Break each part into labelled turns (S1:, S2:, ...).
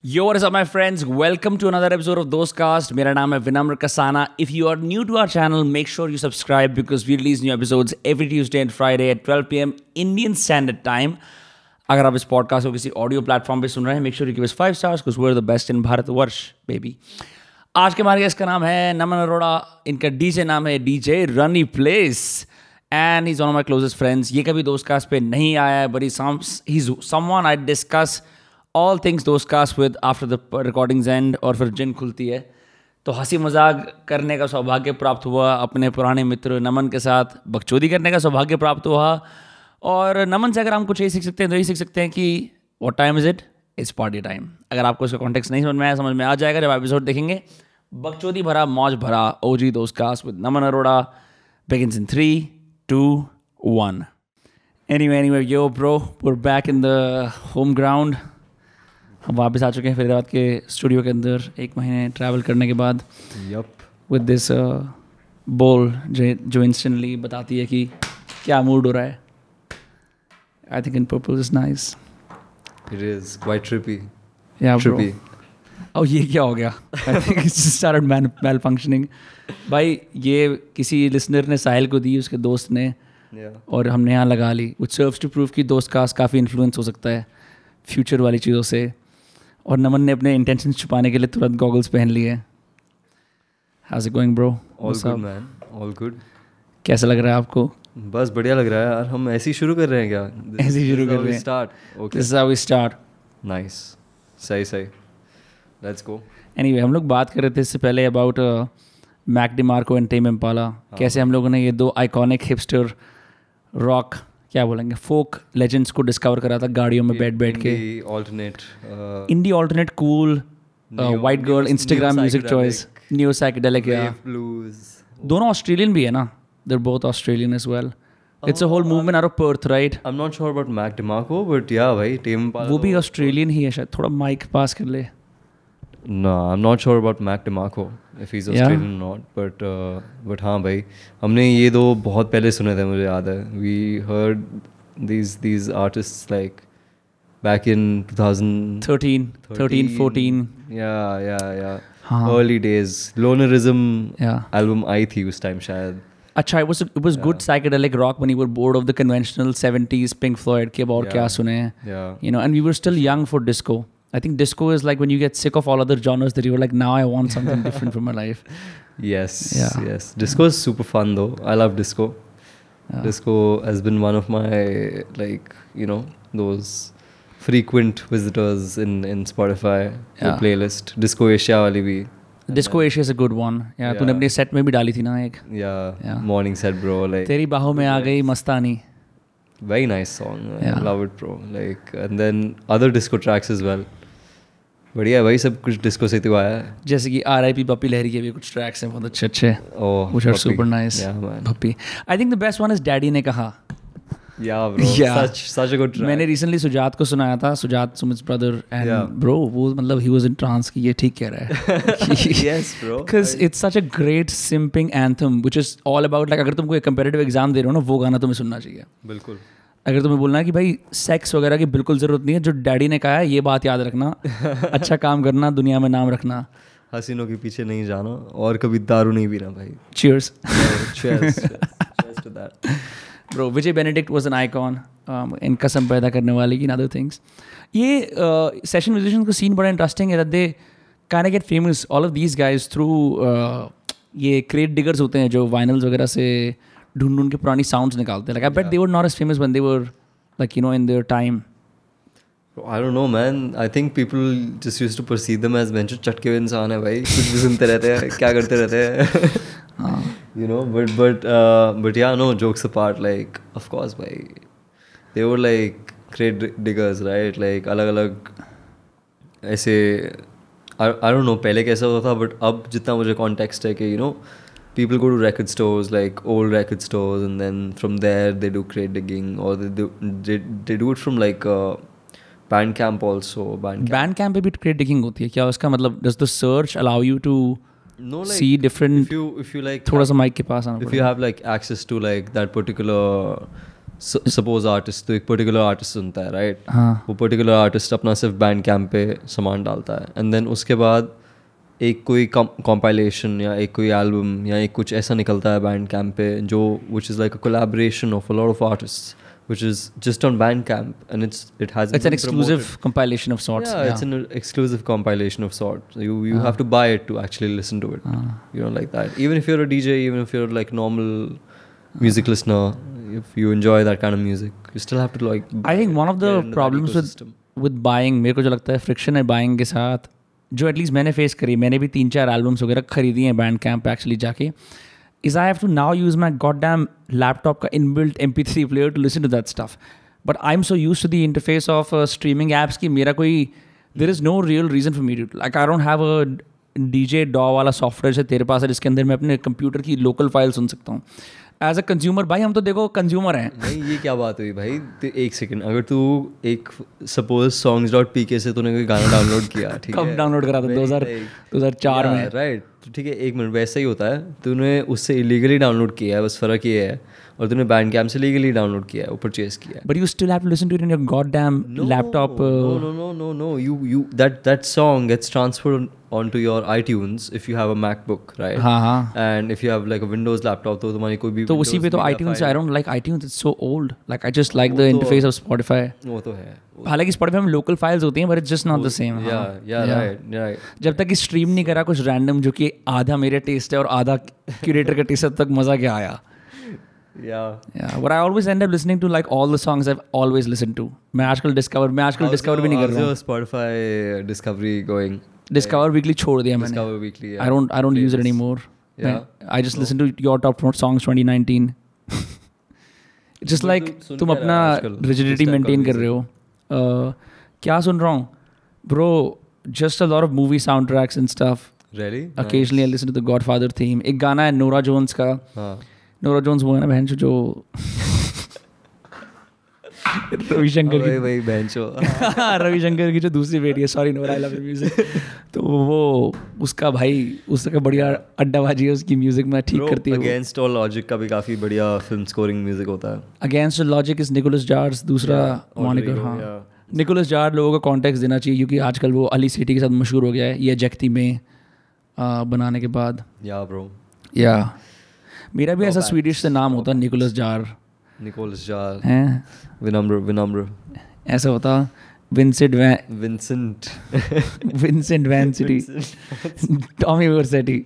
S1: Yo, what is up, my friends? Welcome to another episode of Dostcast. मेरा नाम है Vinamra Kasana If you are new to our channel, make sure you subscribe because we release new episodes every Tuesday and Friday at 12 p.m. Indian Standard Time. अगर आप इस podcast को किसी audio platform पे सुन रहे हैं make sure you give us five stars because we are the best in Bharatvarsh baby आज के हमारे गेस्ट का नाम है नमन अरोड़ा इनका डीजे नाम है डीजे रनी place and he's one of my closest friends ये कभी दोस्त कास्ट पे नहीं आया है but he's some he's someone I discuss all things Dostcast with after the recordings end और फिर जिन खुलती है तो हंसी मजाक करने का सौभाग्य प्राप्त हुआ अपने पुराने मित्र नमन के साथ बकचोदी करने का सौभाग्य प्राप्त हुआ और नमन से अगर हम कुछ यही सीख सकते हैं तो यही सीख सकते हैं कि what time is it it's party time अगर आपको इसका कॉन्टेक्स्ट नहीं समझ में आया समझ में आ जाएगा जब एपिसोड देखेंगे बकचोदी भरा मौज भरा OG Dost cast with Naman Arora Begins in three, two, one. Anyway, anyway, yo, bro, we're back in the home ground. हम वापस आ चुके हैं फरीदाबाद के स्टूडियो के अंदर एक महीने ट्रैवल करने के बाद
S2: yup
S1: with this ball uh, जो जो इंस्टेंटली बताती है कि क्या मूड हो रहा है I think in purple is nice
S2: it is quite trippy
S1: या
S2: ट्रिपी
S1: और Oh, ये क्या हो गया I think started man well functioning भाई ये किसी लिसनर ने साहिल को दी उसके दोस्त ने
S2: या
S1: और हमने यहाँ लगा ली विच सर्व्स टू प्रूव कि दोस्त कास्ट काफ़ी इन्फ्लुएंस हो सकता है फ्यूचर वाली चीज़ों से और नमन ने अपने इंटेंशन छुपाने के लिए तुरंत गॉगल्स पहन लिए how's it going bro
S2: all good man all good
S1: कैसा लग रहा है आपको
S2: बस बढ़िया लग रहा है यार हम ऐसे ही शुरू कर रहे हैं क्या This-
S1: ऐसे ही
S2: this
S1: शुरू
S2: is
S1: कर
S2: how we
S1: रहे हैं।
S2: start okay
S1: this is how we start
S2: nice सही सही लेट्स गो
S1: एनीवे हम लोग बात कर रहे थे इससे पहले uh, about Mac DeMarco and Tame Impala
S2: हाँ।
S1: कैसे हम लोगों ने ये दो आइकॉनिक हिपस्टर रॉक क्या बोलेंगे फोक लेजेंड्स को डिस्कवर करा था गाड़ियों में बैठ बैठ के
S2: alternate uh,
S1: indie alternate cool uh,
S2: Neo-
S1: white girl
S2: neo-
S1: instagram music
S2: neo-psychedelic.
S1: choice neo psychedelic yeah
S2: blues
S1: दोनों ऑस्ट्रेलियन भी है ना they're both australian as well it's a whole
S2: हाँ।
S1: movement out of perth right
S2: I am not sure about Mac DeMarco but या भाई तो टेम
S1: वो भी ऑस्ट्रेलियन ही है शायद थोड़ा माइक पास कर ले
S2: Hmm. ना I am not sure about Mac DeMarco if he is
S1: Yeah.
S2: Australian not but but हाँ भाई हमने ये दो बहुत पहले सुने थे मुझे याद है we heard these these artists like back in 2000
S1: 13 13 14
S2: yeah yeah yeah
S1: हाँ।
S2: early days lonerism
S1: yeah
S2: album आई थी उस टाइम शायद
S1: अच्छा it was it was good psychedelic rock when you were bored of the conventional 70s pink floyd के अब और क्या सुने हैं
S2: yeah
S1: you know and we were still young for disco i think disco is like when you get sick of all other genres that you were like now i want something different from my life
S2: Yes,
S1: Yeah.
S2: yes. Disco is super fun though. I love disco.
S1: Yeah.
S2: Disco has been one of my like you know those frequent visitors in in Spotify the
S1: Yeah.
S2: playlist. Disco Asia wali bhi.
S1: Disco Asia is a good one यार तूने
S2: Yeah.
S1: अपने set में भी डाली थी ना एक
S2: Yeah,
S1: Yeah.
S2: morning set, bro. Like
S1: तेरी बाहों में आ गई मस्तानी
S2: very nice song.
S1: Yeah.
S2: I love it, bro. Like and then other disco tracks as well. बढ़िया भाई सब कुछ disco से तो आया है.
S1: जैसे कि आर आई पी पप्पी लहरी के भी कुछ ट्रैक्स हैं बहुत अच्छे अच्छे
S2: Oh,
S1: which are
S2: puppy.
S1: super nice
S2: Yeah, man.
S1: Pappi I think the best one is daddy ने कहा
S2: Yeah, bro.
S1: Yeah.
S2: Such such a good track.
S1: मैंने रिसेंटली सुजात को सुनाया था Sujat Sumit brother and
S2: Yeah.
S1: Bro वो मतलब ही वाज इन ट्रांस कि ये ठीक कह रहा है
S2: yes, bro.
S1: Because it's such a great simping anthem which is all about like अगर तुमको एक कंपेरेटिव एग्जाम दे रहे हो ना वो गाना तुम्हें सुनना चाहिए
S2: बिल्कुल.
S1: अगर तुम्हें बोलना है कि भाई सेक्स वगैरह की बिल्कुल ज़रूरत नहीं है जो डैडी ने कहा है ये बात याद रखना अच्छा काम करना दुनिया में नाम रखना
S2: हसीनों के पीछे नहीं जाना और कभी दारू नहीं पीना भाई
S1: cheers
S2: Cheers, cheers to that.
S1: Bro Vijay Benedict was an icon in कसम पैदा करने वाले इन अदर थिंग्स ये सेशन म्यूजिशियन का सीन बड़ा इंटरेस्टिंग है that they can get famous all of these guys through uh, ये क्रेट डिगर्स होते हैं जो वाइनल्स वगैरह से ढूंढ ढूंढ के पुरानी साउंड्स निकालते हैं like I bet they were not as famous one they were like you know in their time
S2: I don't know, man. I think people just used to perceive them as venture चटके हुए इंसान है भाई कुछ भी सुनते रहते हैं क्या करते रहते हैं you know but but uh, but yeah no jokes apart like of course भाई they were like great diggers right like अलग अलग ऐसे आई डोंट नो पहले कैसा होता था बट अब जितना मुझे कॉन्टेक्स्ट है कि you know people go to record stores like old record stores and then from there they do crate digging और they do it from like uh, Bandcamp also band
S1: Bandcamp पे भी crate digging होती है क्या उसका मतलब does the search allow you to
S2: know
S1: see
S2: like
S1: different
S2: if you if you like
S1: थोड़ा सा माइक के पास आना
S2: if
S1: पड़ेगा
S2: you have like access to like that particular suppose artist तो एक पर्टिकुलर आर्टिस्ट सुनता है राइट
S1: हाँ
S2: वो पर्टिकुलर आर्टिस्ट अपना सिर्फ बैंड कैम्प पे सामान डालता है एंड देन उसके बाद एक कोई कॉम्पाइलेशन या एक कोई एल्बम या एक कुछ ऐसा निकलता है बैंड कैम्प पे जो which is like a collaboration of a lot of artist which is just on Bandcamp and it's it has
S1: it's an exclusive compilation of sorts
S2: yeah, it's an exclusive compilation of sort. You
S1: Uh-huh.
S2: you have to buy it to actually listen to it.
S1: हाँ।
S2: You know, like that. Even if you're a DJ, even if you're like normal
S1: Uh-huh.
S2: music listener, if you enjoy that kind of music, you still have to like.
S1: I think one of
S2: get
S1: the
S2: into that
S1: problems with
S2: ecosystem.
S1: with buying मेरे को जो लगता है friction है buying के साथ जो at least मैंने फेस करी मैंने भी तीन चार एल्बम्स वगैरह खरीदी हैं बैंड कैंप एक्चुअली जाके is I have to now use my god damn laptop का inbuilt M P three player to listen to that stuff but I am so use to the interface of streaming apps की मेरा कोई there is no real reason for me to like I don't have a D J डॉ वाला software है तेरे पास है जिसके अंदर मैं अपने कंप्यूटर की लोकल फाइल सुन सकता हूँ एज अ कंज्यूमर भाई हम तो देखो कंज्यूमर हैं
S2: नहीं ये क्या बात हुई भाई ते- एक सेकंड अगर तू एक सपोज songs.pk से तूने कोई गाना डाउनलोड किया ठीक है
S1: कब डाउनलोड करा था
S2: Very
S1: दो हजार
S2: like-
S1: दो हजार चार में
S2: राइट तो ठीक है एक मिनट वैसा ही होता है तूने उससे इलीगली डाउनलोड किया है बस फ़र्क ये है और तूने बैंड कैम्प से लीगली डाउनलोड किया है वो परचेज किया है
S1: But you still have to listen to it in your goddamn laptop. Uh,
S2: No, no, no, no, no. You, you. That that song gets transferred onto your iTunes if you have a MacBook, right?
S1: हाँ हाँ
S2: And if you have like a Windows laptop, तो तुम्हारी कोई भी
S1: तो उसी
S2: Windows
S1: पे तो
S2: media
S1: iTunes
S2: file- तो
S1: I don't like iTunes it's so old like I just like the interface of Spotify
S2: वो तो है.
S1: हालांकि Spotify में लोकल फाइल्स होती हैं but it's just not the same
S2: Yeah, yeah, right, right.
S1: जब तक कि स्ट्रीम नहीं करा कुछ रैंडम जो कि आधा मेरे टेस्ट है और आधा क्यूरेटर का टेस्ट है तब तक मज़ा क्या आया
S2: Yeah.
S1: But I always end up listening to like all the songs I always listen to मैं आजकल डिस्कवर मैं
S2: हाँ,
S1: आजकल डिस्कवर भी नहीं कर रहा हूँ
S2: How's your Spotify discovery going?
S1: Discover weekly छोड़ दिया मैंने
S2: Discover weekly.
S1: I don't I don't use it anymore.
S2: Yeah.
S1: I, I just listen to your top four songs 2019. It's just
S2: वो
S1: like
S2: तो सुन
S1: तुम
S2: क्या रहे हो
S1: अपना
S2: आजकल?
S1: रिजिडिटी
S2: किस type का
S1: मेंटेन कर रहे हो Uh, क्या सुन रहा हूँ bro just a lot of movie sound tracks and stuff
S2: Really?
S1: occasionally I listen to the Godfather theme एक गाना है नोरा जोन्स का
S2: हाँ.
S1: नोरा जोन्स वो है ना बहन जो- जो रविशंकर की
S2: अरे भाई बेंचो.
S1: रविशंकर की जो दूसरी बेटी है sorry no I love music तो वो उसका भाई उसका बढ़िया अड्डाबाजी है उसकी म्यूजिक में ठीक करती है
S2: Against all logic का भी काफी बढ़िया फिल्म स्कोरिंग म्यूजिक होता है.
S1: Against logic is Nicolas Jaar's दूसरा
S2: Yeah,
S1: मॉनिकर
S2: alter ego,
S1: हाँ
S2: yeah.
S1: निकोलस जार लोगों को कॉन्टेक्ट देना चाहिए क्योंकि आजकल वो अली सिटी के साथ मशहूर हो गया है ये जगती में आ, बनाने के बाद
S2: Yeah, bro.
S1: या मेरा भी ऐसा स्वीडिश से नाम होता निकोलस जार
S2: Nicholas Jar,
S1: हैं
S2: Vinamra, Vinamra,
S1: ऐसा होता Vincent van
S2: Vincent.
S1: Vincent van city Tommy Vercetti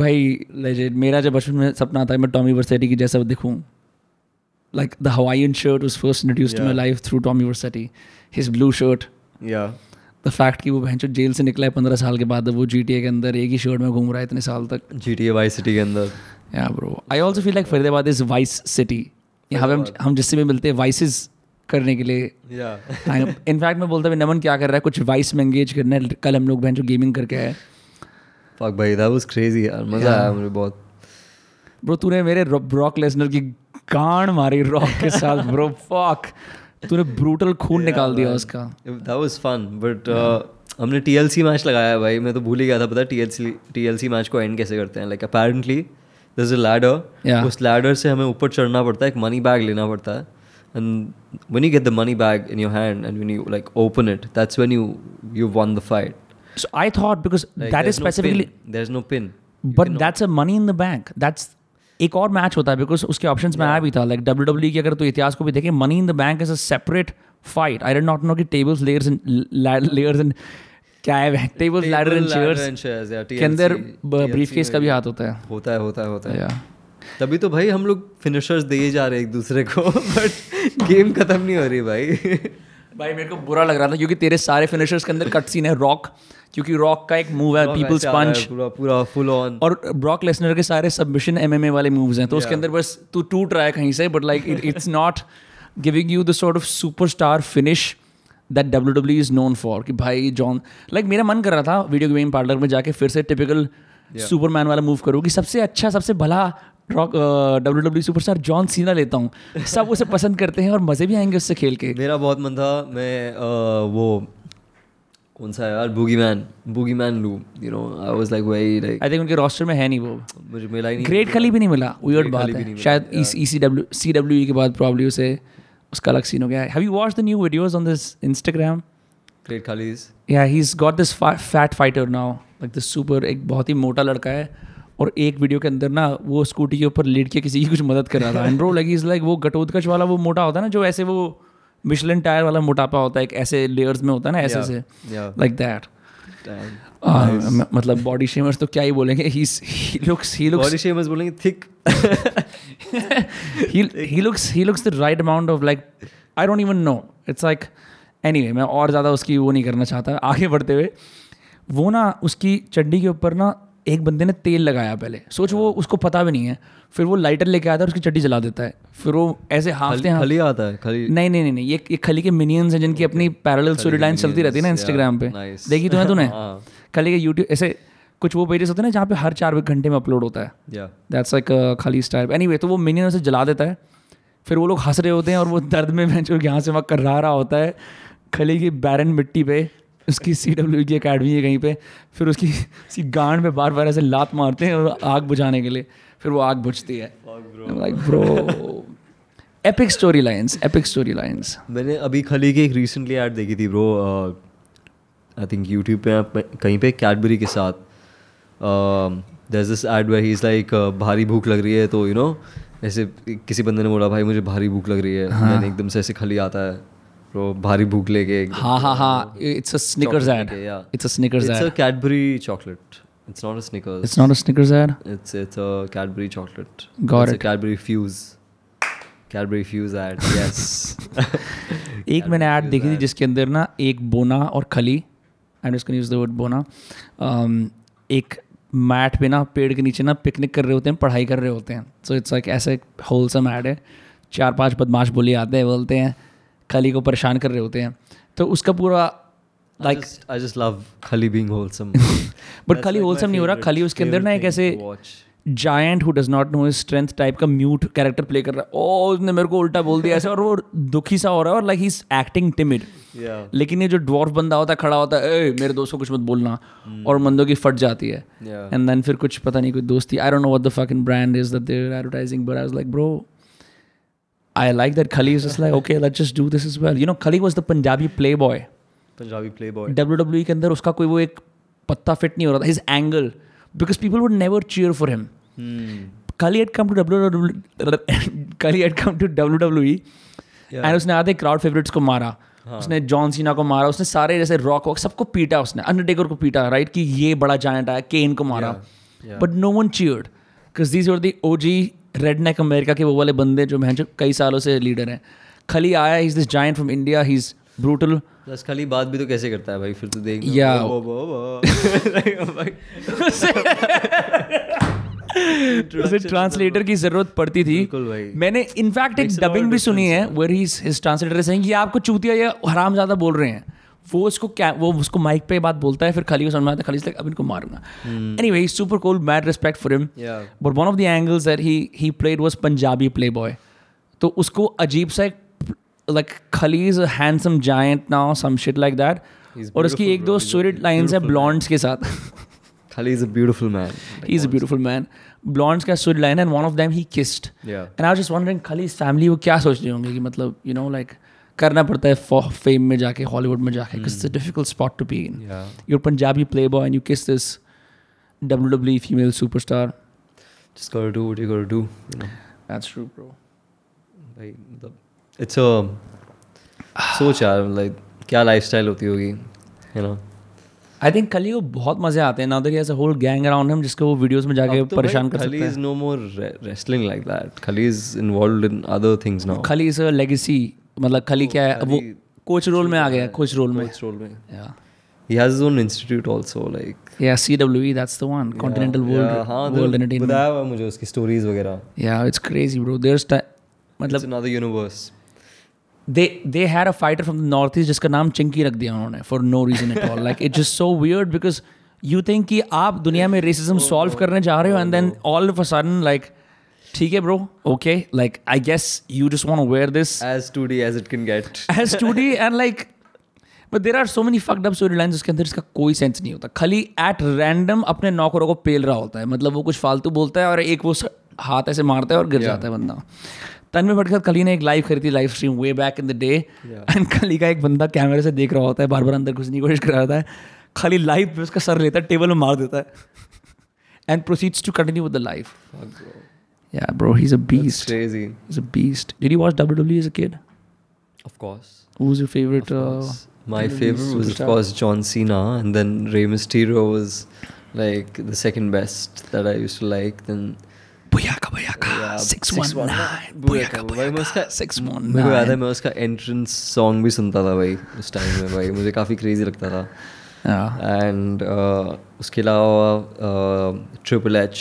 S1: भाई लेजेंड मेरा जब बचपन में सपना था कि मैं टॉमी वर्सेटी की जैसा दिखूं like the Hawaiian shirt was first introduced to my
S2: Yeah.
S1: Life through Tommy Vercetti his blue shirt
S2: yeah.
S1: The fact कि वो बहन जेल से निकला है पंद्रह साल के बाद वो जी के अंदर एक ही शर्ट में घूम रहा है इतने साल तक
S2: GTA Vice City के अंदर
S1: या bro I also feel like Faridabad is Vice City यहाँ पे हम हम जिससे भी मिलते हैं वाइसेस करने के लिए
S2: या
S1: इनफैक्ट मैं बोलता हूँ नमन क्या कर रहा है कुछ वाइस में एंगेज करना है कल हम लोग बहन जो गेमिंग करके आए
S2: फक भाई दैट वाज क्रेजी यार मजा आया मुझे बहुत
S1: ब्रो तूने मेरे ब्रॉक लेसनर की गांड मारी रॉक के साथ ब्रो फक तूने ब्रूटल खून निकाल दिया उसका
S2: that was fun but uh, हमने TLC मैच लगाया है भाई मैं तो भूल ही गया था पता है TLC TLC मैच को एंड कैसे करते हैं like apparently there's a ladder
S1: Yeah.
S2: उस लैडर से हमें ऊपर चढ़ना पड़ता है एक मनी बैग लेना पड़ता है and when you get the money bag in your hand and when you like open it that's when you you've won the fight
S1: so I thought because
S2: Like,
S1: that is
S2: there's no
S1: specifically
S2: pin. there's no pin
S1: but that's a money in the bank that's एक और match होता है because उसके options में आया भी था like W W की अगर तो इतिहास को भी देखें money in the bank is a separate fight I didn't not know कि tables ladders and ladders and क्या है tables ladder and
S2: Table, ladder
S1: chairs
S2: and chairs, yeah,
S1: के अंदर
S2: TLC
S1: ब्रीफकेस का भी हाथ होता है
S2: होता है होता है होता है
S1: Yeah.
S2: तभी तो भाई हम लोग फिनिशर्स दिए जा रहे हैं एक दूसरे को बट गेम खत्म नहीं हो रही भाई
S1: भाई मेरे को बुरा लग रहा था क्योंकि तेरे सारे फिनिशर्स के अंदर कट सीन है रॉक क्योंकि रॉक का एक मूव है पीपल्स
S2: ऐसे अच्छा आ रहा है,
S1: पंच
S2: पूरा पूरा फुल ऑन
S1: और ब्रॉक लेसनर के सारे सबमिशन एमएमए वाले मूव्स हैं तो उसके अंदर बस तू टूट रहा है कहीं से but like it's not giving you the sort of superstar finish that W W is known for कि भाई जॉन लाइक मेरा मन कर रहा था वीडियो गेम पार्लर में जाके फिर से टिपिकल सुपरमैन वाला मूव करूँ कि सबसे अच्छा सबसे भला uh, Rock W W superstar John Cena लेता हूँ सब उसे पसंद करते हैं और मज़े भी आएंगे उससे खेल के
S2: मेरा बहुत मन था मैं अ, वो कौन सा है यार बूगी मैन बूगी मैन लू you know I was like very like
S1: I think उनके रोस्टर में है नहीं वो
S2: मुझे मिला ही नहीं
S1: ग्रेट खली भी नहीं मिला वियर्ड बात है शायद E E C W C W E के बाद प्रॉब्लम उसे उसका अलग सीन हो गया है have you watch the new videos on this Instagram
S2: great Khali's
S1: yeah he is got this fat fighter now like this super एक बहुत ही मोटा लड़का है और एक वीडियो के अंदर ना वो स्कूटी के ऊपर लेट के किसी की कुछ मदद कर रहा था and bro like is like वो गटोदकच वाला वो मोटा होता है ना जो ऐसे वो मिशलन टायर वाला मोटापा होता है एक ऐसे लेयर्स में होता है ना ऐसे ऐसे
S2: yeah.
S1: लाइक दैट मतलब बॉडी शेमर्स तो क्या ही बोलेंगे he looks he looks
S2: body shamers बोलेंगे thick
S1: he he looks he looks the right amount of like I don't even know. It's like anyway मैं और ज़्यादा उसकी वो नहीं करना चाहता आगे बढ़ते हुए वो ना उसकी चड्डी के ऊपर ना एक बंदे ने तेल लगाया पहले सोच
S2: हाँ।
S1: वो उसको पता भी नहीं है फिर वो लाइटर लेके आता है और उसकी चड्डी जला देता है फिर वो ऐसे हाफते हैं
S2: खली आता है खली
S1: नहीं नहीं नहीं नहीं, ये ये खली के मिनियंस हैं जिनकी अपनी पैरेलल स्टोरी लाइन चलती रहती है ना
S2: minions,
S1: इंस्टाग्राम पे
S2: yeah, nice.
S1: देखी तो है तूने
S2: हाँ।
S1: खली के यूट्यूब ऐसे कुछ वो पेजेस होते हैं ना जहाँ पे हर चार घंटे में अपलोड होता है
S2: या
S1: that's like Khali style any तो वो मिनियन उसे जला देता है फिर वो लोग हंस रहे होते हैं और वो दर्द में मैं जो यहाँ से वहाँ कर्रा रहा होता है खली की बैरन मिट्टी पे उसकी सी डब्ल्यू की अकेडमी है कहीं पे फिर उसकी सी गांड पे बार बार ऐसे लात मारते हैं और आग बुझाने के लिए फिर वो आग बुझती है like bro epic story lines epic story lines
S2: मैंने अभी खली की एक रिसेंटली ऐड देखी थी uh, bro I think YouTube पे आप कहीं पे कैडबरी के साथ Um, there this ad way he is like uh, भारी भूख लग रही है तो यू नो ऐसे किसी बंदे ने बोला भाई मुझे भारी भूख लग रही है
S1: हाँ।
S2: मैंने एकदम से ऐसे खली आता है ब्रो भारी भूख लेके एकदम
S1: हाँ हाँ हाँ इट्स अ स्निकर्स एड
S2: लेके, yeah.
S1: It's a Snickers
S2: It's
S1: ad
S2: a Cadbury chocolate. It's not a Snickers.
S1: It's not a Snickers ad
S2: It's it's a Cadbury chocolate.
S1: Got
S2: it's
S1: it.
S2: a Cadbury Fuse. Cadbury Fuse ad. Yes.
S1: एक मैंने ad देखी थी जिसके अंदर ना एक बोना और Khali I just can use the word बोना um, एक मैट पे ना पेड़ के नीचे ना पिकनिक कर रहे होते हैं पढ़ाई कर रहे होते हैं सो इट्स लाइक ऐसे होलसम ऐड है चार पांच बदमाश बोली आते हैं बोलते हैं खली को परेशान कर रहे होते हैं तो उसका पूरा
S2: I just, I just love Khali being wholesome.
S1: But
S2: That's
S1: Khali
S2: like my
S1: wholesome नहीं हो रहा
S2: favorite-
S1: खली उसके अंदर ना एक
S2: favorite
S1: ऐसे
S2: thing to watch.
S1: Giant who does not know strength type का म्यूट कैरेक्टर प्ले कर रहा है ओ उसने मेरे को उल्टा बोल दिया ऐसे और वो दुखी सा हो रहा है और like he is acting timid
S2: Yeah.
S1: लेकिन ये जो ड्वार्फ बंदा होता है खड़ा होता है ए मेरे दोस्त को कुछ मत बोलना और मंदों की फट जाती है
S2: Yeah.
S1: एंड देन फिर कुछ पता नहीं कोई दोस्ती I don't know what the fucking brand is that they're advertising but I was like bro I like that Khali is like okay let's just do this is well you know Khali was the Punjabi playboy
S2: Punjabi Playboy.
S1: W E के अंदर उसका कोई वो एक पत्ता fit नहीं हो रहा था his angle because people would never cheer for him
S2: Hmm.
S1: Kali had come to WWE Kali had come to WWE
S2: Yeah. हाँ।
S1: and उसने आधे crowd favorites को मारा उसने जॉन सीना को मारा उसने सारे जैसे रॉक वॉक सबको पीटा उसने अंडरटेकर को पीटा राइट कि ये बड़ा जायंट आया केन को मारा
S2: Yeah.
S1: But no one cheered because these were the O G redneck America के वो वाले बंदे जो मैं जो कई सालों से लीडर हैं खली आया is this giant from India he is brutal
S2: Plus Khali बात भी तो कैसे करता है भाई फिर तो देख
S1: Yeah. Hmm?
S2: वो, वो, वो,
S1: उसे ट्रांसलेटर की जरूरत पड़ती थी
S2: बिल्कुल भाई।
S1: मैंने इनफैक्ट एक
S2: Makes a lot of
S1: dubbing भी सुनी है where he his translator saying ये आपको चूतिया या हराम ज़्यादा बोल रहे हैं वो उसको क्या वो उसको माइक पे ये बात बोलता है फिर खली को समझ में आता है खली लाइक अब इनको मारूंगा anyway super cool mad respect for him
S2: Hmm. Yeah.
S1: But one of the angles that he he played was Punjabi playboy तो उसको अजीब सा एक like Khali is a handsome giant now some shit like that
S2: He's
S1: और उसकी
S2: beautiful,
S1: एक दो
S2: bro. He's a
S1: story lines है ब्लॉन्ड्स के साथ
S2: Khali is a beautiful man.
S1: He is beautiful man blondes का story line and one of them he kissed
S2: Yeah.
S1: And I just wondering Khali इस family वो क्या सोच रहे होंगे कि मतलब यू नो लाइक करना पड़ता है फेम में जाके हॉलीवुड में जाके it's a difficult spot to be in
S2: Yeah.
S1: Your Punjabi playboy and you kiss this W W female superstar
S2: Just gotta do what you gotta do. You know.
S1: That's true bro
S2: भाई मतलब it's a सोच यार like क्या lifestyle होती होगी you know
S1: I think कल को बहुत मजे आते हैं now that he has a whole gang around him जिसको वो वीडियोस में जाके
S2: तो
S1: परेशान कर सकते
S2: खली
S1: हैं
S2: is no more wrestling like that Khali is involved in other things now
S1: Khali is a legacy मतलब खली क्या है वो कोच रोल में आ गया कोच रोल में
S2: कोच रोल में
S1: yeah
S2: he has his own institute also like
S1: Yeah, CWE, that's the one. Continental World
S2: हाँ,
S1: World Entertainment.
S2: बताया तो हुआ मुझे उसकी स्टोरीज वगैरह
S1: Yeah, it's crazy, bro. There's ti-
S2: मतलब
S1: मतलब
S2: another universe
S1: they they had a fighter from the northeast जिसका नाम चिंकी रख दिया उन्होंने for no reason at all. like it's just so weird because you think कि आप दुनिया में racism solve करने जा रहे हो and then all of a sudden like ठीक है bro, okay, like I guess you just want to wear this
S2: as 2D as it can get
S1: as 2D and like but there are so many fucked up story line जिसके अंदर इसका कोई sense नहीं होता खाली at random अपने नौकरों को पेल रहा होता है मतलब वो कुछ फालतू बोलता है और एक वो स- हाथ ऐसे मारता है और गिर जाता है बंदा तन्मय भटकर कली ने एक लाइव खरीदी live stream way back in the day and Khali का एक बंदा कैमरे से देख रहा होता है बार बार अंदर घुसने की कोशिश कर रहा होता है खाली लाइव पे उसका सर लेता है टेबल में मार देता है and proceeds to continue with the life yeah bro he is a
S2: He's
S1: beast
S2: crazy.
S1: He's a beast. Did you watch WWE as a kid?
S2: Of course.
S1: Who was your favorite? uh,
S2: My
S1: WWE
S2: favorite was, of
S1: superstar?
S2: course, John Cena, and then Rey Mysterio was like the second best that I used to like. Then
S1: Uh, Booyaka Booyaka.
S2: Yeah,
S1: 619.
S2: 619,
S1: Booyaka
S2: Booyaka, भाई, मैं
S1: Booyaka.
S2: उसका- मेरे को याद है
S1: 619.
S2: मैं उसका entrance song भी सुनता था भाई उस टाइम में भाई मुझे काफ़ी क्रेजी लगता था
S1: Yeah.
S2: एंड उसके अलावा uh, Triple H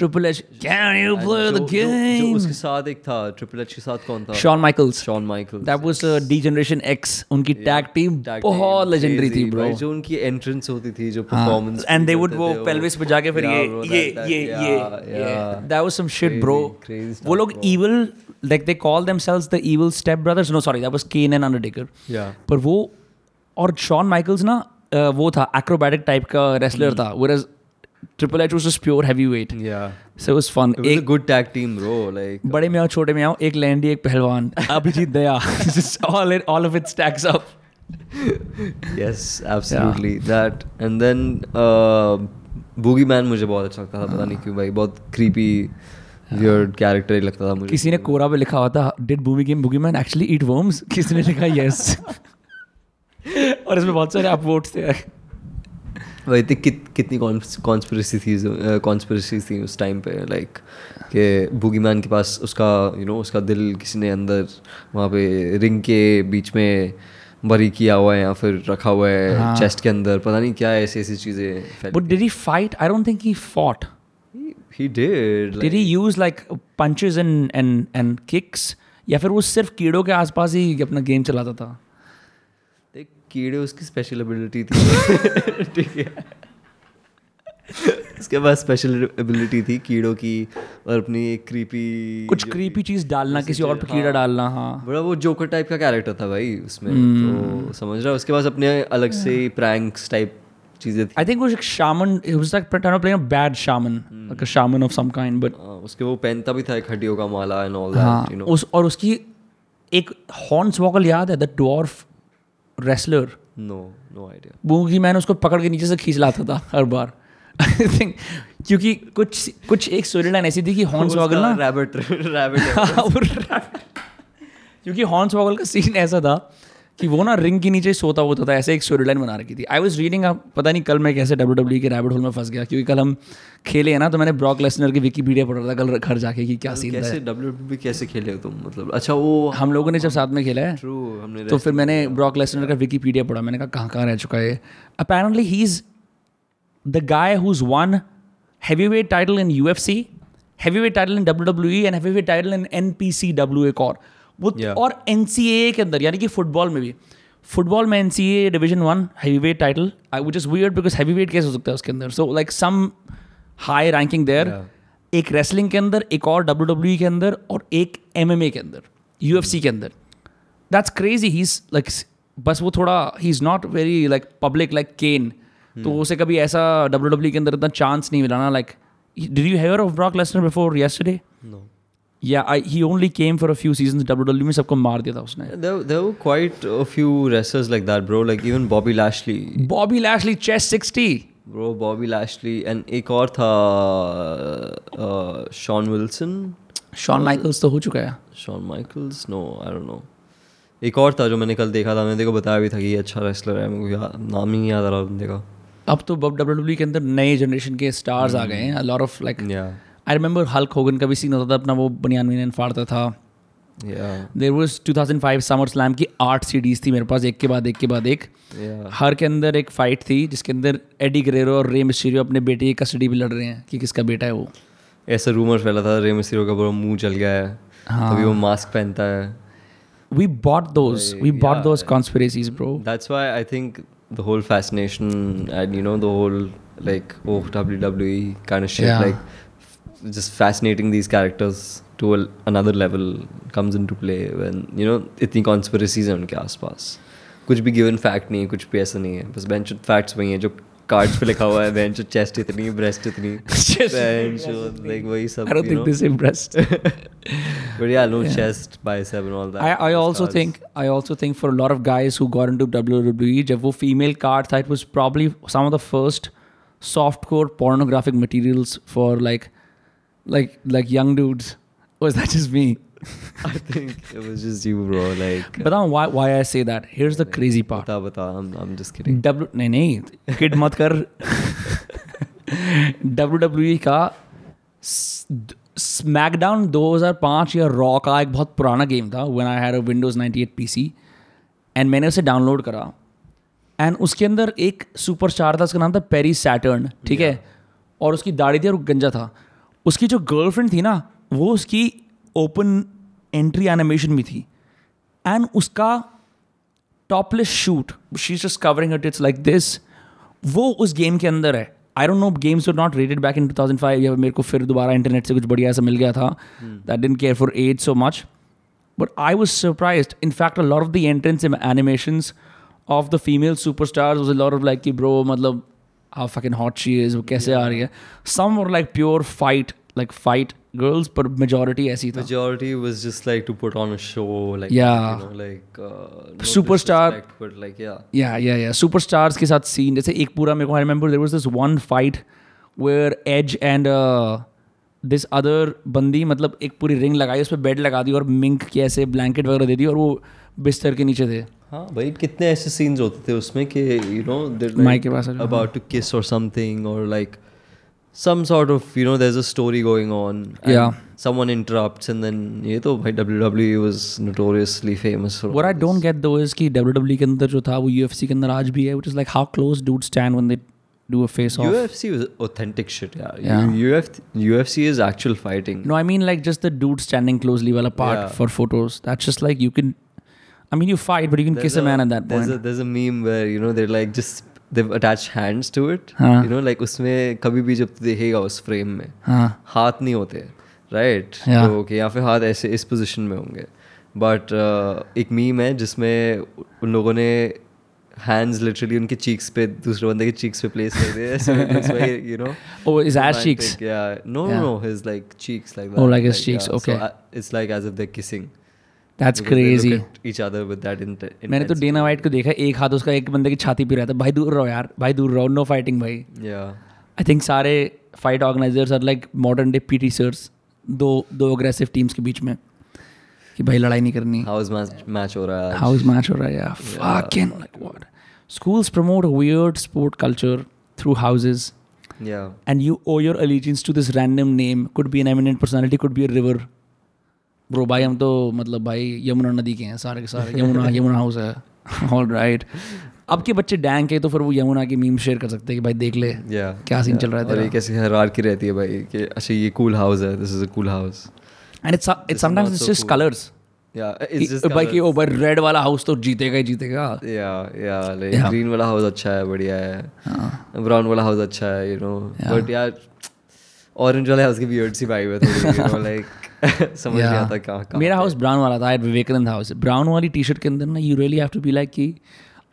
S1: Triple H. Can you play the
S2: जो उसके
S1: game?
S2: साथ एक था ट्रिपल एच के साथ कौन था
S1: Shawn Michaels.
S2: Shawn Michael
S1: That was uh, D Generation X. उनकी tag team बहुत legendary थी bro.
S2: जो उनकी एंट्रेंस होती थी जो
S1: हाँ,
S2: परफॉर्मेंस
S1: and they would वो pelvis पे जाके फिर ये ये ये ये that was some shit bro वो लोग evil like they call themselves the evil step brothers no sorry that was Kane and Undertaker
S2: Yeah.
S1: पर वो और शॉन माइकल्स ना अ, वो था एक्रोबैटिक टाइप का रेसलर था whereas Triple H was just pure heavyweight
S2: yeah
S1: so it was fun
S2: it was
S1: एक
S2: good tag team bro like
S1: बड़े में आओ छोटे में आओ एक लैंडी एक पहलवान अभिजीत दया just all it all of it stacks up
S2: yes absolutely that and then uh, boogie man मुझे बहुत अच्छा लगता था पता
S1: हाँ।
S2: नहीं क्यों भाई बहुत creepy weird character ही लगता था मुझे
S1: किसी ने कोरा पे लिखा हुआ था did बूमी game बुगी man actually eat worms किसी ने लिखा यस और इसमें बहुत सारे आप वोट्स थे
S2: भाई देख कित, कितनी कॉन्स्परेसी थी कॉन्स्परेसी थी उस टाइम पे लाइक के बूगी मैन के पास उसका यू you नो know, उसका दिल किसी ने अंदर वहाँ पे रिंग के बीच में बरी किया हुआ है या फिर रखा हुआ है
S1: हाँ।
S2: चेस्ट के अंदर पता नहीं क्या ऐसी ऐसी चीज़ें
S1: but did he fight I don't think he fought
S2: he did
S1: did he use like punches and and and kicks या फिर वो सिर्फ कीड़ों के आसपास ही अपना गेम चलाता था
S2: देख कीड़े उसकी स्पेशल एबिलिटी थी ठीक है उसके पास स्पेशल एबिलिटी थी कीड़ों की और अपनी एक क्रीपी
S1: कुछ क्रीपी चीज डालना किसी और पे कीड़ा डालना हाँ
S2: बड़ा वो जोकर टाइप का कैरेक्टर था भाई उसमें
S1: हम्म।
S2: तो समझ रहा है उसके पास अपने अलग से प्रैंक्स टाइप चीज़ें थी
S1: आई थिंक वो एक shaman it was like kind of playing a bad shaman like a shaman of some kind but
S2: हाँ, उसके वो पहनता भी था एक हड्डियों का माला एंड ऑल
S1: हाँ
S2: दैट यू नो
S1: उस और उसकी एक हॉर्न्स वॉकल याद है the dwarf wrestler
S2: no no idea
S1: बूंगी man उसको पकड़ के नीचे से खींच लाता था हर बार आई थिंक क्योंकि कुछ कुछ एक स्टोरी लाइन ऐसी थी कि हॉर्न्स वॉगल ना
S2: रैबिट रैबिट
S1: हाँ, वो rat- क्योंकि हॉर्न्स वॉगल का सीन ऐसा था कि वो ना रिंग के नीचे ही सोता होता था ऐसे एक स्टोरी लाइन बना रखी थी आई वॉज रीडिंग आप पता नहीं कल मैं कैसे डब्ल्यू डब्ल्यू के रैबिट होल में फंस गया क्योंकि कल हम खेले हैं ना तो मैंने ब्रॉक लेसनर की विकीपीडिया पढ़ रहा था कल घर जाके कि क्या सीन तो था
S2: कैसे डब्ल्यू कैसे खेले हो तुम मतलब अच्छा वो
S1: हम लोगों ने जब साथ में खेला है
S2: ट्रू हमने
S1: तो फिर मैंने ब्रॉक लेसनर का विकीपीडिया पढ़ा मैंने कहा कहाँ कहाँ रह चुका है apparently he is the guy who is won heavyweight title in U F C heavyweight title in W W and heavyweight title in N P C W एक और वो
S2: Yeah.
S1: और N C A के अंदर यानी कि football में भी फुटबॉल में N C A division one heavyweight title I which is weird because heavyweight कैसे हो सकता है उसके अंदर so like some high ranking there एक रेसलिंग के अंदर एक और डब्ल्यू डब्ल्यू के अंदर और एक एम एम ए के अंदर यू एफ सी के अंदर that's crazy he is like बस वो थोड़ा he is not very like public like Kane तो उसे कभी ऐसा डब्ल्यू डब्ल्यू के अंदर इतना चांस नहीं मिला ना like did you hear of Brock Lesnar before yesterday
S2: no
S1: yeah I he only came for a few season W W में E, सबको मार दिया था उसने
S2: There, there were quite a few wrestlers like that, bro. Like even Bobby Lashley,
S1: Bobby Lashley chest sixty
S2: bro. Bobby Lashley and एक और था uh, Shawn Wilson,
S1: Shawn Michaels तो हो चुका है
S2: Shawn Michaels. No, I don't know. एक और था जो मैंने कल देखा था मैंने देखो बताया भी था कि ये अच्छा रेसलर है मेरे को याद नाम ही नहीं याद आ रहा बंदे का
S1: अब तो डब्ल्यू डब्ल्यू के अंदर नए जनरेशन के स्टार्स आ गए हैं lot of like
S2: yeah
S1: I remember Hulk Hogan का भी सीन होता था अपना वो बनियान वनियान फाड़ता था
S2: yeah
S1: there was two thousand five SummerSlam की आठ सीडीज थी मेरे पास एक के बाद एक के बाद एक
S2: या
S1: हर के अंदर एक फाइट थी जिसके अंदर एडी ग्रेरो और रे मिस्टीरियो अपने बेटे की कस्टडी में लड़ रहे हैं कि किसका बेटा है वो
S2: ऐसा रूमर फैला था रे मसीरो का पूरा मुंह जल गया है
S1: हाँ।
S2: अभी वो मास्क पहनता है
S1: we bought those we bought those conspiracies bro
S2: That's why I think the whole fascination and you know the whole like oh WWE kind of shit
S1: Yeah.
S2: like f- just fascinating these characters to a, another level comes into play when you know itni conspiracies हैं उनके आसपास कुछ भी given fact नहीं है कुछ भी ऐसा नहीं है बस बेंच फैक्ट्स वही हैं जो कार्ड्स पे लिखा हुआ है बेंच चेस्ट इतनी ब्रेस्ट इतनी लाइक वही सब
S1: I don't think this impressed.
S2: But या no chest bicep and all that
S1: I, I also think I also think for a lot of guys who got into WWE, जब वो female card था, it was probably some of the first softcore pornographic materials for like like like young dudes. Was that just me?
S2: I think it was just you bro like
S1: But now why why I say that? Here's the crazy part.
S2: बता बता I'm I'm just kidding
S1: W नहीं नहीं kid मत कर W W का SmackDown 2005 या Raw का एक बहुत पुराना गेम था when I had a Windows 98 PC and मैंने उसे डाउनलोड करा एंड उसके अंदर एक सुपर स्टार था उसका नाम था पेरी सैटर्न ठीक है और उसकी दाढ़ी थी और वो गंजा था उसकी जो गर्लफ्रेंड थी ना वो उसकी ओपन एंट्री एनिमेशन में थी एंड उसका topless shoot she just covering it it's like this वो उस गेम के अंदर है I don't know games were not rated back in two thousand five yeah मेरे को फिर दोबारा इंटरनेट से कुछ बढ़िया ऐसा मिल गया था that didn't care for age so much but I was surprise in fact a lot of the entrance in animations of the female superstars was lot of like कि ब्रो मतलब how fucking hot she is वो कैसे आ रही है some और like pure fight like fight girls पर majority ऐसी था
S2: majority was just like to put on a show like
S1: Yeah.
S2: you know, like uh, no
S1: Superstar.
S2: disrespect, but like yeah
S1: या या या सुपरस्टार्स के साथ scene जैसे एक पूरा मेरे को I remember there was this one fight where Edge and this other uh, बंदी मतलब एक पूरी रिंग लगाई उस पर बेड लगा दी और मिंक के ऐसे ब्लैंकेट वगैरह दे दी और वो बिस्तर के नीचे थे
S2: हाँ भाई कितने ऐसे सीन्स होते थे उसमें कि यू नो
S1: माइक के पास आ जाओ,
S2: अबाउट टू किस और समथिंग और like some sort of you know there is a story going on
S1: Yeah.
S2: Someone interrupts and then ये तो भाई WWE was notoriously famous for
S1: what I don't get though is कि W W के अंदर जो था वो यूएफसी के अंदर आज भी है which is like how close dude stand when they do a face off
S2: UFC was authentic shit yeah.
S1: Yeah.
S2: UFC UFC is actual fighting
S1: No, I mean like just the dude standing closely while apart
S2: Yeah.
S1: for photos. That's just like you can. I mean, you fight, but you can kiss a, man at that
S2: there's
S1: point.
S2: A, there's a meme where you know they're like just they've attached hands to it.
S1: हाँ.
S2: You know, like उसमें कभी भी जब देखेगा उस frame में
S1: हाँ.
S2: हाथ नहीं होते राइट
S1: Yeah.
S2: तो कि या फिर हाथ ऐसे इस पोजीशन में होंगे बट एक मीम है जिसमें उन लोगों ने हैंड्स लिटरली उनके चीक्स पे दूसरे बंदे के चीक्स पे प्लेस कर दिए so it looks very, you know
S1: Oh, his ass
S2: romantic.
S1: cheeks.
S2: yeah no
S1: Yeah.
S2: no his like cheeks like that
S1: Oh, like his cheeks,
S2: yeah.
S1: okay.
S2: so, uh, it's like as if they're kissing
S1: That's
S2: because they look
S1: crazy.
S2: at each other with that int-
S1: मैंने तो
S2: intensity.
S1: Dana white को देखा एक हाथ उसका एक बंदे की छाती पे रहता है भाई दूर रहो यार भाई दूर रहो नो फाइटिंग भाई
S2: Yeah.
S1: आई थिंक सारे fight organizers are like modern day पी सर्स दो दो अग्रेसिव टीम्स के बीच में कि भाई लड़ाई नहीं करनी
S2: How's match match हो रहा है?
S1: हाउ इज मैच हो रहा है यार fucking like what schools promote weird sport culture through houses
S2: Yeah.
S1: and you owe your allegiance to this random name could be an eminent personality could be a river bro भाई हम तो मतलब भाई यमुना नदी के हैं सारे के सारे यमुना यमुना हाउस है ऑल राइट अब के बच्चे डैंग के तो फिर वो यमुना की मीम शेयर कर सकते हैं कि भाई देख ले
S2: Yeah.
S1: क्या सीन
S2: yeah.
S1: चल रहा है
S2: और
S1: तेरा
S2: ये कैसी हायरार्की रहती है भाई कि अच्छा ये कूल हाउस है this is a cool house
S1: and it's it's sometimes
S2: not
S1: it's
S2: so
S1: just
S2: cool.
S1: Colours
S2: yeah it's just
S1: भाई कि ओ भाई रेड वाला हाउस तो जीतेगा ही जीतेगा
S2: या या लाइक
S1: Yeah. हाँ.
S2: ग्रीन वाला हाउस अच्छा है बढ़िया है ब्राउन वाला हाउस अच्छा है यू नो बट यार ऑरेंज वाले हाउस की वियर्ड सी वाइब है थोड़ी यू नो लाइक समझ नहीं आता कहाँ कहाँ
S1: मेरा हाउस ब्राउन वाला था एट विवेकानंद हाउस ब्राउन वाली टी शर्ट के अंदर ना you really have to be like कि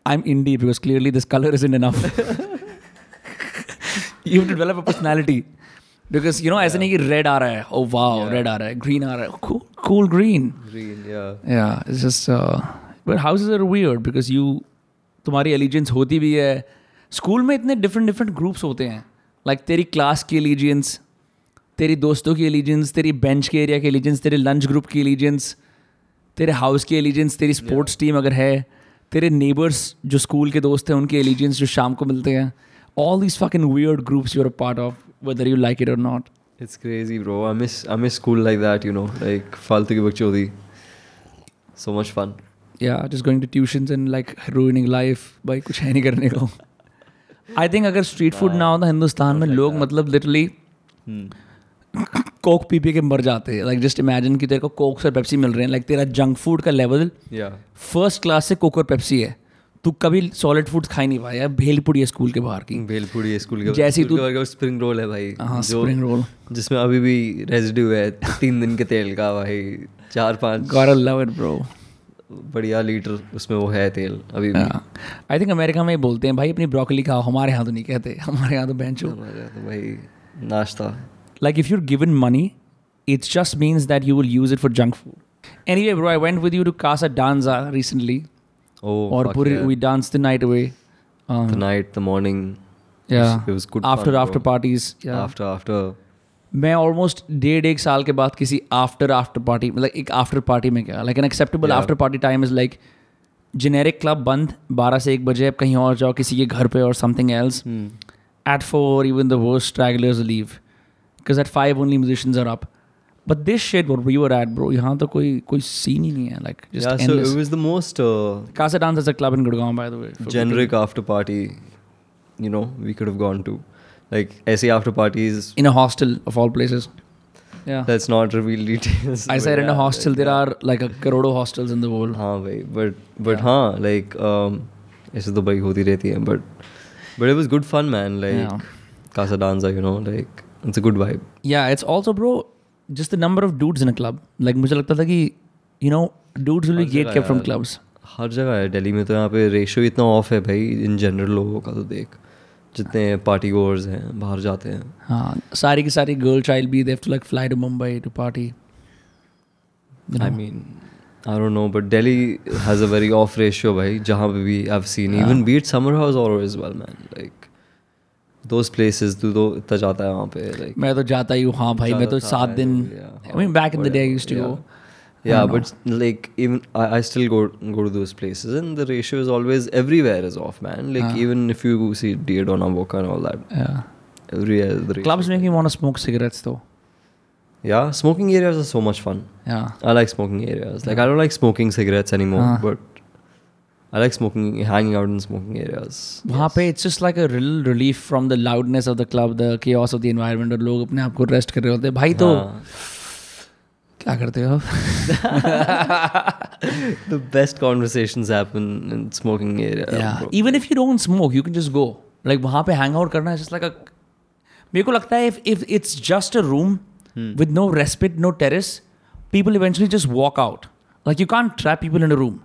S1: I am indie because clearly this colour is in enough you to develop a personality because you know ऐसे नहीं कि रेड आ रहा है ओ वाओ रेड आ रहा है ग्रीन आ रहा है cool green
S2: green yeah
S1: yeah it's just but houses are weird because you तुम्हारी एलिजेंस होती भी है स्कूल में इतने डिफरेंट डिफरेंट ग्रुप्स होते हैं लाइक तेरी क्लास की एलिजेंस तेरी दोस्तों की एलिजेंस तेरी बेंच के एरिया की एलिजेंस तेरे लंच ग्रुप की एलिजेंस तेरे हाउस की एलिजेंस तेरी स्पोर्ट्स टीम अगर है तेरे नेबर्स जो स्कूल के दोस्त हैं उनके एलिजेंस जो शाम को मिलते हैं all these fuck in weird groups you are part of whether you like it और not
S2: it's crazy bro I miss I miss school like that you know like फालतू की बकचोदी सो मच फन
S1: या just going to tuitions and like ruining life भाई कुछ है नहीं करने को आई थिंक अगर स्ट्रीट फूड ना होता हिंदुस्तान में लोग मतलब लिटरली कोक पी पी के मर जाते हैं लाइक जस्ट इमेजिन कि तेरे को कोक और पेप्सी मिल रहे हैं लाइक तेरा जंक फूड का लेवल
S2: या
S1: फर्स्ट क्लास से कोक और पेप्सी है तू कभी सॉलिड फूड खा ही नहीं पाया भेलपुड़ी है स्कूल के बाहर की
S2: भेलपुरी Hmm. है स्कूल के
S1: जैसी
S2: स्कूल
S1: तू-
S2: के बाहर का स्प्रिंग रोल है भाई
S1: हाँ स्प्रिंग रोल
S2: जिसमें अभी भी रेजिड्यू है तीन दिन के तेल का भाई चार पांच
S1: गॉट लव इट ब्रो
S2: बढ़िया लीटर उसमें वो है तेल अभी भी
S1: हाँ. आई थिंक अमेरिका में ही बोलते हैं भाई अपनी ब्रोकली खाओ हमारे यहाँ तो नहीं कहते हमारे यहाँ तो बेंचो
S2: हमारे यहाँ तो भाई नाश्ता
S1: Like if you're given money, it just means that you will use it for junk food. Anyway, bro, I went with you to Casa Danza recently,
S2: Oh,
S1: or
S2: fuck
S1: Puri,
S2: yeah.
S1: we danced the night away. Um,
S2: the night, the morning.
S1: yeah,
S2: it was good
S1: After
S2: fun,
S1: after
S2: bro.
S1: parties, yeah.
S2: After after.
S1: मैं almost डेढ़ एक साल के बाद किसी after after party मतलब एक after party में गया like an acceptable
S2: Yeah.
S1: After party time is like generic club बंद बारह से एक बजे अब कहीं और जाओ किसी के घर पे और something else
S2: Hmm.
S1: at four, even the worst stragglers leave. Because at five, only musicians are up. But this shit, what we were at, bro, यहाँ तो कोई कोई scene ही नहीं है. Like, just
S2: yeah,
S1: endless.
S2: so it was the most uh,
S1: Casa Dance is a club in Gurgaon, by the way. for
S2: generic after party. You know, we could have gone to, like, ऐसे after parties.
S1: people. In a hostel, of all places. Yeah.
S2: Let's not reveal details.
S1: I
S2: but
S1: said in a
S2: yeah,
S1: hostel,
S2: like,
S1: there are like a crore hostels in the world.
S2: हाँ भाई but but हाँ like um, ऐसे तो भाई होती रहती है but but it was good fun man like
S1: Yeah.
S2: Casa Danza you know like it's a good vibe
S1: Yeah, it's also, bro, just the number of dudes in a club. Like, मुझे लगता था कि, you know, dudes will be
S2: हर जगह
S1: gatekept from
S2: यार।
S1: clubs.
S2: हर जगह है दिल्ली में तो यहाँ पे रेशियो इतना ऑफ है भाई इन जनरल लोगों का तो देख जितने पार्टी गोअर्स हैं बाहर जाते हैं
S1: हाँ, सारी की सारी girl child भी, they have to like fly to Mumbai to party. You know?
S2: I mean I don't know but Delhi has a very off ratio भाई जहाँ पे भी I have seen even beat summer house और as well man like those places तू तो इतना जाता है वहाँ पे लाइक
S1: मैं तो जाता ही हूँ हाँ भाई मैं तो
S2: ज्यादा था,
S1: सात
S2: I
S1: दिन
S2: know, yeah.
S1: I mean back in the day I used to
S2: Yeah.
S1: Go
S2: Yeah, but like even I, I still go go to those places, and the ratio is always everywhere is off, man. Like even if you see Diadona Boca and all that, everywhere the ratio.
S1: Clubs make me want to smoke cigarettes तो
S2: Yeah, smoking areas are so much fun.
S1: या
S2: I like smoking areas. Like I don't like smoking cigarettes anymore,
S1: Huh.
S2: but I like smoking, hanging out in smoking areas.
S1: वहाँ पे it's just like a real relief from the loudness of the club the chaos of the environment और लोग अपने आप को rest कर रहे होते हैं भाई तो
S2: हाँ.
S1: क्या करते हो आप
S2: the best conversations happen in smoking area. bro.
S1: Even if you don't smoke you can just go like वहाँ पे हैंग आउट करना जस्ट लाइक अ मेरे को लगता है if if it's just a room with no respect no terrace people eventually just walk out like you can trap people in a room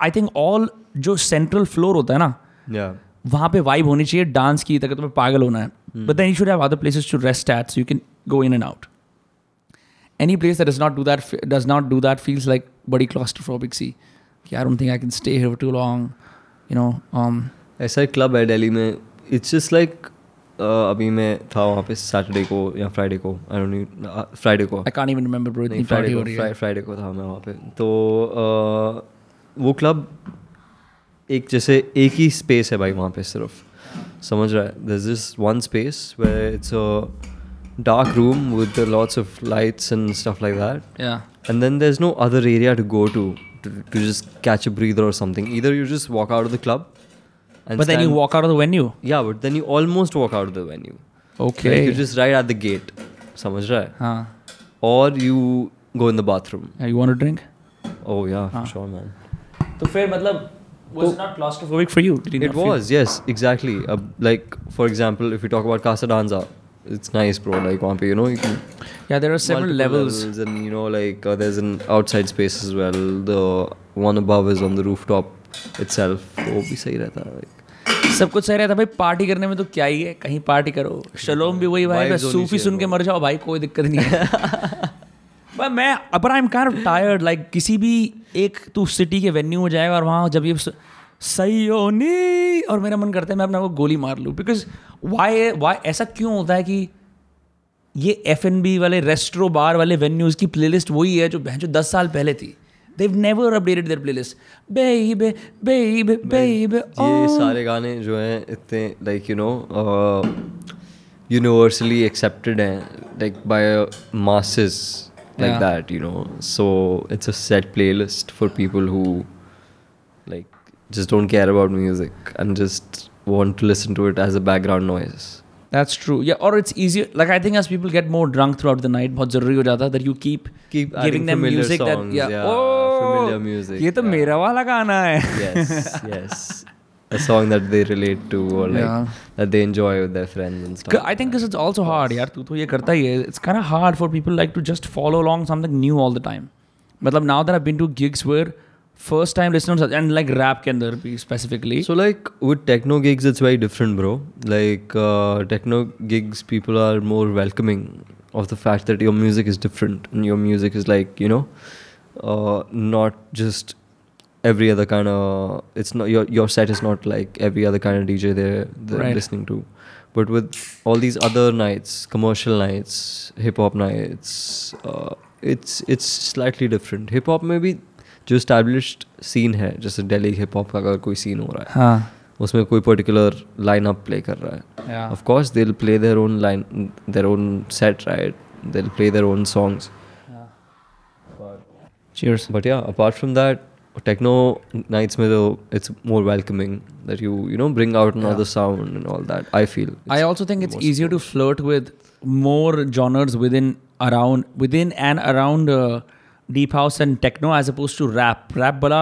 S1: I think all जो central floor होता है ना
S2: Yeah.
S1: वहाँ पे वाइब होनी चाहिए dance की तक तुम्हें पागल होना है but then you should have other places to rest at so you can go in and out any place that does not do that does not do that feels like बड़ी claustrophobic सी कि I don't think I can stay here too long you know
S2: ऐसा एक club है दिल्ली में it's just like uh, अभी मैं था वहाँ पे सैटरडे को या फ्राइडे को I don't know Friday uh, को
S1: I can't even remember bro इतनी
S2: नहीं
S1: पार्टी
S2: फ्राइडे
S1: हो
S2: को
S1: रही है
S2: फ्राइडे फ्राइडे को था मैं वहाँ पे तो uh, वो क्लब एक जैसे एक ही स्पेस है भाई वहाँ पे सिर्फ समझ रहा है this is one space where it's a dark room with lots of lights and stuff like that
S1: Yeah.
S2: And then there's no other area to go to to, to just catch a breather or something. Either you just walk out of the club, and
S1: But then you
S2: stand-
S1: walk out of the venue.
S2: Yeah, but then you almost walk out of the venue. Like
S1: Okay.
S2: you're just right at the gate. Samajh raha hai?
S1: हाँ.
S2: Or you go in the bathroom.
S1: Yeah, you want a drink?
S2: Oh yeah,
S1: Ah.
S2: for sure, man.
S1: तो फिर मतलब was it not claustrophobic for you? Did you
S2: It
S1: not feel-
S2: was yes, exactly. Uh, like for example, if you talk about Casa Danza, it's nice, bro. Like wahan pe, you know you can
S1: Yeah, there are several
S2: multiple
S1: levels.
S2: and you know like uh, there's an outside space as well the one above is on the rooftop itself वो भी सही रहता है like
S1: सब कुछ सही रहता है भाई पार्टी करने में तो क्या ही है कहीं पार्टी करो शलोम भी वही भाई
S2: Vibes होनी
S1: सूफी
S2: चाहिए,
S1: सुन के मर जाओ भाई कोई दिक्कत नहीं है पर मैं अपर I am kind of tired like किसी भी एक तू सिटी के वेन्यू में जाएगा और वहाँ जब ये स- सयोनी और मेरा मन करता है मैं अपने आप को गोली मार लूँ बिकॉज वाई वाई ऐसा क्यों होता है कि ये एफ एन बी वाले रेस्ट्रो बार वाले वेन्यूज की प्लेलिस्ट वही है जो जो दस साल पहले थी they never updated their playlist बेबे बेबे बेबे
S2: ये सारे गाने जो हैं इतने like you know universally accepted uh, हैं uh, like by masses like
S1: Yeah.
S2: That you know so it's a set playlist for people who like just don't care about music and just want to listen to it as a background noise
S1: That's true. Yeah, or it's easier. Like I think as people get more drunk throughout the night, बहुत जरूरी हो जाता है that you keep
S2: Keep adding
S1: giving them
S2: familiar
S1: music that
S2: songs,
S1: yeah,
S2: yeah,
S1: oh,
S2: familiar music,
S1: ये तो
S2: yeah.
S1: मेरा वाला गाना है.
S2: yes yes a song that they relate to or like
S1: Yeah.
S2: that they enjoy with their friends and stuff
S1: I think because it's also hard यार तू तो ये करता ही है. It's kind of hard for people like to just follow along something new all the time. मतलब now that I've been to gigs where first time listeners and like rap के अंदर भी specifically
S2: So like with techno gigs, it's very different, bro. Like uh, techno gigs, people are more welcoming of the fact that your music is different and your music is like you know, uh, not just every other kind of. It's not your your set is not like every other kind of DJ they're, they're
S1: Right.
S2: listening to, but with all these other nights, commercial nights, hip hop nights, uh, it's it's slightly different. Hip hop maybe. जो established scene है जैसे Delhi hip hop का अगर कोई scene हो रहा है
S1: हाँ
S2: उसमें कोई पर्टिकुलर लाइन अप प्ले कर रहा है
S1: Yeah.
S2: Of course they play their own line their own set right they play their own songs
S1: cheers
S2: but या apart from that techno nights में तो it's more welcoming that you you know bring out another sound and all that I feel
S1: I also think it's easier to flirt with more genres within around within and around uh, deep house and techno as opposed to rap. Rap bala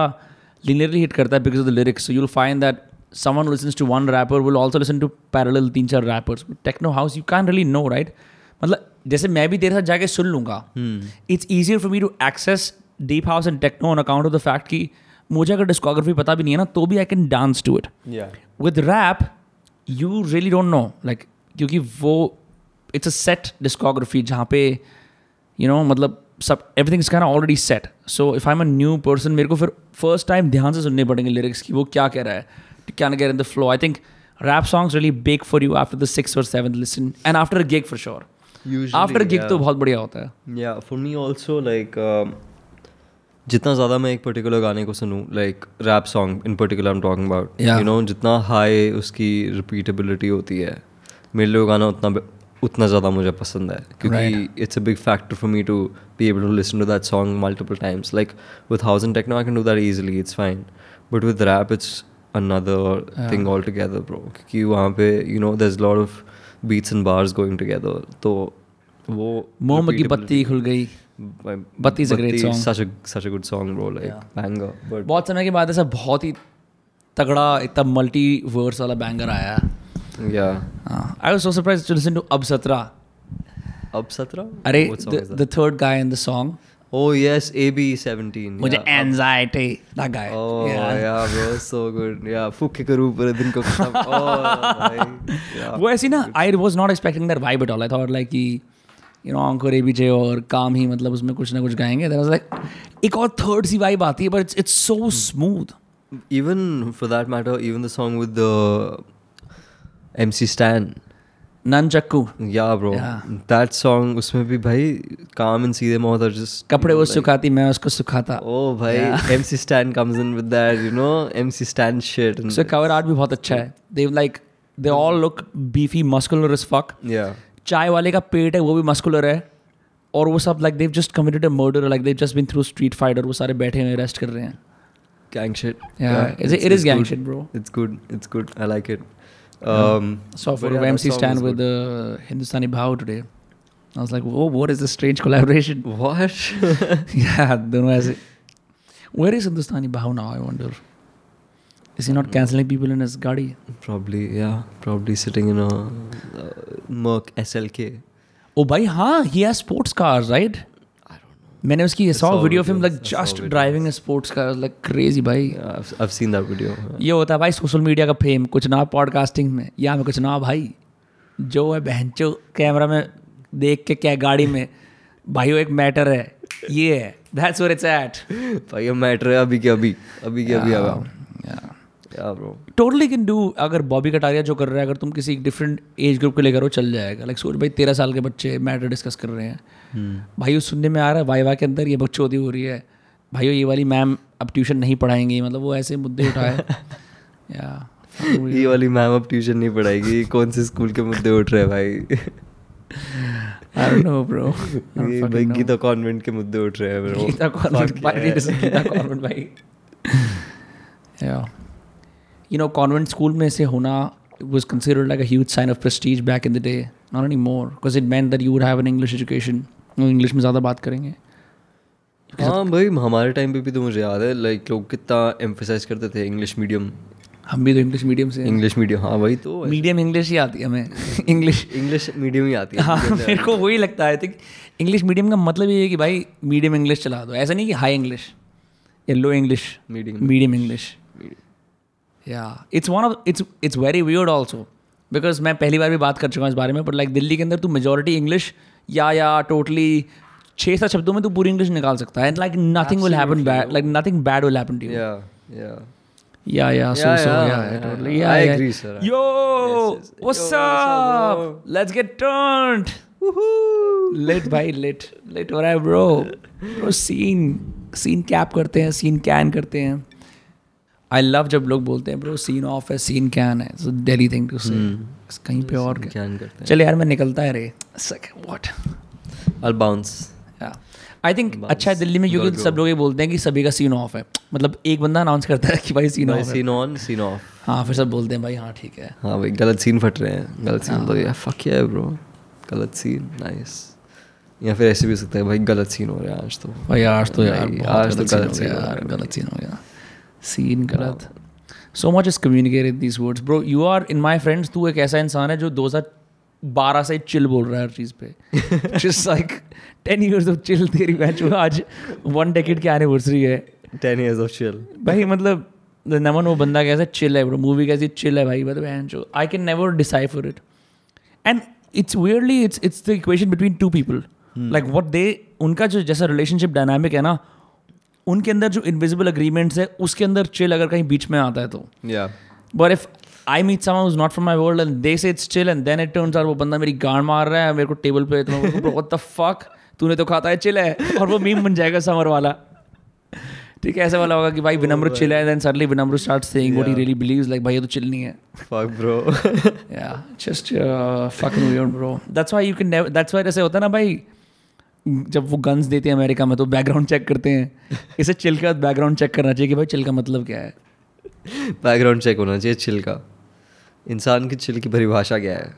S1: linearly hit karta hai because of the lyrics. So you'll find that someone who listens to one rapper will also listen to parallel तीन चार rappers. With techno house you can't really know right. मतलब जैसे मैं भी तेरे साथ जाके सुन लूंगा it's easier for me to access deep house and techno on account of the fact कि मुझे अगर डिस्कोग्राफी पता भी नहीं है ना तो भी I can dance to it
S2: या
S1: with rap you really don't know like क्योंकि वो it's a set discography जहाँ पे you know मतलब सब everything is kind of already set so if I'm a new person मेरे को फिर first time ध्यान से सुनने पड़ेंगे lyrics कि वो क्या कह रहा है to kind of get in the flow I think rap songs really bake for you after the sixth or seventh listen and after a gig for sure after a gig तो बहुत बढ़िया होता है
S2: या for me also like um, जितना ज़्यादा मैं एक पर्टिकुलर गाने को सुनूं like rap song in particular I am talking about
S1: Yeah.
S2: You know जितना हाई उसकी रिपीटेबिलिटी होती है मेरे लिए वो गाना उतना उतना ज़्यादा मुझे पसंद है क्योंकि it's a big factor for me to be able to listen to that song multiple times like with house and techno I can do that easily it's fine but with rap it's another thing all together bro क्योंकि वहाँ पे you know there is lot of beats and bars going together तो वो
S1: मोम की बत्ती खुल गई
S2: by
S1: Batti is a great
S2: Batti
S1: song.
S2: Such a such a good song, bro. Like
S1: Yeah.
S2: banger. But
S1: बहुत समय के बाद ऐसा बहुत ही तगड़ा इतना मल्टी वर्स वाला बैंगर आया है
S2: yeah,
S1: I was so surprised to listen to Absatra.
S2: Ab Satra.
S1: Are
S2: what song
S1: the,
S2: is that?
S1: the third guy in the song.
S2: oh yes, AB seventeen.
S1: Mujhe
S2: yeah.
S1: anxiety. That guy.
S2: Oh yeah. bro, so good. Yeah, फूक के ऊपर दिन को खत्म. Oh, भाई. yeah.
S1: वो ऐसी ना I was not expecting that vibe at all I thought like कि यू नो अंकुर ए बीजे और काम ही मतलब उसमें कुछ ना कुछ गाएंगे Then I was like एक और थर्ड सी वाइब आती है but it's
S2: Hmm.
S1: So smooth
S2: Even for that matter, even the song with the MC Stan.
S1: None चक्कू
S2: Yeah, bro.
S1: Yeah.
S2: That song उसमें भी भाई calm and सीधे मौत are just
S1: कपड़े वो सुखाती मैं उसको सुखाता
S2: Hmm, Oh, bhai, MC Stan comes in with that, you know, MC Stan shit. And
S1: उसका कवर आर्ट भी बहुत अच्छा है
S2: Hmm.
S1: They like they all look beefy muscular is fuck
S2: yeah,
S1: चाय वाले का पेट है वो भी मस्कुलर है और वो सब like Dev just committed a murder like Dev just been through street fighter वो सारे बैठे हुए अरेस्ट कर रहे हैं
S2: gang shit.
S1: Yeah, it's- it is gang
S2: good.
S1: shit, bro.
S2: It's good. It's good. I like it. Um,
S1: so
S2: but
S1: for
S2: yeah, that
S1: MC
S2: song
S1: Stan
S2: is
S1: with Hindustani Bhau today I was like oh what is this strange collaboration
S2: good. what?
S1: या दोनों ऐसे where is Hindustani Bhau now I wonder is he not cancelling people in his गाड़ी
S2: probably yeah. Probably sitting in a uh, Merc SLK.
S1: Oh भाई हाँ he has sports cars right मैंने उसकी saw
S2: saw
S1: video film
S2: videos,
S1: like
S2: I saw
S1: just
S2: videos.
S1: Driving a sports car like crazy भाई
S2: Yeah, I've, I've seen that video.
S1: ये होता है भाई social media का फेम कुछ ना पॉडकास्टिंग में या में कुछ ना भाई जो है बहनचो कैमरा में देख के क्या गाड़ी में भाई वो एक मैटर है ये है दैट्स वेयर इट्स एट
S2: भाई ये मैटर है अभी के अभी अभी के अभी आया yeah bro
S1: totally can do अगर बॉबी कटारिया जो कर रहा है अगर तुम किसी डिफरेंट एज ग्रुप को लेकर हो चल जाएगा लाइक सोच भाई तेरह साल के बच्चे मैटर डिस्कस कर रहे हैं भाई वो सुनने में आ रहा है वाई वाई के अंदर ये बकचोदी हो रही है भाई ये वाली मैम अब ट्यूशन नहीं पढ़ाएंगी मतलब वो ऐसे मुद्दे उठाए या
S2: ये वाली मैम अब ट्यूशन नहीं पढ़ाएगी कौन से स्कूल के मुद्दे उठ रहे हैं भाई
S1: I don't know, bro. I don't
S2: ये
S1: fucking
S2: भाई
S1: know.
S2: गीता कॉन्वेंट के मुद्दे उठ रहे हैं bro.
S1: Geeta Convent,
S2: Fuck
S1: why
S2: yeah.
S1: did you say Geeta Convent, भाई? Yeah. You know, convent school में से होना was considered like a huge sign of prestige back in the day. Not anymore, because it meant that you would have an English education. हम English में ज़्यादा बात करेंगे
S2: हाँ भाई हमारे टाइम पे भी तो मुझे याद है लाइक लोग कितना एम्फोसाइज करते थे इंग्लिश मीडियम
S1: हम भी तो इंग्लिश मीडियम से
S2: इंग्लिश मीडियम हाँ भाई तो
S1: मीडियम इंग्लिश ही आती है हमें इंग्लिश
S2: इंग्लिश मीडियम ही आती है
S1: हाँ मेरे को वही लगता है आई थिंक इंग्लिश मीडियम का मतलब ये है कि भाई मीडियम इंग्लिश चला दो ऐसा नहीं कि high English yeah, low English,
S2: तो Medium.
S1: medium English. Yeah, it's one of it's it's very weird also because मैं पहली बार भी बात कर चुका हूँ इस बारे में but like दिल्ली के अंदर तू majority English या या totally छः सात शब्दों में तू पूरी English निकाल सकता है and like nothing will happen bad like nothing bad will happen to you
S2: Yeah, yeah.
S1: yeah yeah so
S2: Yeah,
S1: so yeah,
S2: yeah,
S1: yeah,
S2: yeah,
S1: totally
S2: yeah.
S1: yeah
S2: I
S1: yeah.
S2: agree, sir.
S1: yo
S2: yes. Yo,
S1: what's
S2: what's up,
S1: up
S2: bro?
S1: let's get turned
S2: Woohoo!
S1: Late भाई late late हो रहा है bro bro scene scene cap करते हैं scene can करते हैं I love जब लोग बोलते हैं ब्रो सीन ऑफ है सीन कैन है सो दिल्ली थिंग टू से कहीं पे और क्या
S2: Hmm. Can करते
S1: चल यार मैं निकलता है रे व्हाट
S2: हैं। I'll bounce.
S1: आई थिंक अच्छा है दिल्ली में क्योंकि सब लोग ये बोलते हैं कि सभी का सीन ऑफ है मतलब एक बंदा अनाउंस करता है कि भाई सीन
S2: भाई
S1: ऑफ है
S2: scene on, scene off.
S1: हाँ फिर सब बोलते हैं भाई हाँ ठीक है
S2: हाँ भाई गलत सीन फट रहे हैं गलत
S1: हाँ,
S2: सीन मतलब यार फक है ब्रो गलत सीन नाइस या फिर ऐसे भी हो सकता है भाई गलत सीन हो रहा है आज तो
S1: भाई आज तो यार
S2: भाई,
S1: बहुत
S2: आज तो
S1: गलत सीन हो
S2: गलत
S1: गया
S2: सीन हो
S1: यार गलत सीन हो गया सीन गलत so much is communicated these words bro you are in my friends तू एक ऐसा इंसान है जो 2012 से चिल बोल रहा है हर चीज़ पे just like ten years of chill तेरी मैच में आज वन डेकेड की एनिवर्सरी है
S2: टेन ईयर्स ऑफ चिल
S1: भाई मतलब नमन वो बंदा कैसा चिल है ब्रो मूवी कैसी चिल है भाई मतलब I can never decipher it and it's वियरली it's it's the equation between two people like what they उनका जो जैसा रिलेशनशिप डायनामिक है ना उनके अंदर जो इनविजिबल अग्रीमेंट्स है उसके अंदर चिल अगर कहीं बीच में आता है तो
S2: या
S1: but if I meet someone is not from my world and they say it's chill and then it turns or वो बंदा मेरी गांड मार रहा है मेरे को टेबल पे तो मैं बोलूँ, what the fuck तूने तो खाता है चिल है और वो मीम बन जाएगा समर वाला ठीक है ऐसा वाला होगा कि भाई विनम्र चिल है then suddenly Vinamra start saying what he really believes like भाई ये तो चिल नहीं है
S2: fuck bro
S1: yeah just uh, fucking weird bro that's why you can never that's why ऐसे होता है ना भाई जब वो गन्स देते हैं अमेरिका में तो बैकग्राउंड चेक करते हैं इसे चिल का बैकग्राउंड चेक करना चाहिए कि भाई चिल का मतलब क्या है
S2: बैकग्राउंड चेक होना चाहिए चिल का इंसान की चिल की परिभाषा क्या है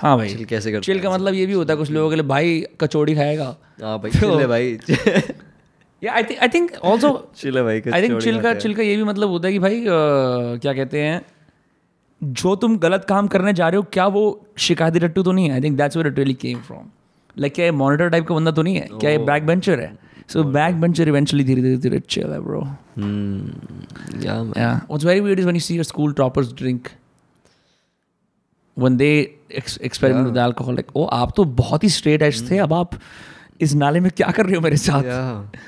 S1: हाँ भाई
S2: चिल कैसे करते
S1: चिल का मतलब ये भी होता है कुछ लोगों के लिए भाई कचौड़ी खाएगा
S2: हैं हाँ भाई चिल है भाई
S1: या I think I think also
S2: chill है भाई
S1: आई थिंक
S2: कचौड़ी
S1: चिल का
S2: खाते
S1: चिल का ये भी मतलब होता है कि भाई uh, क्या कहते हैं जो तुम गलत काम करने जा रहे हो क्या वो शिकायती रट्टू तो नहीं है I think that's where it really came from like क्या ये मॉनिटर टाइप का बंदा तो नहीं है क्या ये बैक बेंचर है सो बैक बेंचर इवेंचुअली धीरे धीरे धीरे चिल है ब्रो
S2: हैं। Hmm yeah man.
S1: Yeah. What's very weird is when you see your school toppers drink. When they ex- experiment with alcohol, like, oh, आप तो बहुत ही straight edge थे अब आप इस नाले में क्या कर रहे हो मेरे साथ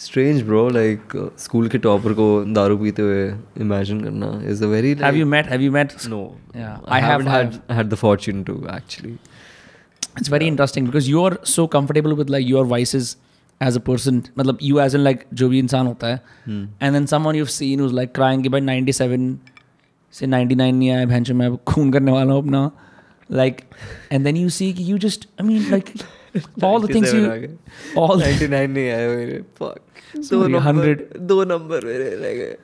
S2: स्ट्रेंज ब्रो लाइक स्कूल के टॉपर को दारू पीते हुए इमेजिन करना is a very
S1: Have you met? Have you met?
S2: No
S1: Yeah,
S2: I
S1: I have-
S2: have
S1: I
S2: had had the fortune to actually
S1: It's very interesting because you are so comfortable with like your vices as a person. मतलब you as in like जो भी इंसान होता है and then someone you've seen who's like crying कि भाई 97 से 99 नहीं आया भैंचो मैं अब खून करने वाला हूँ अपना like and then you see कि you just I mean like all the things
S2: 97
S1: you
S2: आ गए।
S1: all the
S2: 99 नहीं आए मेरे fuck दो
S1: Sorry,
S2: नंबर
S1: 100
S2: दो नंबर मेरे रह गए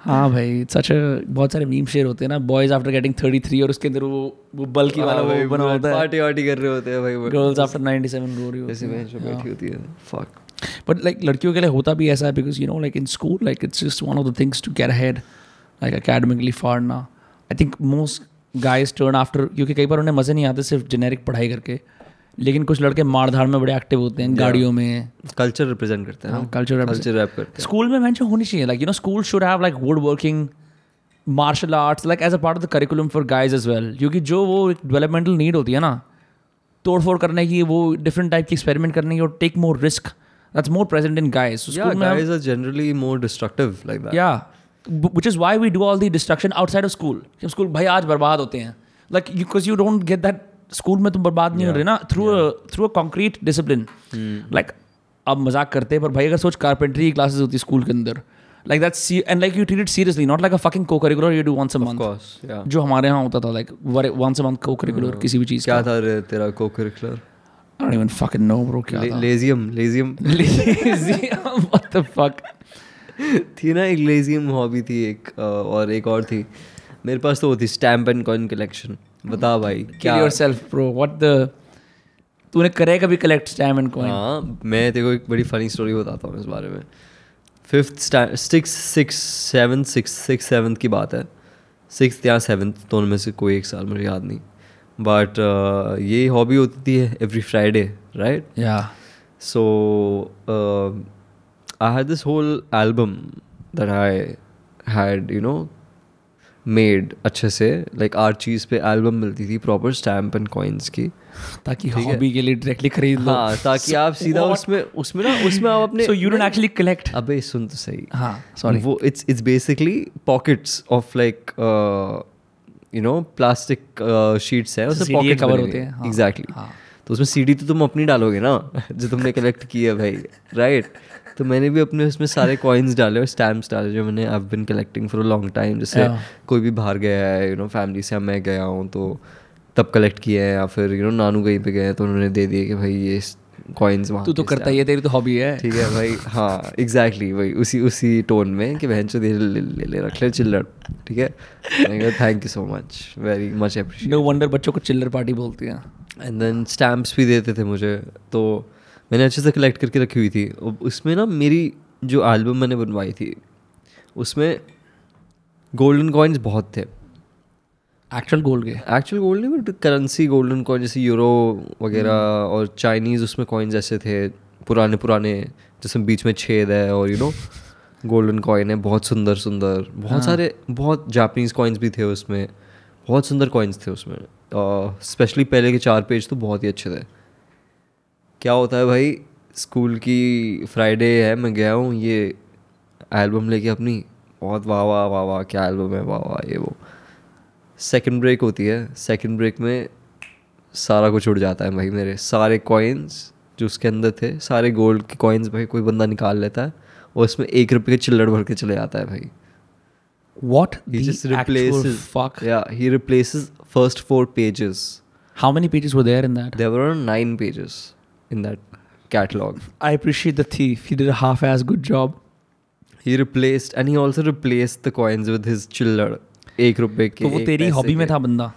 S1: हाँ भाई सच बहुत सारे मीम शेयर होते हैं ना बॉयज आफ्टर गेटिंग 33 और उसके अंदर वो वो बल्कि वाला
S2: हाँ
S1: वो
S2: भाई,
S1: बना होता है
S2: पार्टी वार्टी कर रहे होते हैं भाई वो।
S1: गर्ल्स आफ्टर 97 रो रही
S2: ऐसे
S1: होती
S2: बेंच पे बैठी होती है fuck
S1: बट लाइक लड़कियों के लिए होता भी ऐसा है because you know like in school like it's just one of the things to get ahead like academically फाड़ना I think most guys turn after क्योंकि कई बार उन्हें मज़े नहीं आते सिर्फ जेनेरिक पढ़ाई करके लेकिन कुछ लड़के मारधाड़ में बड़े एक्टिव होते हैं गाड़ियों में
S2: कल्चर रिप्रेजेंट करते हैं
S1: कल्चर
S2: कल्चर रैप करते
S1: स्कूल में मेंशन होनी चाहिए like you know school should have like would working martial arts like as a part of the curriculum for guys as well क्योंकि जो वो डेवलपमेंटल नीड होती है ना तोड़फोड़ करने की वो डिफरेंट टाइप की एक्सपेरिमेंट करने की और take more risk that's more present in guys
S2: हैं yeah
S1: स्कूल में
S2: guys are generally more destructive like that
S1: या which is why we do all the destruction outside of school school भाई आज बर्बाद होते हैं like because you don't get that school में तुम बर्बाद नहीं हो रहे ना through through a concrete discipline
S2: Hmm.
S1: Like आप मजाक करते हैं पर भाई अगर सोच कारपेंट्री की क्लासेस होती स्कूल के अंदर like that see and like you treat it seriously not like a fucking co curricular you do once a
S2: of
S1: month
S2: course yeah
S1: जो हमारे यहाँ होता था like once a month co curricular किसी भी चीज़ का
S2: Hmm. क्या था रे तेरा co curricular
S1: I don't even fucking know bro क्या था
S2: lezim lezim
S1: Lazy- what the fuck
S2: थी ना एक लेजियम हॉबी थी एक अ, और एक और थी मेरे पास तो वो थी स्टैम्प एंड कॉइन कलेक्शन बता भाई
S1: kill
S2: क्या
S1: yourself bro what the तूने करे कभी कलेक्ट स्टैम एंड कॉइन
S2: हाँ मैं तेरे को एक बड़ी फनी स्टोरी बताता हूँ इस बारे में fifth six six seven six six seventh की बात है सिक्स या सेवन्थ दोनों में से कोई एक साल मुझे याद नहीं बट ये हॉबी होती थी एवरी फ्राइडे राइट
S1: या
S2: so uh, I had this whole album that I had, you know, made अच्छे से like आर चीज पे album मिलती थी proper stamp and coins की
S1: ताकि हॉबी के लिए डायरेक्टली खरीद लो
S2: हाँ ताकि आप सीधा उसमें उसमें ना उसमें आप अपने
S1: so you don't actually collect
S2: अबे सुन तो सही
S1: हाँ सॉरी
S2: वो it's it's basically pockets of like uh, you know plastic sheets uh, है उसमें
S1: CD
S2: पॉकेट
S1: cover होते हैं, हाँ,
S2: एग्जैक्टली
S1: हाँ।
S2: तो उसमें सीडी तो तुम अपनी डालोगे ना जो तुमने कलेक्ट की है भाई राइट तो मैंने भी अपने उसमें सारे कॉइन्स डाले और स्टैम्प्स डाले जो मैंने I been collecting for a long time जैसे
S1: Yeah.
S2: कोई भी बाहर गया है यू नो फैमिली से या मैं गया हूँ तो तब कलेक्ट किए हैं या फिर यू नो नानू कहीं पे गए हैं तो उन्होंने दे दिए कि भाई ये कॉइन्स वहाँ
S1: तू तो
S2: के
S1: करता ही है तेरी तो हॉबी है
S2: ठीक है भाई हाँ एग्जैक्टली वही उसी उसी टोन में कि बहन चो ले ले ले, ले रख ले चिल्लर ठीक है thank you so much very much appreciate
S1: no wonder बच्चों को चिल्लर पार्टी बोलती है
S2: एंड देन स्टैम्प्स भी देते थे मुझे तो मैंने अच्छे से कलेक्ट करके रखी हुई थी और उसमें ना मेरी जो एल्बम मैंने बनवाई थी उसमें गोल्डन कॉइन्स बहुत थे
S1: एक्चुअल गोल्ड के
S2: एक्चुअल गोल्ड नहीं बट करेंसी गोल्डन कॉइन जैसे यूरो वगैरह और चाइनीज़ उसमें कॉइन्स ऐसे थे पुराने पुराने जिसमें बीच में छेद है और यू नो गोल्डन कॉइन है बहुत सुंदर सुंदर बहुत सारे बहुत जापानीज़ कॉइन्स भी थे उसमें बहुत सुंदर कॉइन्स थे उसमें स्पेशली पहले के चार पेज तो बहुत ही अच्छे थे क्या होता है भाई स्कूल की फ्राइडे है मैं गया हूँ ये एल्बम लेके अपनी बहुत वाह वाह वाह वाह क्या एल्बम है वाह वाह ये वो सेकंड ब्रेक होती है सेकंड ब्रेक में सारा कुछ उड़ जाता है भाई मेरे सारे कॉइन्स जो उसके अंदर थे सारे गोल्ड के कॉइन्स भाई कोई बंदा निकाल लेता है और उसमें एक रुपये के चिल्लड़ भर के चले जाता है भाई
S1: what
S2: he
S1: the
S2: just replaces
S1: fuck
S2: yeah he replaces first four pages
S1: how many pages were there in that
S2: there are nine pages in that catalogue
S1: I appreciate the thief he did a half as good job
S2: he replaced and he also replaced the coins with his चिल्लड़ एक रुपए के
S1: तो वो
S2: एक
S1: तेरी
S2: पैसे
S1: hobby
S2: के।
S1: में था बंदा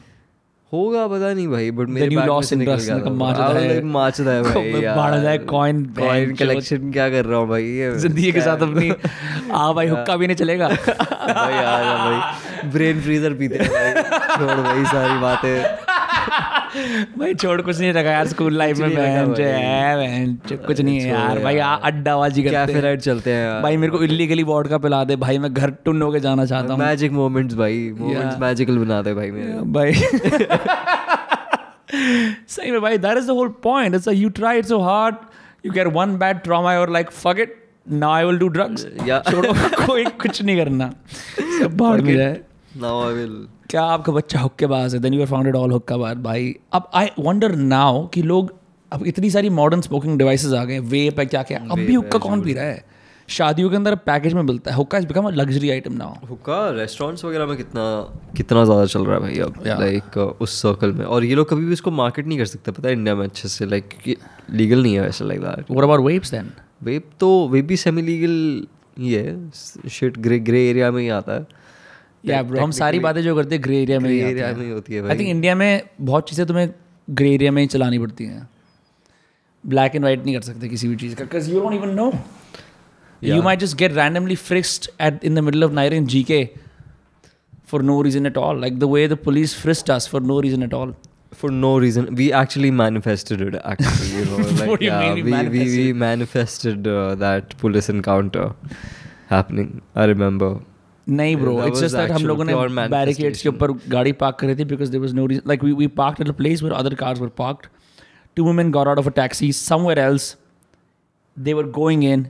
S2: होगा पता नहीं भाई बट मेरे
S1: Then you
S2: bag में
S1: lost
S2: से निकल
S1: interest,
S2: गया
S1: like,
S2: था वो।
S1: माचदा
S2: I was
S1: है।
S2: like, माचदा है भाई यार
S1: माचदा है, coin
S2: coin
S1: bench,
S2: collection क्या कर रहा हूँ भाई ये
S1: जिंदगी के साथ
S2: क्या-
S1: अपनी आ भाई हुक्का भी नहीं चलेगा
S2: भाई यार भाई ब्रेन फ्रीजर पीते हैं भाई छोड़ भाई सारी बातें
S1: भाई छोड़ कुछ नहीं रखा यार स्कूल लाइफ
S2: कुछ
S1: में
S2: नहीं रखा
S1: बहन जो
S2: भाई।
S1: है बहन जो कुछ नहीं है
S2: छोड़
S1: यार भाई
S2: यार।
S1: अड्डाबाजी करते
S2: कैफे
S1: हैं
S2: राइड चलते हैं यार
S1: भाई मेरे को इलीगली वॉड का पिला दे भाई मैं घर टुन होके जाना चाहता हूँ
S2: मैजिक मोमेंट्स भाई मोमेंट्स मैजिकल बनाते हैं भाई मेरे
S1: भाई सही में भाई that is the whole point it's you try it's so hard you get one bad trauma और like fuck it now I will do drugs
S2: या
S1: छोड़ो कोई कुछ नहीं करना सब बाहर में जाए
S2: नाउ आई विल
S1: क्या आपका बच्चा हुक्केबाज है then you are founded all हुक्काबाज भाई अब आई वंडर नाउ कि लोग अब इतनी सारी मॉडर्न स्मोकिंग डिवाइसेस आ गए वेप है क्या क्या अब भी हुक्का कौन पी रहा है शादियों के अंदर पैकेज में मिलता है hookah is become a luxury item now
S2: hookah restaurants वगैरह में कितना कितना ज़्यादा चल रहा है भाई अब लाइक उस सर्कल में और ये लोग कभी भी इसको मार्केट नहीं कर सकते पता है इंडिया में अच्छे से लाइक क्योंकि लीगल नहीं है वैसे like that
S1: what about vapes then
S2: vape तो वेप भी सेमी लीगल ही है शिट ग्रे ग्रे एरिया में ही आता है
S1: या ब्रो हम सारी बातें जो करते हैं ग्रे एरिया में
S2: ग्रे
S1: ही
S2: एरिया में ही होती है
S1: आई
S2: भाई
S1: थिंक इंडिया में बहुत चीज़ें तुम्हें ग्रे एरिया में ही चलानी पड़ती हैं ब्लैक एंड वाइट नहीं कर सकते किसी भी चीज़ का because you don't even know you might just get randomly frisked at in the middle of nowhere in G K for no reason at all like the way the police फ्रिस्ट us for no reason at all
S2: for no reason we actually manifested it actually you know like
S1: What do you
S2: yeah,
S1: mean we
S2: we, we, we
S1: manifested?
S2: manifested uh, that police encounter happening i remember
S1: नहीं bro
S2: That
S1: it's
S2: was
S1: just that हम
S2: actual
S1: लोगों ने
S2: pure
S1: barricades के ऊपर गाड़ी park करी थी because there was no reason like we park at a place where other cars were parked two women got out of a taxi somewhere else they were going in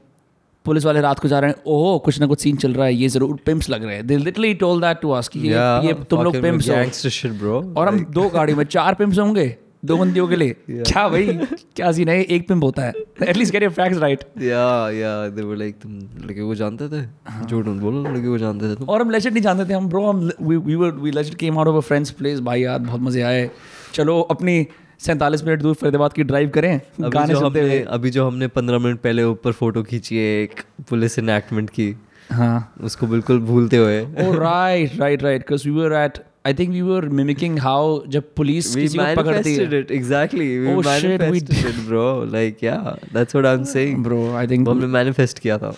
S1: police वाले रात को जा रहे हैं ओहो कुछ ना कुछ सीन चल रहा है ये जरूर पिम्प्स लग रहे हैं they literally told that to us कि ये- ये तुम लोग
S2: fucking
S1: पिम्प्स हो
S2: gangster shit bro
S1: और हम दो गाड़ी में चार पिम्प्स होंगे दो बंदियों के लिए क्या भाई क्या सीन है एक पिम्प होता है at least get your facts right
S2: yeah yeah they were like तुम लड़के को जानते थे
S1: हाँ।
S2: झूठ मत बोलो लड़के को जानते थे तुम
S1: और हम लेजेंड नहीं जानते थे हम ब्रो हम we we were we legend came out of a friend's place भाई यार बहुत मजे आए चलो अपनी सैंतालीस मिनट दूर फरीदाबाद की ड्राइव करें
S2: अभी
S1: गाने
S2: जो
S1: सुनते
S2: हमने
S1: हुए
S2: अभी जो हमने पंद्रह मिनट पहले ऊपर फोटो खींची है एक पुलिस इनएक्टमेंट की
S1: हाँ
S2: उसको बिल्कुल भूलते हुए
S1: oh right right right because we were at i think we were mimicking how जब पुलिस
S2: we
S1: किसी को पकड़ती
S2: manifested
S1: है
S2: it exactly we
S1: Oh, shit, we
S2: manifested it bro like yeah that's what i'm saying
S1: bro i think
S2: हमने manifest किया था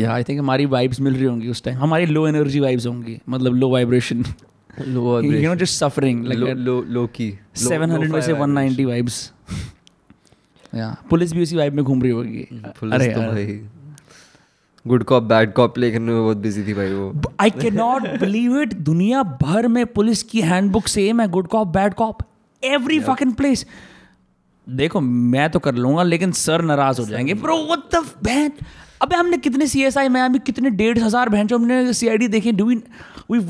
S1: yeah i think हमारी vibes मिल रही होंगी उस टाइम हमारी लो एनर्जी vibes होंगी मतलब low vibration
S2: low
S1: you know just suffering like
S2: low low low की
S1: 700 में से 190 vibes yeah पुलिस भी उसी vibe में घूम रही होगी
S2: पुलिस तो
S1: यार,
S2: भाई good cop bad cop play करने में बहुत बिजी थी भाई वो
S1: I can not believe it दुनिया भर में पुलिस की हैंडबुक सेम है good cop bad cop every fucking place देखो मैं तो कर लूंगा लेकिन सर नाराज हो जाएंगे ब्रो व्हाट द बहन अबे हमने कितने सी एस आई में अभी कितने डेढ़ हज़ार बहन हमने सी आई डी देखी do we we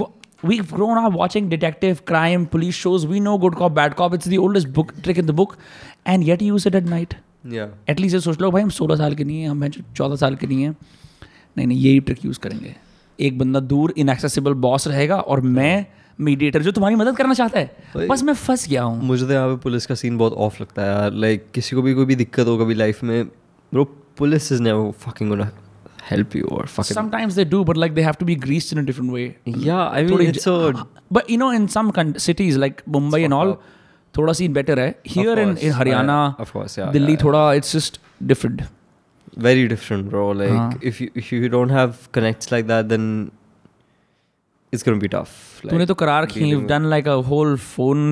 S1: we grown up watching detective crime police shows we know good cop bad cop it's the oldest book trick in the book and yet you use it at night
S2: या
S1: एटलीस्ट ये सोच लो भाई हम सोलह साल के नहीं हैं हम हैं चौदह साल के नहीं हैं नहीं नहीं यही ट्रिक यूज़ करेंगे एक बंदा दूर इनएक्सेसिबल बॉस रहेगा और
S2: तो
S1: मैं मीडिएटर जो तुम्हारी मदद करना चाहता है
S2: भाई-
S1: बस मैं फंस गया हूँ
S2: मुझे तो यहाँ पे पुलिस का सीन बहुत ऑफ लगता है यार लाइक किसी को भी कोई भी दिक्कत हो कभी लाइफ में bro police is never fucking gonna help you or fucking
S1: sometimes they do but like they have to be greased in a different way
S2: या I mean it's so
S1: but you know in some cities like Mumbai and all थोड़ा scene better है here in
S2: course,
S1: in
S2: yeah,
S1: Haryana
S2: of course, yeah,
S1: Delhi
S2: yeah,
S1: थोड़ा it's just different
S2: very different bro like
S1: हाँ.
S2: if you if you don't have connects like that then it's gonna be tough like,
S1: तूने तो करार रखी
S2: dealing with-
S1: done like a whole phone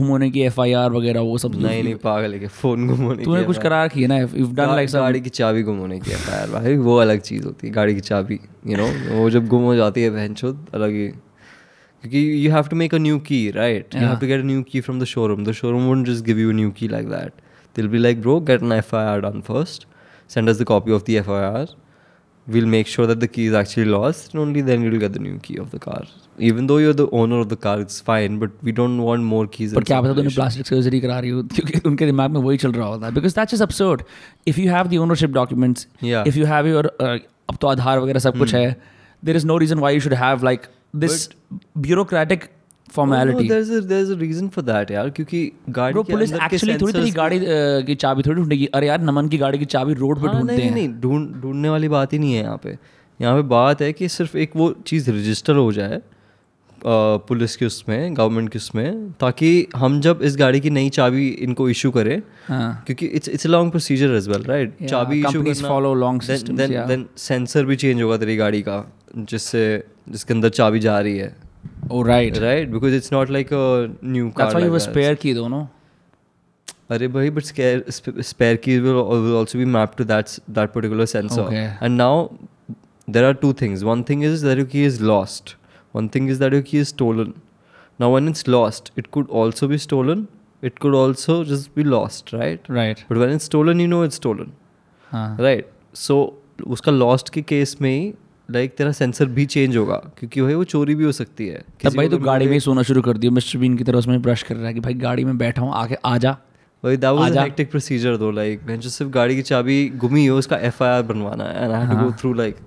S1: घुमाने की FIR वगैरह वो सब
S2: नहीं नहीं पागल है क्या फोन गुम होने
S1: तूने
S2: की
S1: कुछ
S2: है
S1: करार रखी है ना इफ
S2: गा-
S1: डन लाइक सम
S2: गाड़ी की चाबी गुम होने की है यार भाई वो अलग चीज़ होती है गाड़ी की चाबी यू नो वो जब गुम हो जाती है बहन अलग ही क्योंकि you have to make a new key right you have to get a new key from the showroom the showroom won't just give you new key like that they'll be like bro get an F I R done first send us the copy of the F I R we'll make sure that the key is actually lost and only then you'll get the new key of the car even though you're the owner of the car it's fine but we don't want more keys
S1: पर
S2: in
S1: क्या पता तूने
S2: circulation.
S1: Plastic surgery करा रही हो क्योंकि उनके दिमाग में वही चल रहा होता है because that is absurd if you have the ownership documents
S2: Yeah. Hmm.
S1: If you have your अब तो आधार वगैरह सब कुछ है there is no reason why you should have like this bureaucratic formality
S2: Oh, there's a there's a reason for that यार क्योंकि गाड़ी
S1: bro
S2: के
S1: पुलिस
S2: अंदर के
S1: एक्चुअली थोड़ी तेरी
S2: sensors-
S1: गाड़ी uh, की चाबी थोड़ी ढूंढेगी अरे यार नमन की गाड़ी की चाबी रोड पे
S2: हाँ,
S1: ढूंढते
S2: नहीं
S1: हैं
S2: नहीं ढूंढ ढूंढने वाली बात ही नहीं है यहाँ पे यहाँ पे बात है कि सिर्फ एक वो चीज़ रजिस्टर हो जाए अ, पुलिस के उसमें गवर्नमेंट के उसमें ताकि हम जब इस गाड़ी की नई चाबी इनको इशू करें
S1: हाँ
S2: क्योंकि it's it's a long procedure as well right
S1: Yeah,
S2: चाबी इशू
S1: companies
S2: करना
S1: follow long
S2: then-
S1: systems,
S2: then-
S1: yeah.
S2: then sensor भी चेंज होगा तेरी गाड़ी का जिससे जिसके अंदर चाबी जा रही है
S1: oh right
S2: right because it's not like a new
S1: that's why you
S2: car
S1: spare key दोनों
S2: अरे भाई but spare sp- spare keys will, al- will also be mapped to that s- that particular sensor.
S1: Okay.
S2: And now there are two things. One thing is that your key is lost. One thing is that your key is stolen. Now when it's lost, it could also be stolen. It could also just be lost, right?
S1: Right
S2: But when it's stolen, you know it's stolen,
S1: हाँ
S2: right? So उसका lost के case में ही like तेरा sensor भी change होगा क्योंकि भाई वो चोरी भी हो सकती है
S1: तब
S2: किसी
S1: भाई
S2: को
S1: तो
S2: भी
S1: गाड़ी में ही सोना शुरू कर दियो मिस्टर बीन की तरह उसमें ब्रश कर रहा है कि भाई गाड़ी में बैठा हूँ आके आ जा
S2: वही that was
S1: आजा।
S2: a hectic procedure though like मैं जो सिर्फ गाड़ी की चाबी गुमी हो उसका FIR बनवाना है and I had to
S1: हाँ।
S2: go through like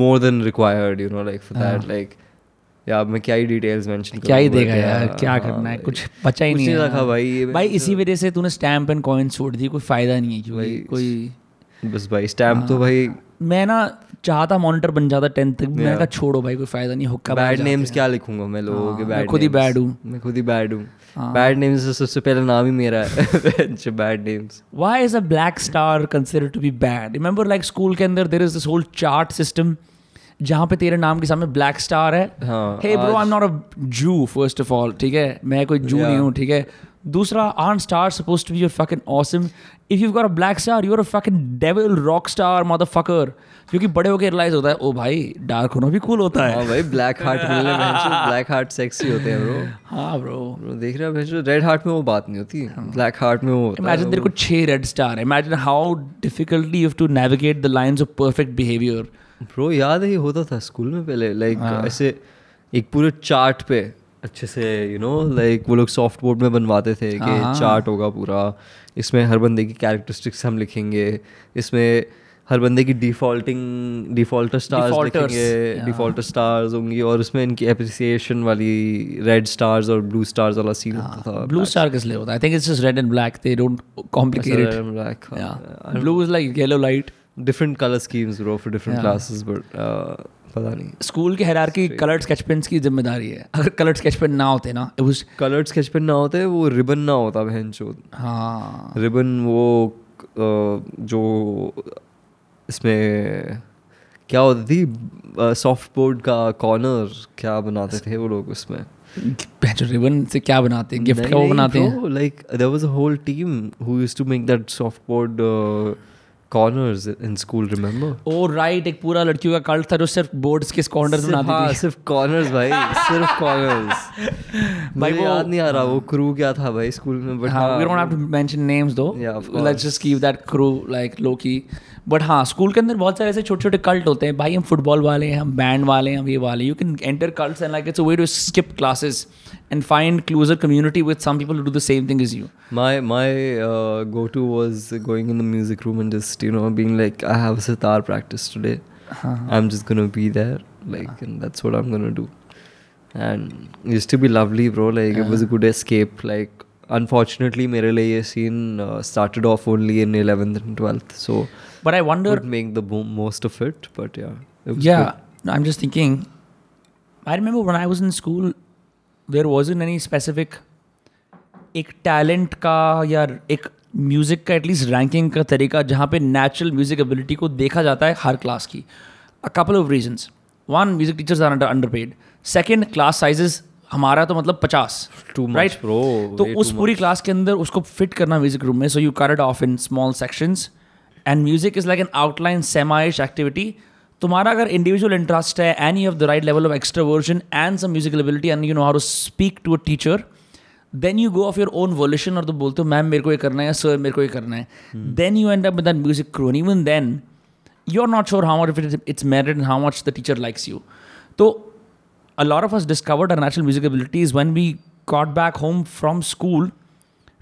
S2: more than required you know like for that like यार मैं क्या ही details mention
S1: हाँ। क्या ही
S2: करूं, but
S1: देगा यार
S2: yeah,
S1: क्या
S2: हाँ,
S1: करना है
S2: भाई।
S1: कुछ बचा ही
S2: कुछ
S1: नहीं
S2: नहीं
S1: है
S2: रखा भाई, ये
S1: भाई
S2: मैंने
S1: इसी वजह से तूने स्टैम्प एंड कॉइन छोड़ दी कोई फायदा नहीं है क्योंकि
S2: भाई,
S1: कोई
S2: बस भाई स्टैम्प
S1: हाँ।
S2: तो भाई
S1: मैं ना चाहता मॉनिटर बन जाता टेंथ तक मैंने
S2: Yeah.
S1: कहा छोड़ो भाई कोई फायदा नहीं हुक्का
S2: बैड
S1: बन
S2: नेम्स क्या लिखूंगा मैं लोगों
S1: हाँ,
S2: के
S1: मैं
S2: बैड
S1: खुद ही bad हूँ। हाँ।
S2: मैं खुद ही बैड हूँ बैड नेम्स से सबसे पहला नाम ही मेरा है bad names
S1: why is a black star considered to be bad remember like school के अंदर there is this whole chart system जहाँ पे तेरे नाम के सामने ब्लैक स्टार है
S2: हाँ,
S1: hey bro
S2: आज-
S1: i'm not a jew first of all ठीक है मैं कोई जू नहीं
S2: Yeah.
S1: हूँ ठीक है दूसरा aren't stars supposed to be your fucking awesome if you've got a black star you're a fucking devil rock star motherfucker क्योंकि बड़े होके रियलाइज होता है ओ भाई डार्क होना भी cool होता है
S2: हाँ भाई ब्लैक हार्ट मिलने में ब्लैक हार्ट सेक्सी होते हैं ब्रो
S1: हाँ bro
S2: Bro, देख रहे हो रेड हार्ट में वो बात नहीं होती ब्लैक हार्ट में वो होता है।
S1: हाँ। Imagine there could छह red star. Imagine how difficultly you have to navigate the lines of perfect behavior.
S2: Bro, याद है ये होता था स्कूल में पहले लाइक
S1: हाँ।
S2: ऐसे एक पूरे चार्ट पे अच्छे से यू नो लाइक वो लोग सॉफ्ट बोर्ड में बनवाते थे
S1: हाँ,
S2: कि चार्ट होगा पूरा इसमें हर बंदे की कैरेक्टरिस्टिक्स हम लिखेंगे इसमें हर बंदे की डिफॉल्टिंग डिफॉल्टर स्टार्स
S1: Defaulters,
S2: लिखेंगे
S1: yeah.
S2: डिफॉल्टर स्टार्स होंगी और उसमें इनकी अप्रिसिएशन वाली रेड स्टार्स और ब्लू स्टार्स वाला सीन होता था
S1: हाँ। Blue star किस लिए होता है? I think it's just red and black. They don't complicate it.
S2: Black हाँ,
S1: Yeah. Blue is like yellow light.
S2: different color schemes bro for different
S1: Yeah.
S2: classes but uh पता नहीं
S1: स्कूल के hierarchy coloured sketch pens की जिम्मेदारी है अगर coloured sketch pen ना होते ना it was
S2: coloured sketch pen ना होते वो रिबन ना होता बहन
S1: हाँ
S2: रिबन वो uh, जो इसमें क्या होती थी सॉफ्ट बोर्ड का कॉर्नर क्या बनाते थे वो लोग उसमें
S1: बेहतर रिबन से क्या बनाते हैं गिफ्ट का वो बनाते हैं
S2: like there was a whole team who used to make that soft board corners in school remember
S1: oh right Oh, एक पूरा लड़कियों का कल्ट था जो सिर्फ बोर्ड्स के कॉर्नर्स
S2: हाँ
S1: बनाती
S2: सिर्फ कॉर्नर्स भाई सिर्फ कॉर्नर्स
S1: भाई,
S2: भाई
S1: वो-
S2: वो याद नहीं आ रहा वो क्रू क्या था भाई स्कूल में
S1: थी
S2: बट
S1: हाँ we don't have to mention names though
S2: Yeah, of
S1: let's just keep that crew like lowkey but हाँ स्कूल के अंदर बहुत सारे ऐसे छोटे छोटे कल्ट होते हैं भाई हम फुटबॉल वाले हैं हम बैंड वाले हैं हम ये वाले you can enter cults and like it's a way to skip classes and find closer community with some people do the same thing is you
S2: My my uh, go to was going in the music room and just you know being like I have sitar practice today. I'm just gonna be there, like, and that's what I'm gonna do. And it used to be lovely, bro. Like it was a good escape. Like unfortunately, मेरे लिए ये scene uh, started off only in 11th and 12th, so
S1: but I wonder
S2: would make the bo- most of it. But yeah, it was
S1: Yeah, no, I'm just thinking. I remember when I was in school, there wasn't any specific एक talent का या एक music का at least ranking का तरीका जहाँ पे natural music ability को देखा जाता है हर क्लास की a couple of reasons one music teachers are under paid second class sizes हमारा तो मतलब पचास
S2: good. too much,
S1: right?
S2: bro.
S1: तो
S2: way
S1: उस
S2: too
S1: पूरी क्लास के अंदर उसको फिट करना म्यूजिक रूम में so you cut it off in small sections and music is like an outline सेमाइश एक्टिविटी तुम्हारा अगर इंडिविजुअल इंटरेस्ट है and you have the right level of extraversion and some musical ability and you know how to speak to a teacher then you go off your own volition और तुम बोलते हो ma'am मेरे को ये करना है सर मेरे को ये करना है
S2: Hmm.
S1: Then you end up with that music crone even then you are not sure how much it it's merit and how much the teacher likes you तो a lot of us discovered our natural music abilities when we got back home from school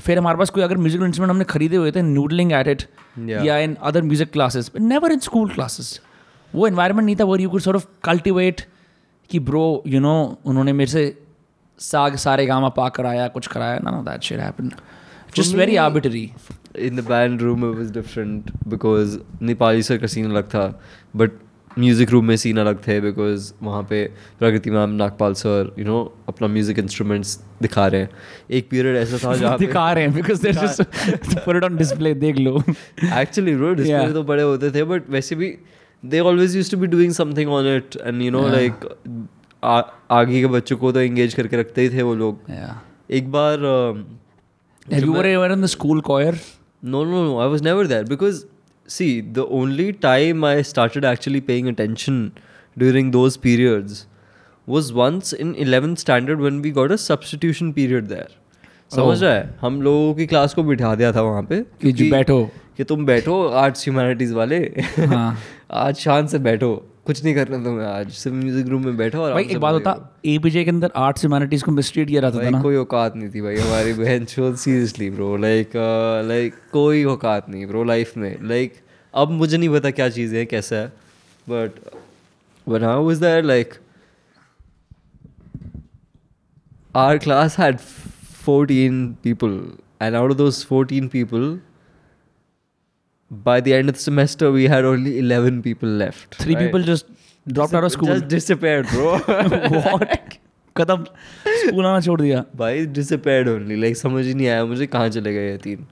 S1: फिर हमारे पास कोई अगर musical instrument हमने खरीदे हुए थे नूडलिंग एट इट
S2: Yeah.
S1: या in other music classes never in school classes वो environment नहीं था वर you could sort of cultivate कि ब्रो यू नो उन्होंने मेरे से साग सारे गामा पा कराया कुछ कराया ना no that shit happen just very arbitrary
S2: in the band room it was different because Nepali sir का सीन अलग था बट म्यूजिक रूम में सीन अलग थे बिकॉज वहाँ पे Prakriti ma'am Nagpal sir you know अपना म्यूजिक इंस्ट्रूमेंट्स दिखा रहे हैं एक पीरियड ऐसा था जहाँ पे
S1: दिखा रहे हैं because there just put it on display देख लो
S2: एक्चुअली रोड
S1: Yeah.
S2: डिस्प्ले तो बड़े होते थे बट वैसे भी they always used to be doing something on it and you know like आगे के बच्चों को तो एंगेज करके रखते ही थे वो लोग
S1: या
S2: एक बार um, जब
S1: you were ever in the school choir
S2: No, no, no. I was never there because, see, the only time I started actually paying attention during those periods was once in 11th standard when we got a substitution period there. समझ रहा है हम लोगों की class को बिठा दिया था वहाँ पे
S1: Oh. कि जो
S2: क्योंकि-
S1: बैठो
S2: कि तुम बैठो आर्ट्स ह्यूमैनिटीज वाले
S1: हाँ।
S2: आज शान से बैठो कुछ नहीं करना तुम्हें आज सिर्फ म्यूजिक रूम में बैठो और
S1: भाई
S2: आराम
S1: एक
S2: से
S1: बात
S2: मजे
S1: होता एपीजे के अंदर आर्ट्स ह्यूमैनिटीज को मिसट्रीट किया जाता था
S2: भाई
S1: ना
S2: कोई औकात नहीं थी भाई हमारी बहन चोद seriously bro like like uh, कोई औकात नहीं ब्रो लाइफ में लाइक अब मुझे नहीं पता क्या चीज़ है कैसा है but one how is that like our class had fourteen people and out of those fourteen people By the end of the semester, we had only 11 people left.
S1: Three
S2: right?
S1: People just drop out of
S2: Just disappeared, bro.
S1: School what कदम school आना छोड़ दिया
S2: भाई disappeared only like समझ ही नहीं आया मुझे कहाँ चले गए ये तीन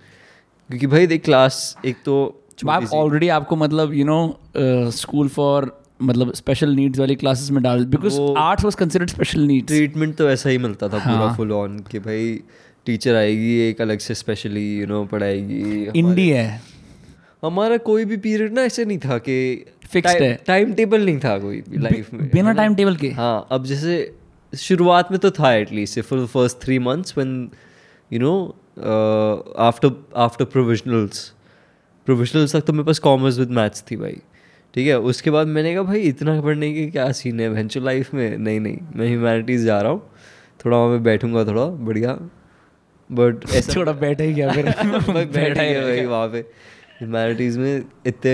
S2: क्योंकि भाई देख क्लास एक तो छोटी
S1: आप
S2: सी-
S1: ऑलरेडी आपको मतलब यू नो स्कूल फॉर मतलब स्पेशल नीड्स वाली क्लासेस में डाल बिकॉज
S2: वो-
S1: arts was considered special needs
S2: treatment तो ऐसा ही मिलता था पूरा
S1: हाँ।
S2: फुल ऑन कि भाई टीचर आएगी एक अलग से स्पेशली यू नो पढ़ाएगी हमारे-
S1: इंडी है
S2: हमारा कोई भी पीरियड ना ऐसे नहीं था कि
S1: Fixed है।
S2: टाइम टेबल नहीं था कोई भी लाइफ में
S1: बिना टाइम टेबल के
S2: हाँ अब जैसे शुरुआत में तो था at least for first three months when uh, you know after after provisionals provisionals तक तो मेरे पास कॉमर्स विद मैथ्स थी भाई ठीक है उसके बाद मैंने कहा भाई इतना पढ़ने की क्या सीन है वेंचर लाइफ में नहीं नहीं मैं ह्यूमैनिटीज़ जा रहा हूँ थोड़ा वहाँ पे बैठूंगा थोड़ा बढ़िया बट ऐसा
S1: थोड़ा बैठा ही गया फिर
S2: भाई बैठा ही है भाई वहाँ पे ह्यूमैनिटीज़ में इतने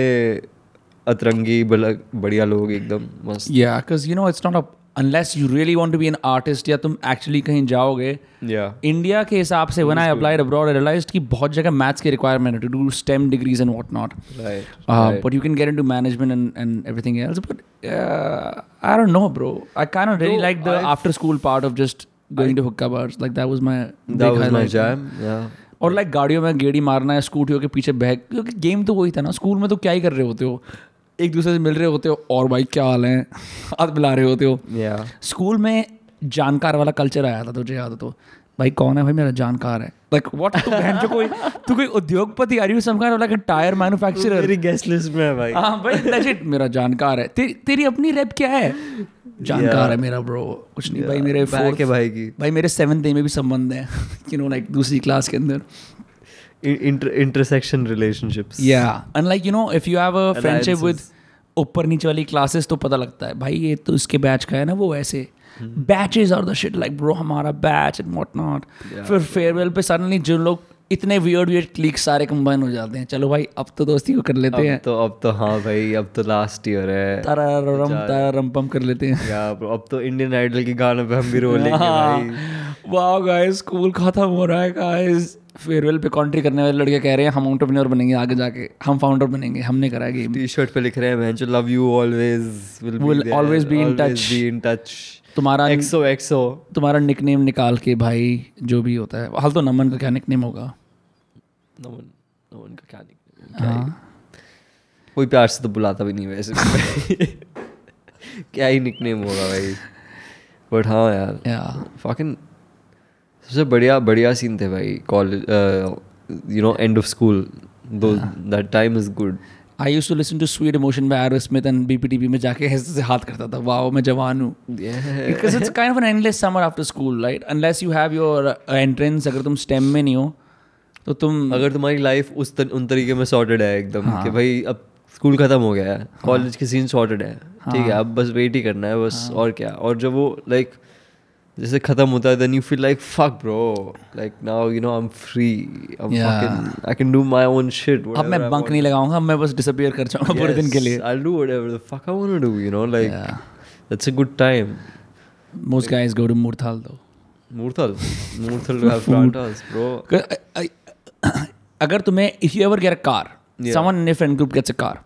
S2: अतरंगी बलग बढ़िया लोग एकदम मस्त
S1: या because you know it's not a unless you really want to be an artist या तुम actually कहीं जाओगे
S2: या
S1: इंडिया के हिसाब से one I applied abroad realise कि बहुत जगह मैथ्स की रिक्वायरमेंट है to do STEM degrees and what not
S2: right
S1: but you can get into management and and everything else but I don't know bro I can really
S2: No,
S1: like the
S2: I've-
S1: after school part of just going to hookah bars like that was my
S2: That was my jam. Yeah.
S1: और like गाड़ियों में गेड़ी मारना है स्कूटियों के पीछे bag क्योंकि game तो वही था ना स्कूल में तो क्या ही कर रहे होते हो एक दूसरे से मिल रहे होते हो और भाई क्या हाल है हाथ मिला रहे होते हो
S2: Yeah.
S1: स्कूल में जानकार वाला कल्चर आया था तुझे याद है तो भाई कौन है भाई मेरा जानकार है लाइक व्हाट तू बहन जो कोई तू कोई उद्योगपति are you some kind of like a tyre manufacturer
S2: मेरी गेस्ट लिस्ट में है भाई
S1: हाँ भाई legit मेरा जानकार है ते, तेरी अपनी रैप क्या है जानकार
S2: Yeah.
S1: है मेरा ब्रो कुछ नहीं भाई
S2: Yeah,
S1: मेरे
S2: back
S1: fourth-
S2: है भाई की।
S1: भाई मेरे सेवन्थ डे में भी संबंध है यू नो लाइक दूसरी क्लास के अंदर
S2: इंटर इंटरसेक्शन रिलेशनशिप्स
S1: या unlike you know if you have a friendship with
S2: Alliances.
S1: ऊपर नीचे वाली क्लासेस तो पता लगता है भाई ये तो इसके बैच का है ना वो ऐसे बैचेज और द शिट लाइक ब्रो हमारा batch and what not
S2: Yeah.
S1: फिर फेयरवेल पे सडनली जो लोग इतने वियर्ड वियर्ड क्लिक सारे कंबाइन हो जाते हैं चलो भाई अब तो दोस्ती को कर लेते हैं
S2: अब तो अब तो हाँ भाई अब तो लास्ट ईयर है
S1: तारारम
S2: जा-
S1: तारारम पम कर लेते हैं
S2: या अब तो इंडियन आइडल के गाने पे हम भी रो लेंगे
S1: हाँ।
S2: भाई
S1: वाओ गाइस स्कूल खत्म हो रहा है गाइस फेयरवेल पे कॉन्ट्री करने वाले लड़के कह रहे हैं हम आउटरप्रेन्योर बनेंगे आगे जाके हम फाउंडर बनेंगे हमने करा गेम
S2: टी शर्ट पे लिख रहे हैं बेंचो love you always will
S1: Will always be in touch."
S2: Be in touch
S1: तुम्हारा
S2: एक्सो एक्सो
S1: तुम्हारा निकनेम निकाल के भाई जो भी होता है हाल तो नमन का क्या निकनेम होगा
S2: नमन नमन का क्या निकल
S1: हाँ
S2: कोई प्यार से तो बुलाता भी नहीं वैसे क्या ही निकनेम होगा भाई बट हाँ यार
S1: या
S2: फकिंग सबसे बढ़िया बढ़िया सीन थे भाई uh, college you know end of school दो that time is good
S1: I use to listen to sweet emotion by Aerosmith and BPTP में जाके ऐसे से हाथ करता था वाओ मैं जवान हूँ because it's kind of an endless summer after school right unless you have your entrance अगर तुम स्टेम में नहीं हो तो तुम
S2: अगर तुम्हारी लाइफ उस तर, उन तरीके में सॉर्टेड है एकदम
S1: हाँ।
S2: कि भाई अब स्कूल खत्म हो गया है कॉलेज के सीन सॉर्टेड है ठीक
S1: हाँ।
S2: है अब बस वेट ही करना है बस और क्या और जब वो लाइक जैसे खत्म होता है then you feel like fuck bro like now you know I am free
S1: Yeah.
S2: I can do my own shit
S1: अब मैं बंक नहीं लगाऊंगा अब मैं बस डिसअपियर कर जाऊंगा पूरे दिन के लिए
S2: I'll do whatever the fuck I want to do, you know, like
S1: Yeah.
S2: that's a good time.
S1: Most guys go to Murthal though
S2: Murthal, Murthal to have pratas, bro.
S1: अगर तुम्हें if you ever get a car
S2: Yeah.
S1: Someone in friend group gets a car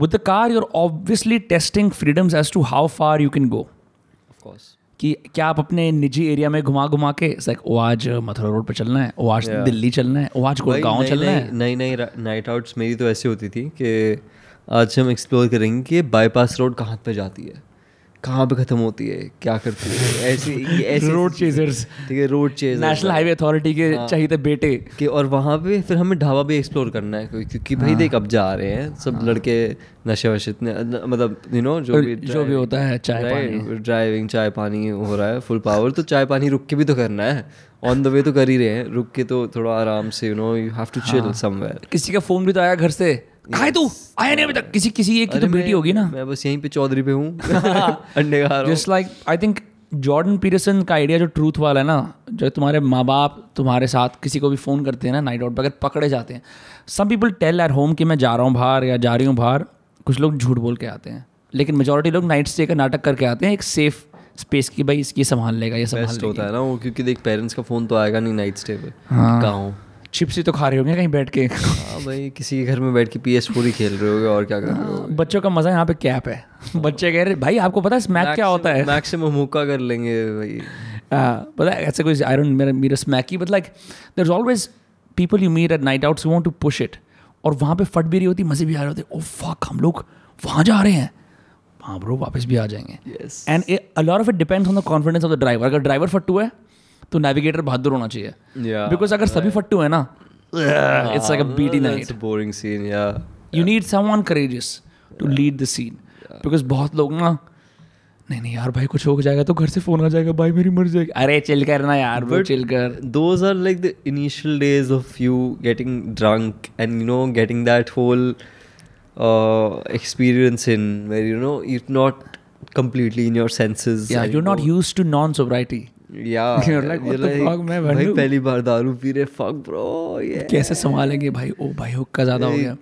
S1: with the car you're obviously testing freedoms as to how far you can go
S2: Of course.
S1: कि क्या आप अपने निजी area में घुमा घुमा के like ओ आज मथुरा रोड पे चलना है ओ आज
S2: Yeah.
S1: दिल्ली चलना है ओ आज गुड़गांव चलना है
S2: नई नई नाइट आउट्स मेरी तो ऐसी होती थी कि आज हम एक्सप्लोर करेंगे कि बाईपास रोड कहाँ पे जाती है कहाँ पे खत्म होती है क्या करती है ऐसी ये ऐसी
S1: Road chasers.
S2: ठीक है road chasers
S1: national highway authority के
S2: हाँ।
S1: चाहिए थे बेटे
S2: कि और वहाँ पे फिर हमें ढाबा भी एक्सप्लोर करना है क्योंकि क्योंकि
S1: हाँ।
S2: भाई देख अब जा रहे हैं सब लड़के नशे वशे इतने न- मतलब यू नो जो भी
S1: जो भी होता है, चाय
S2: पानी ड्राइविंग चाय पानी हो रहा है फुल पावर तो चाय पानी रुक के भी तो करना है ऑन द वे तो कर ही रहे हैं रुक के तो थोड़ा आराम से you know you have to
S1: हाँ।
S2: चिल समवेयर
S1: किसी का फोन भी तो आया घर से कहा है तू आया नहीं अभी तक किसी किसी एक की तो बेटी होगी ना हाँ।
S2: मैं बस यहीं पे चौधरी पे हूँ अंडे खा रहा हूँ
S1: just like I think Jordan Peterson का आइडिया जो ट्रूथ वाला है ना जो तुम्हारे माँ बाप तुम्हारे साथ किसी को भी फ़ोन करते हैं ना नाइट आउट पर अगर पकड़े जाते हैं some people tell at home कि मैं जा रहा हूँ बाहर या जा रही हूँ बाहर कुछ लोग झूठ बोल के आते हैं लेकिन मेजोरिटी लोग नाइट स्टे का नाटक करके आते हैं एक सेफ स्पेस की भाई इसकी संभाल लेगा ये संभाल
S2: बेस्ट होता
S1: लेगा
S2: है ना वो क्योंकि देख पेरेंट्स का फोन तो आएगा नहीं नाइट स्टे पे
S1: हाँ।
S2: कहाँ हूँ
S1: चिप्स ही तो खा रहे होंगे कहीं बैठ के
S2: हाँ भाई किसी के घर में बैठ के पी एस फोर ही खेल रहे होगे और क्या कर
S1: हाँ।
S2: रहे हो
S1: बच्चों का मज़ा यहाँ पे कैप है बच्चे कह रहे भाई आपको पता है स्मैक क्या होता है
S2: मैक्सिमम हुक्का कर लेंगे भाई
S1: Uh, but that, that's a good. I don't mean mean a smacky, but like there's always people you meet at night outs who want to push it. और वहाँ पे फट भी रही होती मज़े भी आ रहे होते ओ फक हम लोग वहाँ जा रहे हैं हाँ ब्रो वापस भी आ जाएंगे
S2: Yes.
S1: And a lot of it depends on the confidence of the driver अगर ड्राइवर फट्टू है तो नेविगेटर बहादुर होना चाहिए
S2: Yeah,
S1: बिकॉज अगर सभी फट्टू है ना इट्स लाइक अ बीटी
S2: it's
S1: night
S2: a boring scene या
S1: you need someone courageous to lead the scene because बहुत लोग ना नहीं नहीं यार भाई कुछ हो जाएगा तो घर से फोन आ जाएगा भाई मेरी मर जाएगी अरे चिल करना यार bro, chill कर
S2: those are like the initial days of you getting drunk and you know getting that whole uh, experience in where you know you're not completely in your senses
S1: Yeah,
S2: and
S1: you're
S2: you
S1: not
S2: know-
S1: used to non-sobriety.
S2: yeah
S1: You're like, what the fuck, मैं
S2: भाई
S1: बनू?
S2: पहली बार दारू P रहे fuck bro yeah
S1: कैसे संभालेंगे भाई ओ भाई हुक्का ज्यादा हो गया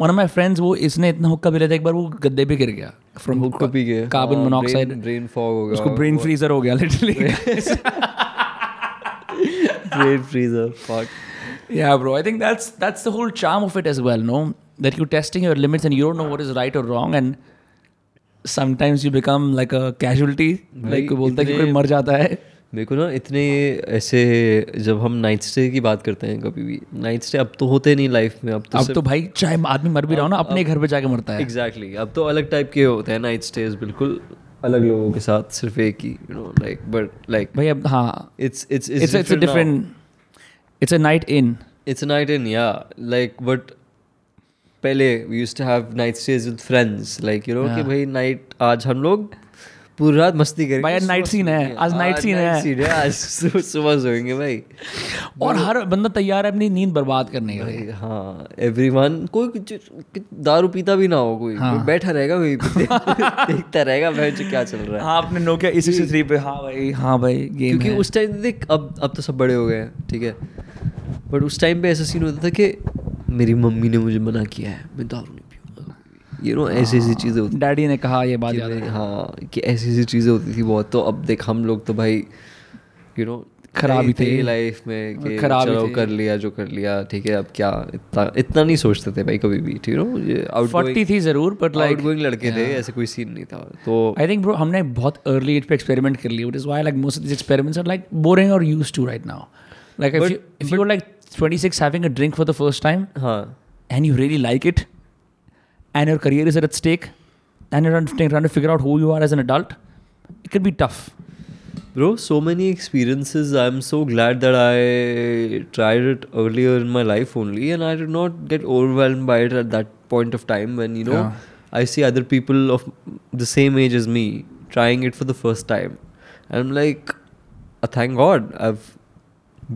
S1: वन ऑफ माई फ्रेंड्स वो इसने इतना हुक्का भी लेता एक बार वो गद्दे पे गिर गया फ्रॉम
S2: हुक्का पी के
S1: कार्बन मोनोऑक्साइड
S2: ब्रेन फॉग हो गया
S1: उसको ब्रेन फ्रीजर हो गया literally
S2: brain freezer fuck
S1: Yeah, bro. I think that's that's the whole charm of it as well, no? That you're testing your limits and you don't know what is right or wrong and sometimes you become like a casualty. Like
S2: भाई,
S1: बोलता है कि कोई
S2: इतने- तो
S1: मर जाता है
S2: मेरे को ना इतने ऐसे जब हम नाइट स्टे की बात करते हैं कभी भी नाइट स्टे अब तो होते नहीं लाइफ में अब तो
S1: अब तो भाई चाहे आदमी मर भी रहा हो ना अपने घर पे जाके मरता है
S2: एग्जैक्टली exactly, अब तो अलग टाइप के होते हैं नाइट स्टेज बिल्कुल अलग लोगों के साथ सिर्फ एक ही you know like but like
S1: भाई अब हाँ
S2: it's it's
S1: it's, it's a different it's a night in
S2: It's a night in, yeah. Like, but पहले we used to have night stays with friends. Like, you know कि
S1: Yeah.
S2: भाई night आज हम लोग पूरी रात मस्ती करेंगे
S1: भाई, आज
S2: सुबह
S1: night scene है,
S2: सोएंगे।
S1: आज night scene है।
S2: scene है आज सु- सुबह सोएंगे भाई
S1: और हर बंदा तैयार है अपनी नींद बर्बाद करने के लिए
S2: भाई, हाँ एवरीवन कोई कुछ- कुछ दारू पीता भी ना हो कोई
S1: हाँ।
S2: वो बैठा रहेगा वहीं पे देखता रहेगा भाई जो क्या चल रहा है
S1: हाँ आपने नोकिया ई सिक्सटी थ्री पे हाँ भाई हाँ भाई गेम
S2: क्योंकि उस टाइम देख अब अब तो सब बड़े हो गए हैं ठीक है बट उस टाइम पे ऐसा सीन होता था कि मेरी मम्मी ने मुझे मना किया है मैं दारू नहीं पीऊँगा यू नो ऐसी
S1: हाँ।
S2: ऐसी चीज़ें होती
S1: डैडी ने कहा ये बात
S2: कि
S1: याद
S2: भाई,
S1: है
S2: हाँ कि ऐसी ऐसी चीज़ें होती थी बहुत तो अब देख हम लोग तो भाई यू नो
S1: खराब ही थे।
S2: लाइफ में कि
S1: खराब ही
S2: चलो
S1: थे।
S2: कर लिया जो कर लिया ठीक है अब क्या इतना इतना नहीं सोचते थे भाई कभी भी ठीक है
S1: फोर्टी थी जरूर बट लाइक
S2: लड़के थे ऐसे कोई सीन नहीं था तो
S1: आई थिंक ब्रो हमने बहुत अर्ली एज पे एक्सपेरिमेंट कर लिया it is why like most of this experiments are like boring और use to right now like if you if you like twenty six having a drink for the first time
S2: हाँ
S1: and you really like it and your career is at stake and you're trying trying to figure out who you are as an adult it can be tough
S2: Bro, so many experiences. I'm so glad that I tried it earlier in my life only, and I did not get overwhelmed by it at that point of time when, you know,
S1: Yeah.
S2: I see other people of the same age as me trying it for the first time. And I'm like, "Ah, thank God, I've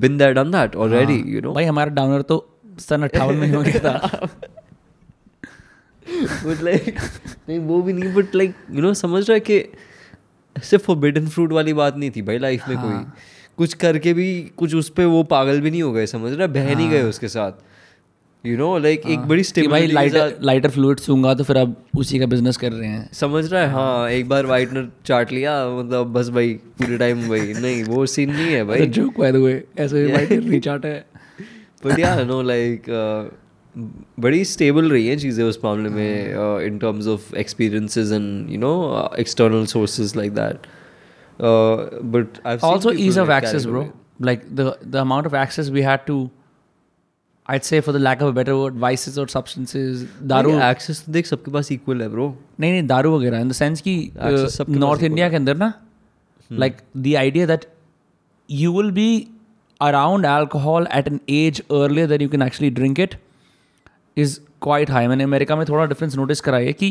S2: been there, done that already, you
S1: हाँ।
S2: know.
S1: भाई हमारा downer तो सन अट्ठावन में हो गया था
S2: but like, नहीं वो भी नहीं but like, you know, समझ रहा है कि सिर्फ फोरबिडन फ्रूट वाली बात नहीं थी भाई लाइफ में कोई
S1: हाँ।
S2: कुछ करके भी कुछ उस पे वो पागल भी नहीं हो गए समझ रहा है? बह नहीं गए उसके साथ यू नो लाइक एक बड़ी
S1: हाँ। कि भाई
S2: स्टेबिलिटी के
S1: लाइटर
S2: साथ
S1: लाइटर फ्लूड सूंगा तो फिर अब उसी का बिजनेस कर रहे हैं
S2: समझ रहा है हाँ एक बार वाइटनर चाट लिया मतलब बस भाई पूरे टाइम भाई नहीं वो सीन नहीं है भाई
S1: जोक बाय द वे ऐसे भाई रिचार्ट है
S2: बट या नो लाइक बड़ी स्टेबल uh, रही हैं चीज़ें उस मामले
S1: Hmm.
S2: में uh, in terms of experiences and you know external sources like that Uh, but
S1: also ease of access bro like the the amount of access we had to i'd say for the lack of a better word vices or substances
S2: दारू
S1: दारू
S2: access तो देख सबके पास equal है bro
S1: नहीं नहीं दारू वगैरह इन द सेंस कि
S2: Access सबके पास हम्म।
S1: नॉर्थ इंडिया के अंदर ना like the idea that you will be around alcohol at an age earlier that you can actually drink it is quite high मैंने अमेरिका में थोड़ा डिफरेंस नोटिस करा है कि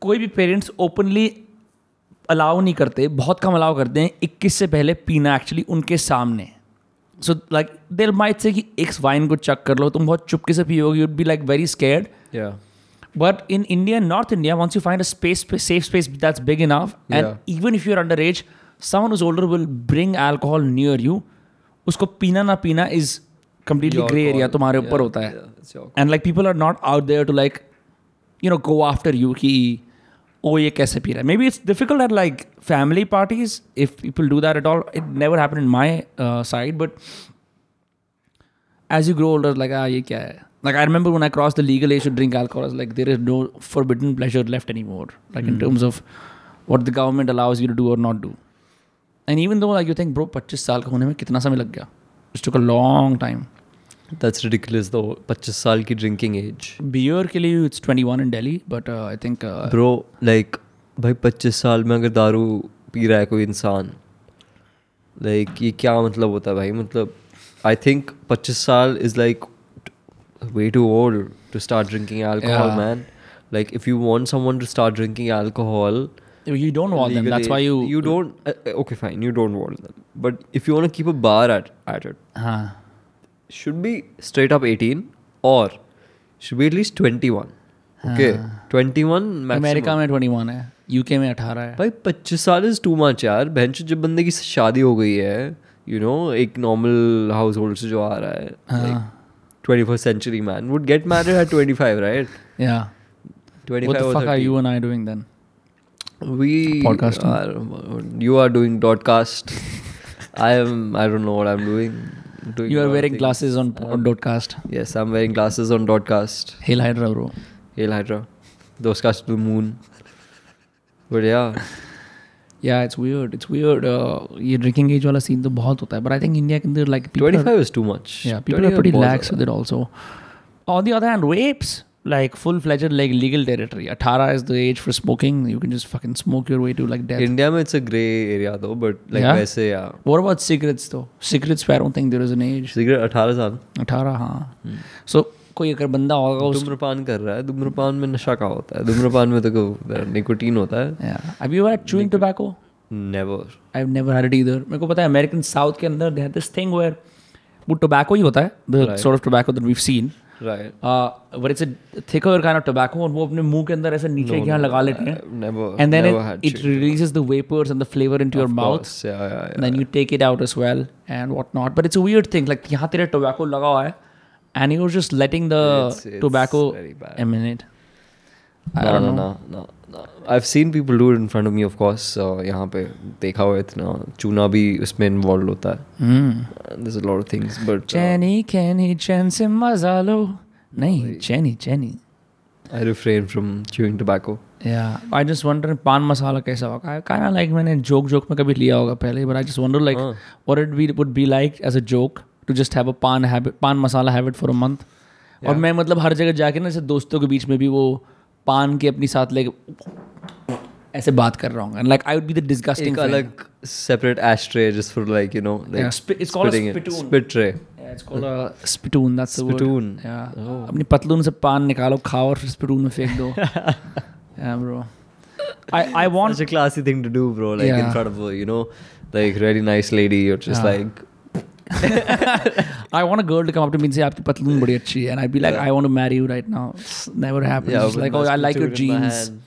S1: कोई भी पेरेंट्स ओपनली अलाउ नहीं करते बहुत कम अलाउ करते हैं इक्कीस से पहले पीना एक्चुअली उनके सामने so like there might say कि एक वाइन को चेक कर लो तुम बहुत चुपके से पियोगे you'd be like very scared
S2: या
S1: But in India and North India, once you find a space, safe space that's big enough, and
S2: Yeah.
S1: even if you're underage, someone who's older will bring alcohol near you. उसको पीना ना पीना is completely
S2: Your
S1: gray
S2: call.
S1: area तुम्हारे
S2: Yeah,
S1: ऊपर होता है
S2: yeah, it's your call.
S1: and like people are not out there to like you know go after you कि oh ये कैसे पी रहा है maybe it's difficult at like family parties if people do that at all it never happened in my uh, side but as you grow older like ah ये क्या है like I remember when I crossed the legal age to drink alcohol I was like there is no forbidden pleasure left anymore like in terms of what the government allows you to do or not do and even though like you think bro 25 साल का होने में कितना समय लग गया it took a long time
S2: that's ridiculous though 25 साल की ड्रिंकिंग एज
S1: बियर के लिए it's 21 in Delhi but I think
S2: bro like भाई 25 साल में अगर दारू पी रहा है कोई इंसान लाइक ये क्या मतलब होता है भाई मतलब आई थिंक 25 साल is like way too old to start drinking alcohol
S1: Yeah.
S2: Man like if you want someone to start drinking alcohol
S1: you don't want them that's why you
S2: you don't uh, uh, okay fine you don't want them but if you want to keep a bar at at it
S1: हां
S2: should be straight up 18 or should be at least 21 okay 21 maximum
S1: America में 21 है UK में 18 है
S2: भाई पच्चीस साल is too much यार बहन जब बंदे की शादी हो गई है यू नो एक नॉर्मल हाउस होल्ड से जो आ रहा
S1: हाँ।
S2: है twenty first century man would get married at twenty five right
S1: या
S2: twenty
S1: what the fuck are
S2: five
S1: you and I doing then
S2: we
S1: Podcasting.
S2: are you are doing broadcast i am i don't know what i'm doing doing
S1: you
S2: a
S1: are
S2: lot of
S1: wearing
S2: things. Uh,
S1: glasses on podcast
S2: yes i'm wearing glasses on broadcast
S1: hail hydra bro
S2: hail hydra those cast to the moon but yeah
S1: या it's weird it's weird uh, ये drinking age वाला scene तो बहुत होता है but I think India के अंदर like
S2: 25 is too much
S1: Yeah, people are
S2: 25
S1: pretty
S2: balls
S1: lax with it also. On the other hand, vapes. like full fledged like legal territory. 18 is the age for smoking. You can just fucking smoke your way to like death.
S2: India में it's a grey area though but like
S1: Yeah?
S2: वैसे या
S1: what about cigarettes though? Cigarettes, I don't think there is an age.
S2: Cigarette अठारह साल
S1: 18 हाँ. So कोई अगर बंदा होगा उस
S2: धूम्रपान कर रहा है धूम्रपान में नशा का होता है धूम्रपान में तो निकोटीन होता है
S1: yeah. Have you ever had chewing tobacco?
S2: Never
S1: I never heard इधर मेरे को पता है अमेरिकन साउथ के अंदर दे दिस थिंग वेयर वो टोबैको ही होता है the sort of tobacco that we've seen
S2: right
S1: but it's a thicker kind of tobacco और वो अपने मुंह के अंदर ऐसे नीचे यहाँ लगा लेते हैं
S2: never
S1: and then it releases the vapours and the flavour into your mouth and then you take it out as well and whatnot. But it's a weird thing. Like यहाँ तेरा tobacco लगा हुआ है, and he was just letting the
S2: It's- it's
S1: tobacco
S2: very bad.
S1: emanate. I
S2: No,
S1: don't
S2: no,
S1: know.
S2: no, no, no. I've seen people do it in front of me, of course. So यहाँ पे देखा हुआ है इतना चूना भी उसमें involved होता है.
S1: Hmm.
S2: There's a lot of things, but uh,
S1: Jenny, Kenny, Chen से मजा लो. नहीं, Jenny, Jenny.
S2: I refrain from chewing tobacco.
S1: Yeah, I just wonder पान मसाला कैसा होगा. I kind of like मैंने joke joke में कभी लिया होगा पहले, but I just wonder like
S2: हाँ.
S1: what it be, would be like as a joke to just have a pan habit, pan masala habit for a month. और मैं मतलब हर जगह जाके ना जैसे दोस्तों के बीच में भी वो पान के अपनी साथ लेके ऐसे बात कर रहा हूँ and like I would be the disgusting
S2: एक अलग separate ashtray just for like you know like
S1: Yeah, spit- it's called a
S2: spitting it.
S1: spittoon.
S2: Spit tray.
S1: It's called a spittoon that's the
S2: Spittoon. Oh.
S1: Word या अपनी पतलून से पान निकालो खाओ और फिर स्पिटून में फेंक दो या bro I I want
S2: Such a classy thing to do, bro. Like in
S1: Yeah.
S2: front of a you know, like really nice lady. You're just
S1: Yeah.
S2: like,
S1: I want a girl to come up to me and say, "आपकी पतलून बड़ी अच्छी है," and I'd be like, "I want to marry you right now." It's never happens.
S2: yeah,
S1: she's
S2: with
S1: like,
S2: my
S1: "Oh, I like your
S2: spittoon in my
S1: jeans."
S2: hand.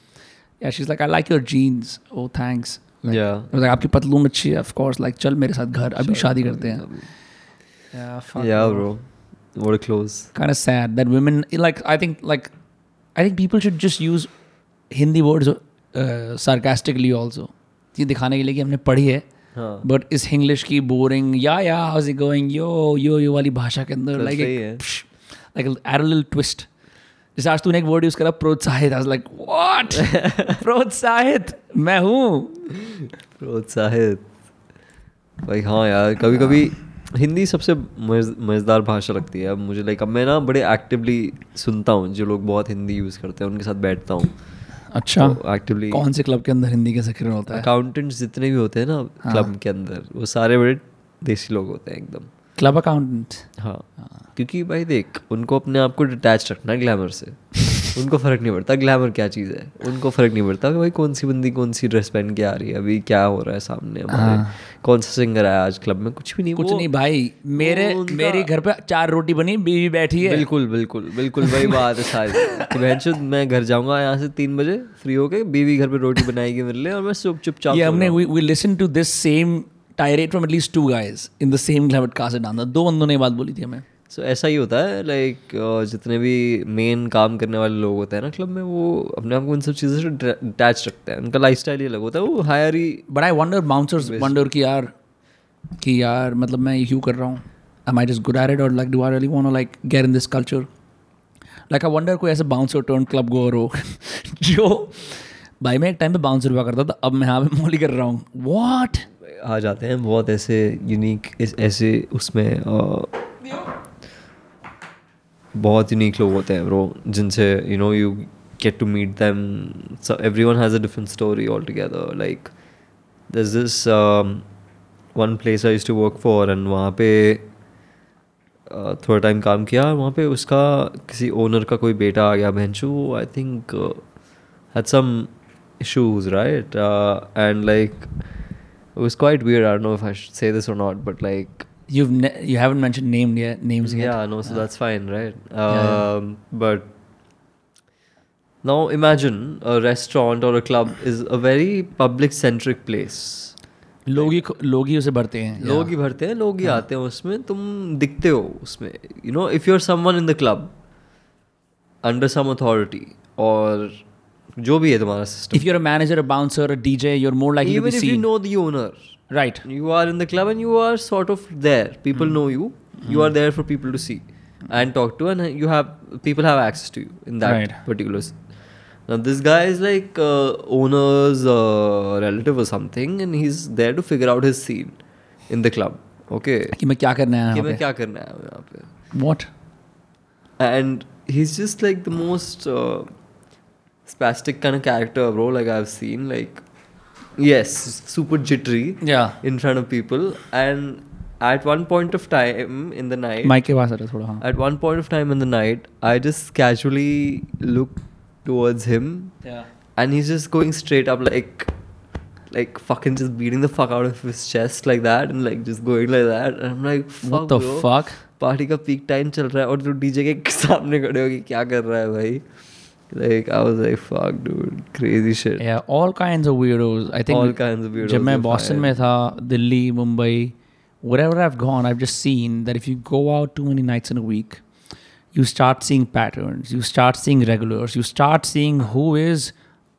S1: Yeah, she's like, "I like your jeans." Oh, thanks. Like,
S2: Yeah.
S1: I was like, "आपकी पतलून अच्छी है." Of course, like, चल मेरे साथ घर अभी शादी करते हैं. Yeah, fuck.
S2: Yeah, bro. What a close.
S1: Kind of sad that women like. I think like, I think people should just use Hindi words uh, sarcastically also. ये दिखाने के लिए कि हमने पढ़ी है
S2: हाँ.
S1: बट इस इंग्लिश की बोरिंग या या how's it going yo yo yo वाली भाषा के अंदर
S2: तो
S1: लाइक
S2: सही है।
S1: लाइक एड लिटिल ट्विस्ट जैसे आज तूने एक वर्ड यूज करा प्रोत्साहित आई लाइक व्हाट प्रोत्साहित मैं हूँ
S2: प्रोत्साहित भाई हाँ यार कभी कभी हिंदी सबसे मज़- मज़ेदार भाषा लगती है अब मुझे लाइक अब मैं ना बड़े एक्टिवली सुनता हूँ जो लोग बहुत हिंदी यूज़ करते हैं उनके साथ बैठता हूँ तो
S1: अच्छा
S2: एक्टिवली
S1: कौन से क्लब के अंदर हिंदी का जिक्र होता है
S2: अकाउंटेंट्स जितने भी होते हैं ना
S1: हाँ।
S2: क्लब के अंदर वो सारे बड़े देसी लोग होते हैं एकदम
S1: क्लब अकाउंटेंट
S2: हाँ क्योंकि भाई देख उनको अपने आप को डिटैच रखना है ग्लैमर से उनको फ़र्क नहीं पड़ता ग्लैमर क्या चीज़ है उनको फ़र्क नहीं पड़ता कि भाई कौन सी बंदी कौन सी ड्रेस पहन के आ रही है अभी क्या हो रहा है सामने हमारे
S1: हाँ।
S2: कौन सा सिंगर आया आज क्लब में कुछ भी नहीं
S1: कुछ
S2: वो-
S1: नहीं भाई मेरे
S2: वो उनका-
S1: मेरे घर पे चार रोटी बनी बीवी बैठी है
S2: बिल्कुल बिल्कुल बिल्कुल वही बात है सारी कि बहन चोद, मैं घर जाऊंगा यहाँ से तीन बजे फ्री होके बीवी घर पे रोटी बनाएगी मेरे लिए और मैं चुप चुपचाप
S1: ये
S2: सो
S1: हमने
S2: रहा हूँ।
S1: we we listened to this same tirade from at least two guys in the same club at Casa Danda दो बंदों ने ये बात बोली थी हमें
S2: सो ऐसा ही होता है लाइक जितने भी मेन काम करने वाले लोग होते हैं ना क्लब में वो अपने आप को उन सब चीज़ों से अटैच रखते हैं उनका लाइफ स्टाइल ही अलग होता है वो हायर ही
S1: but I wonder bouncers wonder कि यार कि यार मतलब मैं ये क्यों कर रहा हूँ am i just good at it or like do i really want to like get in this culture like i wonder कोई ऐसे बाउंसर टर्न क्लब गोअर हो जो भाई मैं एक टाइम पे बाउंसर हुआ करता था अब मैं यहाँ पे मोली कर रहा हूँ व्हाट
S2: आ जाते हैं बहुत ऐसे यूनिक ऐसे उसमें अ, बहुत यूनिक लोग होते हैं ब्रो जिनसे you know you get to meet them everyone has a different story all together like this this one place I use to work for and वहाँ पे अ, थोड़ा टाइम काम किया वहाँ पे उसका किसी ओनर का कोई बेटा आ गया बहनचू I think uh, had some issues right and like Uh, it was quite weird i don't know if i should say this or not but like
S1: you've ne- you haven't mentioned name yet names yet
S2: yeah no so that's fine right um,
S1: uh, Yeah, yeah.
S2: but now imagine a restaurant or a club is a very public centric place
S1: लोग ही लोग ही उसे भरते हैं
S2: लोग ही भरते हैं लोग
S1: हाँ।
S2: ही आते हैं उसमें तुम दिखते हो उसमें you know if you are someone in the club under some authority और जो भी है तुम्हारा system
S1: if you're a manager, a bouncer, a DJ, you're more likely
S2: even
S1: to be
S2: if you
S1: seen.
S2: Know the owner
S1: right.
S2: You are in the club and you are sort of there. People know you. You are there for people to see and talk to, and you have people have access to you in that
S1: Right.
S2: particular. s- Now this guy is like uh, owner's uh, relative or something, and he's there to figure out his scene in the club. Okay,
S1: कि मैं क्या करना है
S2: कि
S1: यहाँ
S2: मैं
S1: पे?
S2: क्या करना है यहाँ पे?
S1: What?
S2: And he's just like the most uh, spastic kind of character, bro. Like I've seen, like yes, super jittery
S1: Yeah.
S2: in front of people, and at one point of time in the night,
S1: mic के पास आ रहा थोड़ा हाँ
S2: at one point of time in the night, I just casually looked towards him, and he's just going straight up like. Like fucking just beating the fuck out of his chest like that and like just going like that and I'm like fuck
S1: what the
S2: bro."
S1: Fuck
S2: party का peak time चल रहा है और तू DJ के सामने खड़े हो कि क्या कर रहा है भाई like I was like fuck dude crazy shit
S1: या all kinds of videos I
S2: All
S1: think
S2: kinds of weirdos
S1: जब मैं
S2: are
S1: बॉस्टन
S2: fired.
S1: में था Delhi Mumbai wherever i've gone i've just seen that if you go out too many nights in a week you start seeing patterns you start seeing regulars you start seeing who is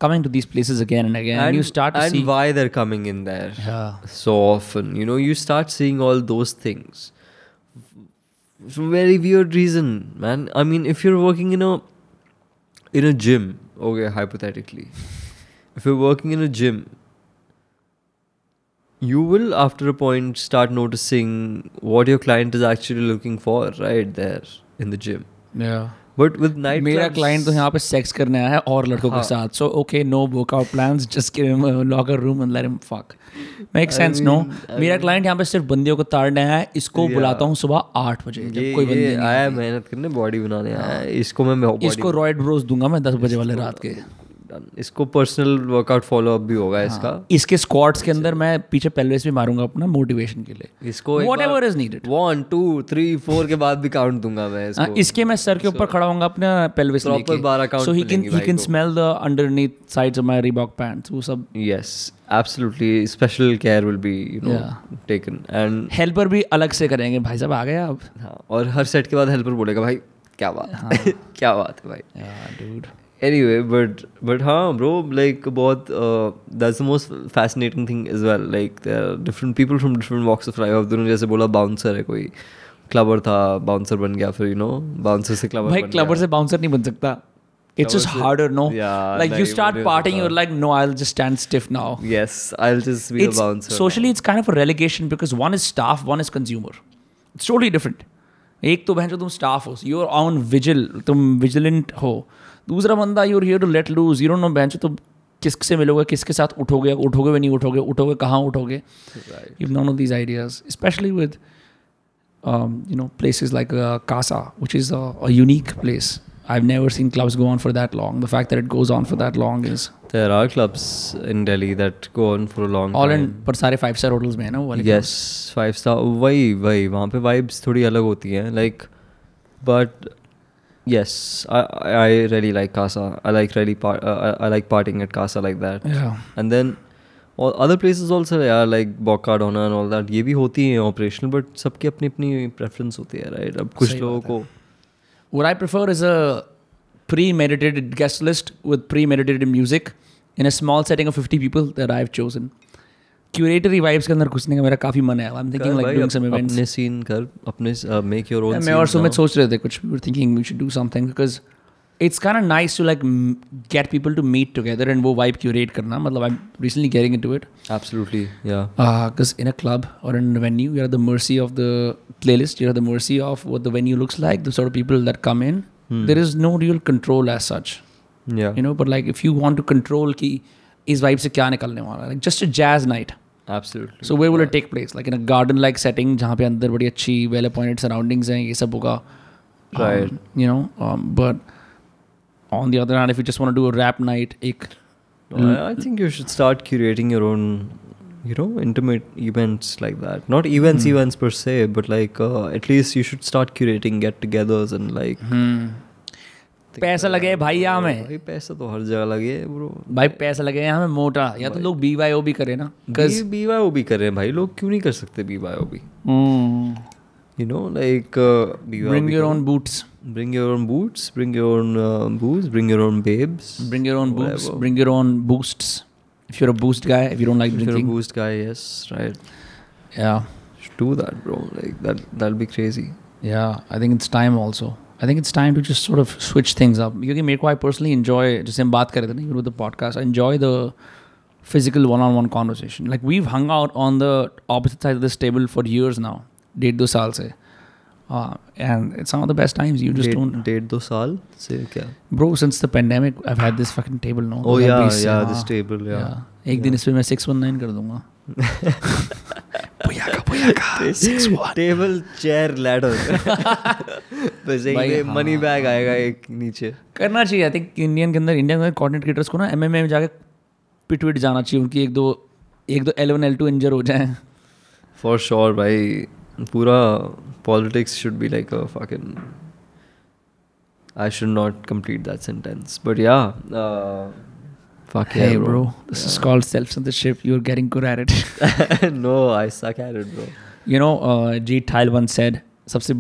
S1: coming to these places again and again and you start to
S2: and
S1: see
S2: why they're coming in there
S1: yeah
S2: so often you know you start seeing all those things it's a very weird reason man i mean if you're working in a in a gym okay hypothetically if you're working in a gym you will after a point start noticing what your client is actually looking for right there in the gym
S1: yeah
S2: but with night
S1: मेरा client तो यहाँ पे sex करने आया है और लड़कों के
S2: हाँ।
S1: साथ so okay no workout plans just give him a locker room and let him fuck make sense no मेरा क्लाइंट यहाँ पे सिर्फ बंदियों को ताड़ने आया है इसको
S2: Yeah.
S1: बुलाता हूँ सुबह आठ बजे जब
S2: ये,
S1: कोई बंदी
S2: ये
S1: नहीं
S2: आया मेहनत करने बॉडी बनाने आया है। इसको मैं body
S1: इसको रॉयड ब्रोज दूंगा मैं दस बजे वाले रात के
S2: डन। इसको पर्सनल वर्कआउट फॉलोअप भी होगा इसका
S1: इसके स्क्वाड्स के अंदर मैं पीछे पेल्विस भी मारूंगा अपना मोटिवेशन के लिए हाँ,
S2: इसको एक
S1: Whatever
S2: बार-
S1: is needed.
S2: One, two, three, four के बाद भी काउंट दूंगा मैं
S1: हाँ,
S2: इसको
S1: इसके मैं सर के ऊपर खड़ा होऊंगा अपना पेल्विस
S2: Proper बारह
S1: लेके
S2: count
S1: सो ही कैन
S2: मिलेंगे
S1: ही
S2: भाई
S1: कैन
S2: को।
S1: Smell the underneath sides of my Reebok pants वो सब
S2: yes absolutely special care will be you know
S1: Yeah.
S2: Taken and
S1: helper भी अलग से करेंगे भाई साहब आ गए अब
S2: हाँ, और हर सेट के बाद हेल्पर बोलेगा भाई क्या बात
S1: हाँ।
S2: क्या बात है भाई
S1: dude.
S2: anyway but but huh bro like both uh, that's the most fascinating thing as well like there are different people from different walks of life अब दोनों जैसे बोला बाउंसर है कोई क्लबर था बाउंसर बन गया फिर यू नो बाउंसर से क्लबर
S1: भाई
S2: बन
S1: क्लबर
S2: गया
S1: से बाउंसर नहीं बन सकता इट्स जस्ट
S2: Clubber से-
S1: harder no
S2: Yeah,
S1: like you
S2: like,
S1: start
S2: what is
S1: parting
S2: it,
S1: your like no I just stand stiff now
S2: yes i'll just be a
S1: it's
S2: bouncer
S1: socially it's kind of a relegation because one is staff one is consumer it's totally different एक तो बहन जो तुम staff हो you are on vigil तुम vigilant हो दूसरा बंदा you are here to late loose you don't know बहन जो तुम किससे मिलोगे किसके साथ उठोगे उठोगे भी नहीं उठोगे उठोगे कहाँ उठोगे you known of these ideas specially with you know places like Casa which is a unique place I have never seen clubs go on for that long the fact that it goes on for that long is
S2: there are clubs in delhi that go on for a long
S1: all
S2: time
S1: and पर सारे five star hotels में है ना वो वाले
S2: yes five star वही वही वहाँ पे वाइब्स थोड़ी अलग होती हैं like but yes i i I really like casa i like really part uh, I, I like partying at casa like that
S1: Yeah.
S2: and then all other places also yeah like bocardona and all that ये भी होती हैं operational but सबकी अपनी अपनी preference होती है right अब कुछ
S1: सही
S2: लोगों
S1: बात
S2: को
S1: What I prefer is a premeditated guest list with premeditated music in a small setting of 50 people that I've chosen. Curatory vibes के अंदर घुसने का मेरा काफी मन है. I'm
S2: कर
S1: thinking like
S2: भाई,
S1: doing
S2: अप-
S1: some events.
S2: अपने scene कर अपने uh, मेक योर ओन
S1: मैं और सुमित सोच रहे थे कुछ we were thinking we should do something because it's kind of nice to like m- get people to meet together and वो vibe curate करना मतलब I'm recently getting into it
S2: absolutely yeah
S1: because in a club or in a venue you're at the mercy of the playlist you're at the mercy of what the venue looks like the sort of people that come in
S2: Hmm.
S1: there is no real control as such
S2: yeah
S1: you know but like if you want to control ki is vibe se kya nikalne wala है, like just a jazz night
S2: absolutely
S1: so where will it take place like in a garden like setting jahan pe andar badi achhi well appointed surroundings hain ye सब होगा Um,
S2: Right.
S1: you know um, but on the other hand if you just want to do a rap night ek
S2: No, I, I think you should start curating your own you know intimate events like that not events events per se but like uh, at least you should start curating get-togethers and like
S1: hmm, पैसा लगे भाई यहाँ में
S2: भाई पैसा तो हर जगह लगे bro
S1: भाई पैसा लगे यहाँ में मोटा या तो लोग बी वाई ओ भी करे ना
S2: बी बीवाईओ भी कर रहे हैं भाई लोग क्यों नहीं कर सकते बीवाईओ भी you know like
S1: bring your own boots
S2: bring your own boots bring your own boots bring your own babes
S1: bring your own boots bring your own boosts if you are a boost guy if you don't like
S2: you're a
S1: drinking
S2: boost guy yes right
S1: या
S2: should do that bro like that that'll be crazy
S1: Yeah, I think it's time also. I think it's time to just sort of switch things up. क्योंकि मेरे को I personally enjoy जैसे हम बात कर रहे थे ना with the podcast I enjoy the physical one on one conversation like we hung out on the opposite side of this table for years now डेढ़ दो साल से Uh, and it's some of the best times. You just
S2: डेढ़
S1: don't,
S2: डेढ़ दो साल से क्या
S1: bro. Since the pandemic, I've had this fucking table now.
S2: Oh, yeah, yeah,
S1: हाँ,
S2: this table, yeah.
S1: एक दिन इसमें मैं सिक्स वन नाइन कर दूंगा भैया का भैया का सिक्स
S2: टेबल चेयर लैडर बस
S1: भाई,
S2: एक
S1: हाँ।
S2: मनी बैग आएगा एक नीचे
S1: करना चाहिए आई थिंक इंडियन के अंदर इंडिया के अंदर कॉन्टेंट क्रिएटर्स को ना एम में जाके पिटविट जाना चाहिए उनकी एक दो एक दो L one L two injure हो जाए
S2: फॉर श्योर भाई पूरा politics should be like a fucking I should not complete that sentence but yeah uh, fuck yeah
S1: hey
S2: bro,
S1: bro this is called self censorship you're getting good at it
S2: no i suck at it bro
S1: you know uh, G Tile once said सबसे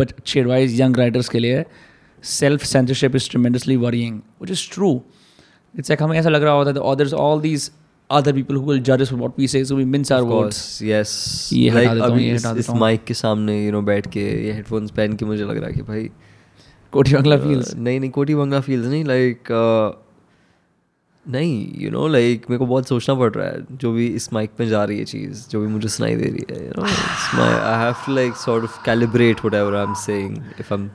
S1: but अच्छी advice young writers के लिए self censorship is tremendously worrying which is true it's like हमें ऐसा लग रहा होता है और there's all these other people who will judge us for what we say so we mince our
S2: Of
S1: words
S2: course, yes
S1: ये हटा
S2: Like,
S1: देता हूँ,
S2: अभी
S1: ये
S2: इस-
S1: हटा
S2: इस
S1: देता हूँ।
S2: माइक के सामने यू नो बैठ के ये हेडफोन्स पहन के मुझे लग रहा है कि भाई
S1: कोटी बंगला
S2: Uh,
S1: फील्स
S2: नहीं नहीं कोटी बंगला फील्स नहीं लाइक नहीं यू नो लाइक मेरे को बहुत सोचना पड़ रहा है जो भी इस माइक में जा रही है चीज़ जो भी मुझे सुनाई दे रही है you know I have to like sort of calibrate whatever I am saying if I am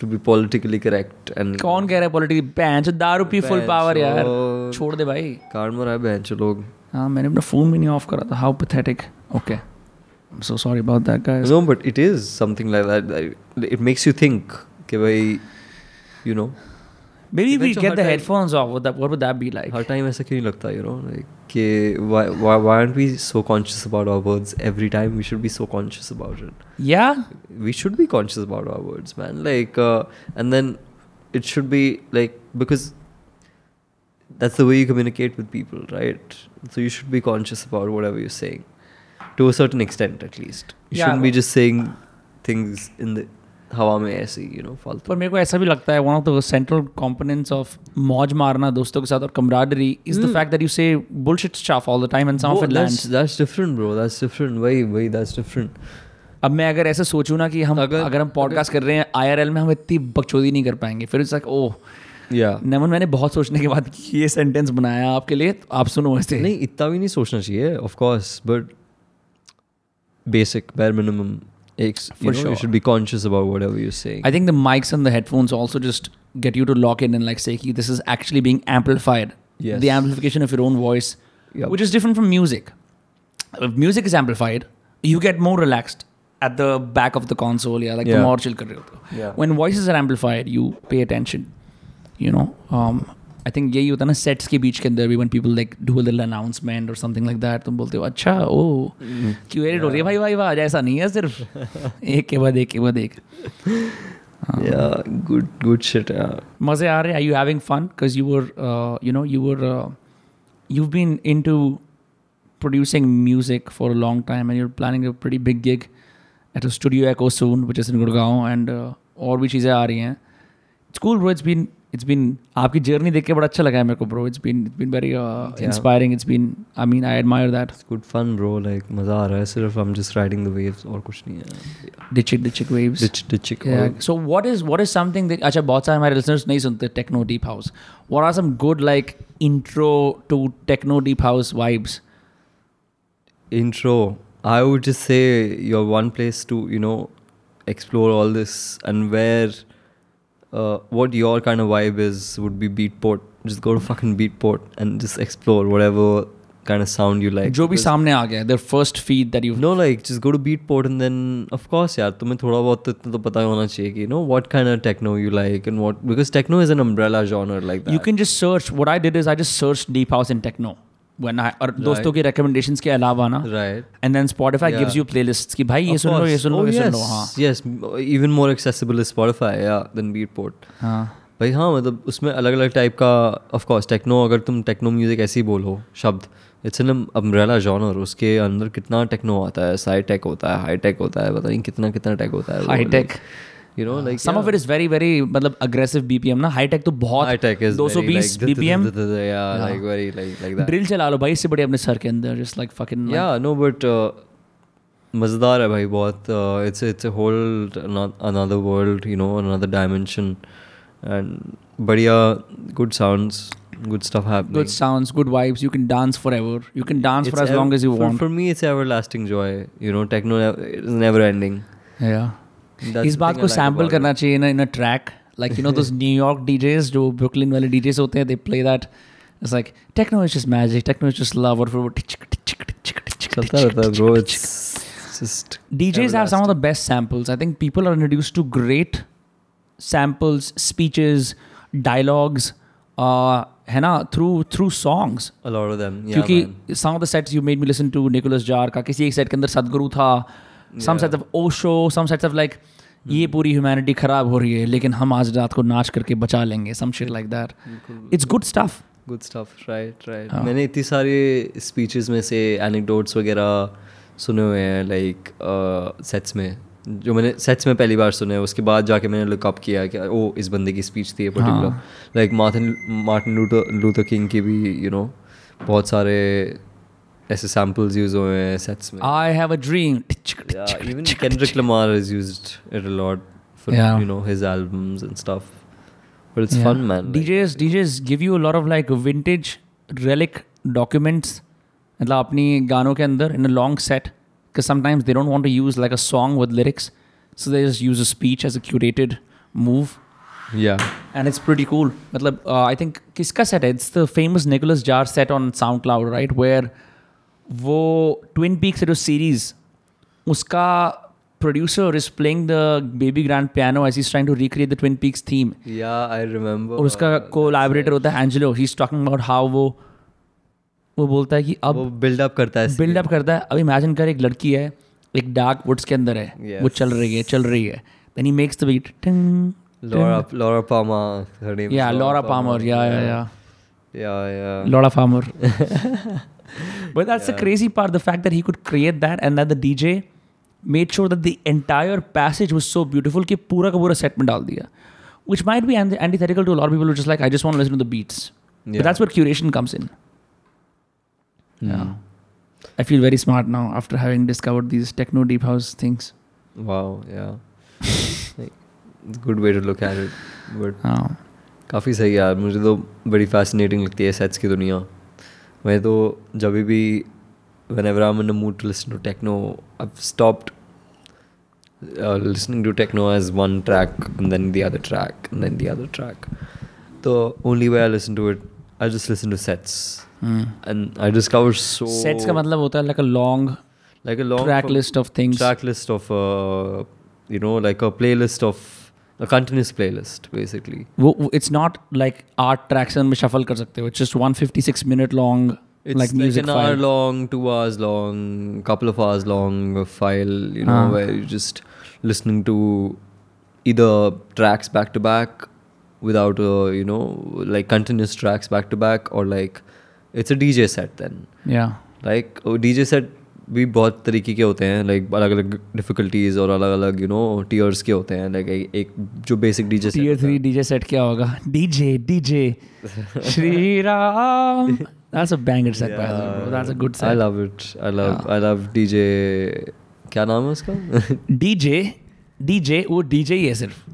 S2: to be politically correct and
S1: कौन कह रहा है पॉलिटिक्स बैंक दारू पी फुल पावर यार
S2: बैंचो।
S1: छोड़ दे भाई
S2: कारण में रहा बहन लोग
S1: हाँ मैंने अपना फोन भी नहीं ऑफ करा था how pathetic okay so sorry about that guys
S2: no but it is something like that it makes you think कि भाई you know
S1: maybe we
S2: Eventually
S1: get the
S2: हर time-
S1: headphones off what what would that be like
S2: हर time ऐसा क्यों नहीं लगता you know like कि why are be so conscious about our words every time we should be so conscious about it
S1: या
S2: we should be conscious about our words man like and then it should be like because that's the way you communicate with people right so you should be conscious about whatever you saying to a certain extent at least you
S1: Yeah.
S2: Should be just saying things in the हवा में ऐसे you know फालतू
S1: पर मेरे को ऐसा भी लगता है one of the central components of मौज मारना दोस्तों के साथ और camaraderie is
S2: Hmm.
S1: The fact that you say bullshit stuff all the time and some of
S2: Whoa,
S1: it
S2: that's,
S1: lands
S2: that's different, bro. That's different. Why? Why? That's different.
S1: अब मैं अगर ऐसे सोचूं ना कि हम अगर,
S2: अगर-
S1: हम पॉडकास्ट कर रहे हैं आईआरएल में हम इतनी बकचोदी नहीं कर पाएंगे फिर it's like oh
S2: Yeah.
S1: Naman मैंने बहुत सोचने के बाद ये सेंटेंस बनाया आपके लिए तो आप सुनो ऐसे
S2: नहीं इतना भी नहीं सोचना चाहिए of course but basic bare minimum एक
S1: For
S2: you know
S1: sure.
S2: you should be conscious about whatever you're saying
S1: I think the mics and the headphones also just get you to lock in and like say, "Ki, this is actually being amplified.
S2: Yes.
S1: The amplification of your own voice,
S2: Yup.
S1: which is different from music. If music is amplified, you get more relaxed at the back of the console. Yeah, like the
S2: Yeah.
S1: more chill kar rahe hote ho.
S2: Yeah.
S1: When voices are amplified, you pay attention. You know, um, I think यही होता है ना sets के बीच के अंदर भी when people like do a little announcement or something like that तुम बोलते हो अच्छा ओ
S2: Mm-hmm.
S1: क्यों एडिट हो रही है भाई भाई वाह ऐसा नहीं है सिर्फ एक के बाद एक के बाद एक
S2: yeah good good shit yeah
S1: मजे आ रहे हैं you having fun because you were you know you were you been in to producing music for a long time and your planning a pretty big gig at a studio Echo soon which is in Gurgaon and uh, और भी चीज़ें आ रही हैं it's cool bro it's been it's been आपकी journey देख के बड़ा अच्छा लगा है मेरे को bro it's been it's been very inspiring it's been I mean I admire that
S2: it's good fun bro like मजा आ रहा है सिर्फ I'm just riding the waves और कुछ नहीं है
S1: ditch it ditch waves
S2: ditch ditch it all.
S1: So what is what is something अच्छा बहुत सारे हमारे लिसनर्स नहीं सुनते techno deep house what are some good like intro to techno deep house vibes
S2: intro i would just say your one place to you know explore all this and where uh, what your kind of vibe is would be beatport just go to fucking beatport and just explore whatever kind of sound you like
S1: जो भी
S2: Because-
S1: सामने आ गया there first feed that you
S2: no like just go to beatport and then of course यार तुम्हें थोड़ा बहुत तो इतना तो पता होना चाहिए कि you know what kind of techno you like and what because techno is an umbrella genre like that
S1: you can just search what I did is I just search deep house in techno one I और दोस्तों की recommendation के अलावा ना
S2: right
S1: and then Spotify
S2: Yeah.
S1: Gives you play list कि भाई ये
S2: Of
S1: सुन लो ये
S2: course.
S1: सुन लो
S2: Oh,
S1: ये सुन लो
S2: yes,
S1: हाँ
S2: yes m- even more accessible is spotify yeah than beatport
S1: हाँ
S2: भाई हाँ मतलब उसमें अलग अलग टाइप का ऑफ कोर्स टेक्नो अगर तुम टेक्नो म्यूज़िक ऐसे ही बोलो शब्द इट्स एन अम्ब्रेला जॉनर उसके अंदर कितना टेक्नो आता है साई टेक होता है हाई टेक होता है पता नहीं कितना कितना टेक होता है
S1: High tech.
S2: You know like
S1: some of it is very very मतलब अग्रेसिव बीपीएम ना हाई टेक तो
S2: हाई
S1: बहुत
S2: tech is
S1: 220 BPM
S2: like very like like that
S1: drill चला लो भाई इससे बड़े अपने सर के अंदर just like fucking
S2: yeah no but uh, मज़ेदार है भाई बहुत uh, it's it's a whole another world you know another dimension and बढ़िया good sounds good stuff happening
S1: good sounds, good vibes. You can dance forever. You can dance for
S2: It's
S1: as long
S2: ev-
S1: as you
S2: for,
S1: want.
S2: For me, it's everlasting joy. You know, techno nev- is never ending.
S1: yeah.
S2: That's
S1: इस
S2: the
S1: बात
S2: thing I
S1: को
S2: like
S1: sample
S2: about it.
S1: करना चाहिए ना in a track like you know those New York DJs जो Brooklyn वाले DJs होते हैं they play that it's like techno is just magic techno is just love और फिर वो टिचक टिचक टिचक
S2: चलता रहता है
S1: टिचक
S2: bro it's just
S1: DJs have some of the best samples. I think people are introduced to great samples, speeches, dialogues, uh, है ना through through songs.
S2: a lot of them yeah man.
S1: क्योंकि some of the sets you made me listen to Nicholas Jar का किसी एक set के अंदर सदगुरु था some
S2: Yeah. Hmm.
S1: sets of Osho, some sets of like ये पूरी ह्यूमैनिटी खराब हो रही है लेकिन हम आज रात को नाच करके बचा लेंगे some shit like that it's good stuff
S2: good stuff right right मैंने इतनी सारे स्पीचेस में से एनेक्डोट्स वगैरह सुने हुए हैं लाइक सेट्स में जो मैंने सेट्स में पहली बार सुने उसके बाद जाके मैंने लुकअप किया कि ओ इस बंदे की स्पीच थी particular like Martin Martin Luther Luther King की भी यू नो बहुत सारे ऐसे सैम्पल्स यूज हुए हैं सेट्स में
S1: I have a dream
S2: even Kendrick Lamar is used it a lot for
S1: Yeah.
S2: you know his albums and stuff but it's fun man like-
S1: DJs DJs give you a lot of like vintage relic documents मतलब अपनी गानों के अंदर in a long set because sometimes they don't want to use like a song with lyrics so they just use a speech as a curated move
S2: yeah
S1: and it's pretty cool मतलब uh, I think किसका set है it's the famous Nicholas Jar set on SoundCloud right where वो Twin Peaks से जो series उसका producer is playing the baby grand piano as he's trying to recreate the Twin Peaks theme
S2: Yeah, I remember.
S1: और उसका collaborator होता है Angelo he is talking about how वो वो बोलता है कि
S2: वो
S1: अब
S2: बिल्ड अप करता है
S1: बिल्ड अप करता है अब इमेजिन कर एक लड़की है एक डार्क वुड्स के अंदर है वो
S2: Yes.
S1: चल रही है चल रही है then he makes the beat
S2: Laura Laura Palmer her name
S1: yeah
S2: is
S1: Laura Palmer yeah yeah yeah
S2: yeah yeah
S1: Laura Palmer but that's the crazy part the fact that he could create that and that the DJ made sure that the entire passage was so beautiful कि पूरा का पूरा set में डाल दिया which might be antithetical to a lot of people who just like i just want to listen to the beats
S2: Yeah.
S1: but that's where curation comes in Yeah. I feel very smart now after having discovered these techno deep house things.
S2: wow yeah like, it's a good way to look at it but
S1: हाँ
S2: काफ़ी सही है यार मुझे तो बड़ी fascinating लगती है सेट्स की दुनिया मैं तो जब भी whenever I am mood to listen to techno I stopped uh, listening to techno as one track and then the other track and then the other track तो only way I listen to it I just listen to sets and I discover so
S1: sets का मतलब होता है like a long
S2: like a
S1: track list of things
S2: track list of uh, you know like a playlist of a continuous playlist basically
S1: वो it's not like आठ tracks में shuffle कर सकते हो it's just 156 minute long
S2: It's
S1: like
S2: like,
S1: music
S2: an hour
S1: file
S2: long, two hours long, couple of hours long file, you know,
S1: Ah.
S2: where you're just listening to either tracks back to back without a, you know, like continuous tracks back to back or like it's a DJ set then.
S1: या
S2: Like oh, DJ set भी बहुत तरीके के होते हैं like अलग अलग difficulties और अलग अलग यू नो टीयर्स के होते हैं लाइक एक जो basic DJ
S1: tier three DJ set क्या होगा DJ DJ Shri Ram that's a banger set by the way bro that's a good
S2: I
S1: set
S2: love it I love I love DJ क्या नाम है उसका
S1: डीजे डीजे वो DJ ही है सिर्फ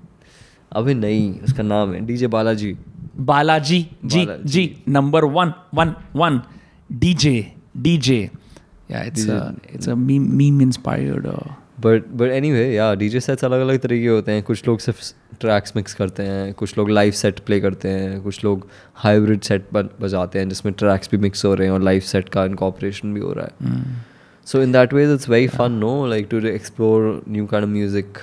S2: अबे नहीं उसका नाम है DJ Balaji
S1: Balaji ji
S2: Balaji.
S1: Ji number one one one DJ DJ yeah it's it's a meme meme inspired
S2: but but any yeah DJ sets अलग अलग तरीके होते हैं कुछ लोग सिर्फ ट्रैक्स मिक्स करते हैं कुछ लोग लाइव सेट प्ले करते हैं कुछ लोग हाइब्रिड सेट बजाते हैं जिसमें ट्रैक्स भी मिक्स हो रहे हैं और लाइव सेट का इनकॉपरेशन भी हो रहा है so in that ways it's very fun no like to explore new kind of music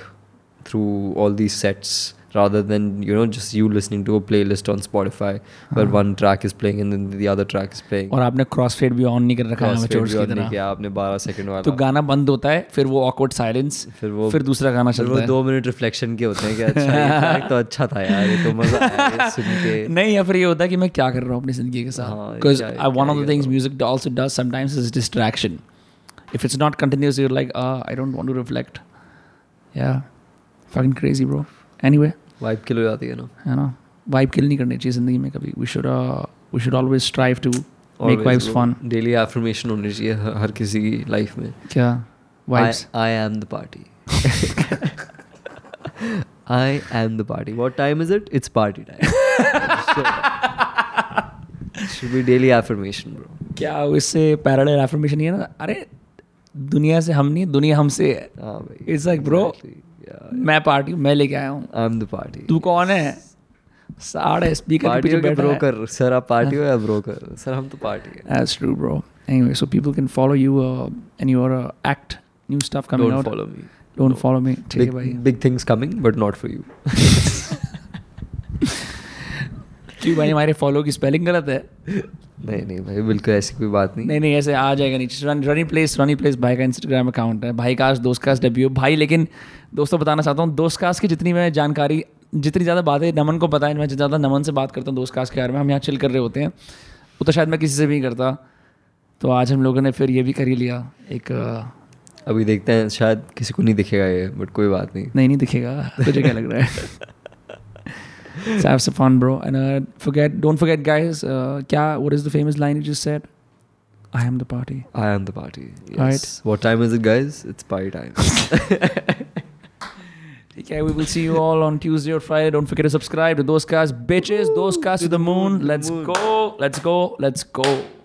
S2: through all these sets rather than you know just you listening to a playlist on spotify where one track is playing and then the other track is playing
S1: हाँ। और आपने crossfade भी on नहीं कर रखा है
S2: Crossfade
S1: amateurs
S2: भी
S1: की
S2: on नहीं
S1: तरह
S2: किया आपने 12 सेकंड वाला
S1: तो गाना बंद होता है फिर वो ऑकवर्ड साइलेंस
S2: फिर वो
S1: फिर दूसरा गाना
S2: फिर
S1: चलता
S2: वो
S1: है
S2: दो मिनट रिफ्लेक्शन के होते हैं कि अच्छा ये track तो अच्छा था यार ये तो मजा आया ये सुन के
S1: नहीं या फिर ये होता है कि मैं क्या कर रहा हूँ अपनी जिंदगी के साथ
S2: हाँ,
S1: बिकॉज
S2: क्या-
S1: आई वन
S2: क्या
S1: ऑफ द
S2: कर
S1: things music also does sometimes is distraction if it's not continuous your like I don't want to reflect yeah fucking crazy bro anyway
S2: vibe kill हो जाती है ना
S1: है ना वाइब किल नहीं करनी चाहिए जिंदगी में कभी uh, we should we should always strive to make vibes fun
S2: daily affirmation होनी चाहिए हर हर किसी की लाइफ में
S1: क्या vibes
S2: I am the party I am the party what time is it it's party time should be daily affirmation bro
S1: क्या इससे पैरेलल एफर्मेशन ही है ना अरे दुनिया से हम नहीं दुनिया हमसे है
S2: हाँ भाई
S1: इट्स लाइक ब्रो मैं पार्टी मैं लेके आया हूँ
S2: आई एम द पार्टी
S1: तू कौन है साढ़े स्पीकर के
S2: पार्टी
S1: पीछे बैठा है
S2: ब्रोकर सर आप पार्टी हो या ब्रोकर सर हम तो पार्टी है
S1: That's true, bro. Anyway, so people can follow you uh, and your uh, act, new stuff coming
S2: Don't
S1: out.
S2: follow me.
S1: Don't follow me. Take it, bhai.
S2: Big, big things coming, but not for you.
S1: क्यों भाई हमारे follow की spelling गलत है
S2: नहीं नहीं भाई बिल्कुल ऐसी कोई बात नहीं
S1: नहीं नहीं ऐसे आ जाएगा नीचे run runny place runny place भाई का इंस्टाग्राम अकाउंट है भाई काश दोस्त काश डब्ल्यू भाई लेकिन दोस्तों बताना चाहता हूँ दोस्त काश की जितनी मैं जानकारी जितनी ज़्यादा बातें नमन को पता है मैं जितना ज़्यादा नमन से बात करता हूँ दोस्त काश के बारे में हम यहाँ चिल कर रहे होते हैं वो तो शायद मैं किसी से भी नहीं करता तो आज हम लोगों ने फिर ये भी कर ही लिया एक अ,
S2: अभी देखते हैं शायद किसी को नहीं दिखेगा ये बट कोई बात नहीं
S1: नहीं नहीं दिखेगा तुझे क्या लग रहा है So have some fun, bro. And uh, forget, don't forget, guys. Uh, क्या what is the famous line you just said? I am the party.
S2: I am the party
S1: Right.
S2: Yes what time is it guys it's party time
S1: ठीक है, we will see you all on Tuesday or Friday. Don't forget to subscribe to those guys, bitches. Those guys to the moon. Let's go. Let's go. Let's go.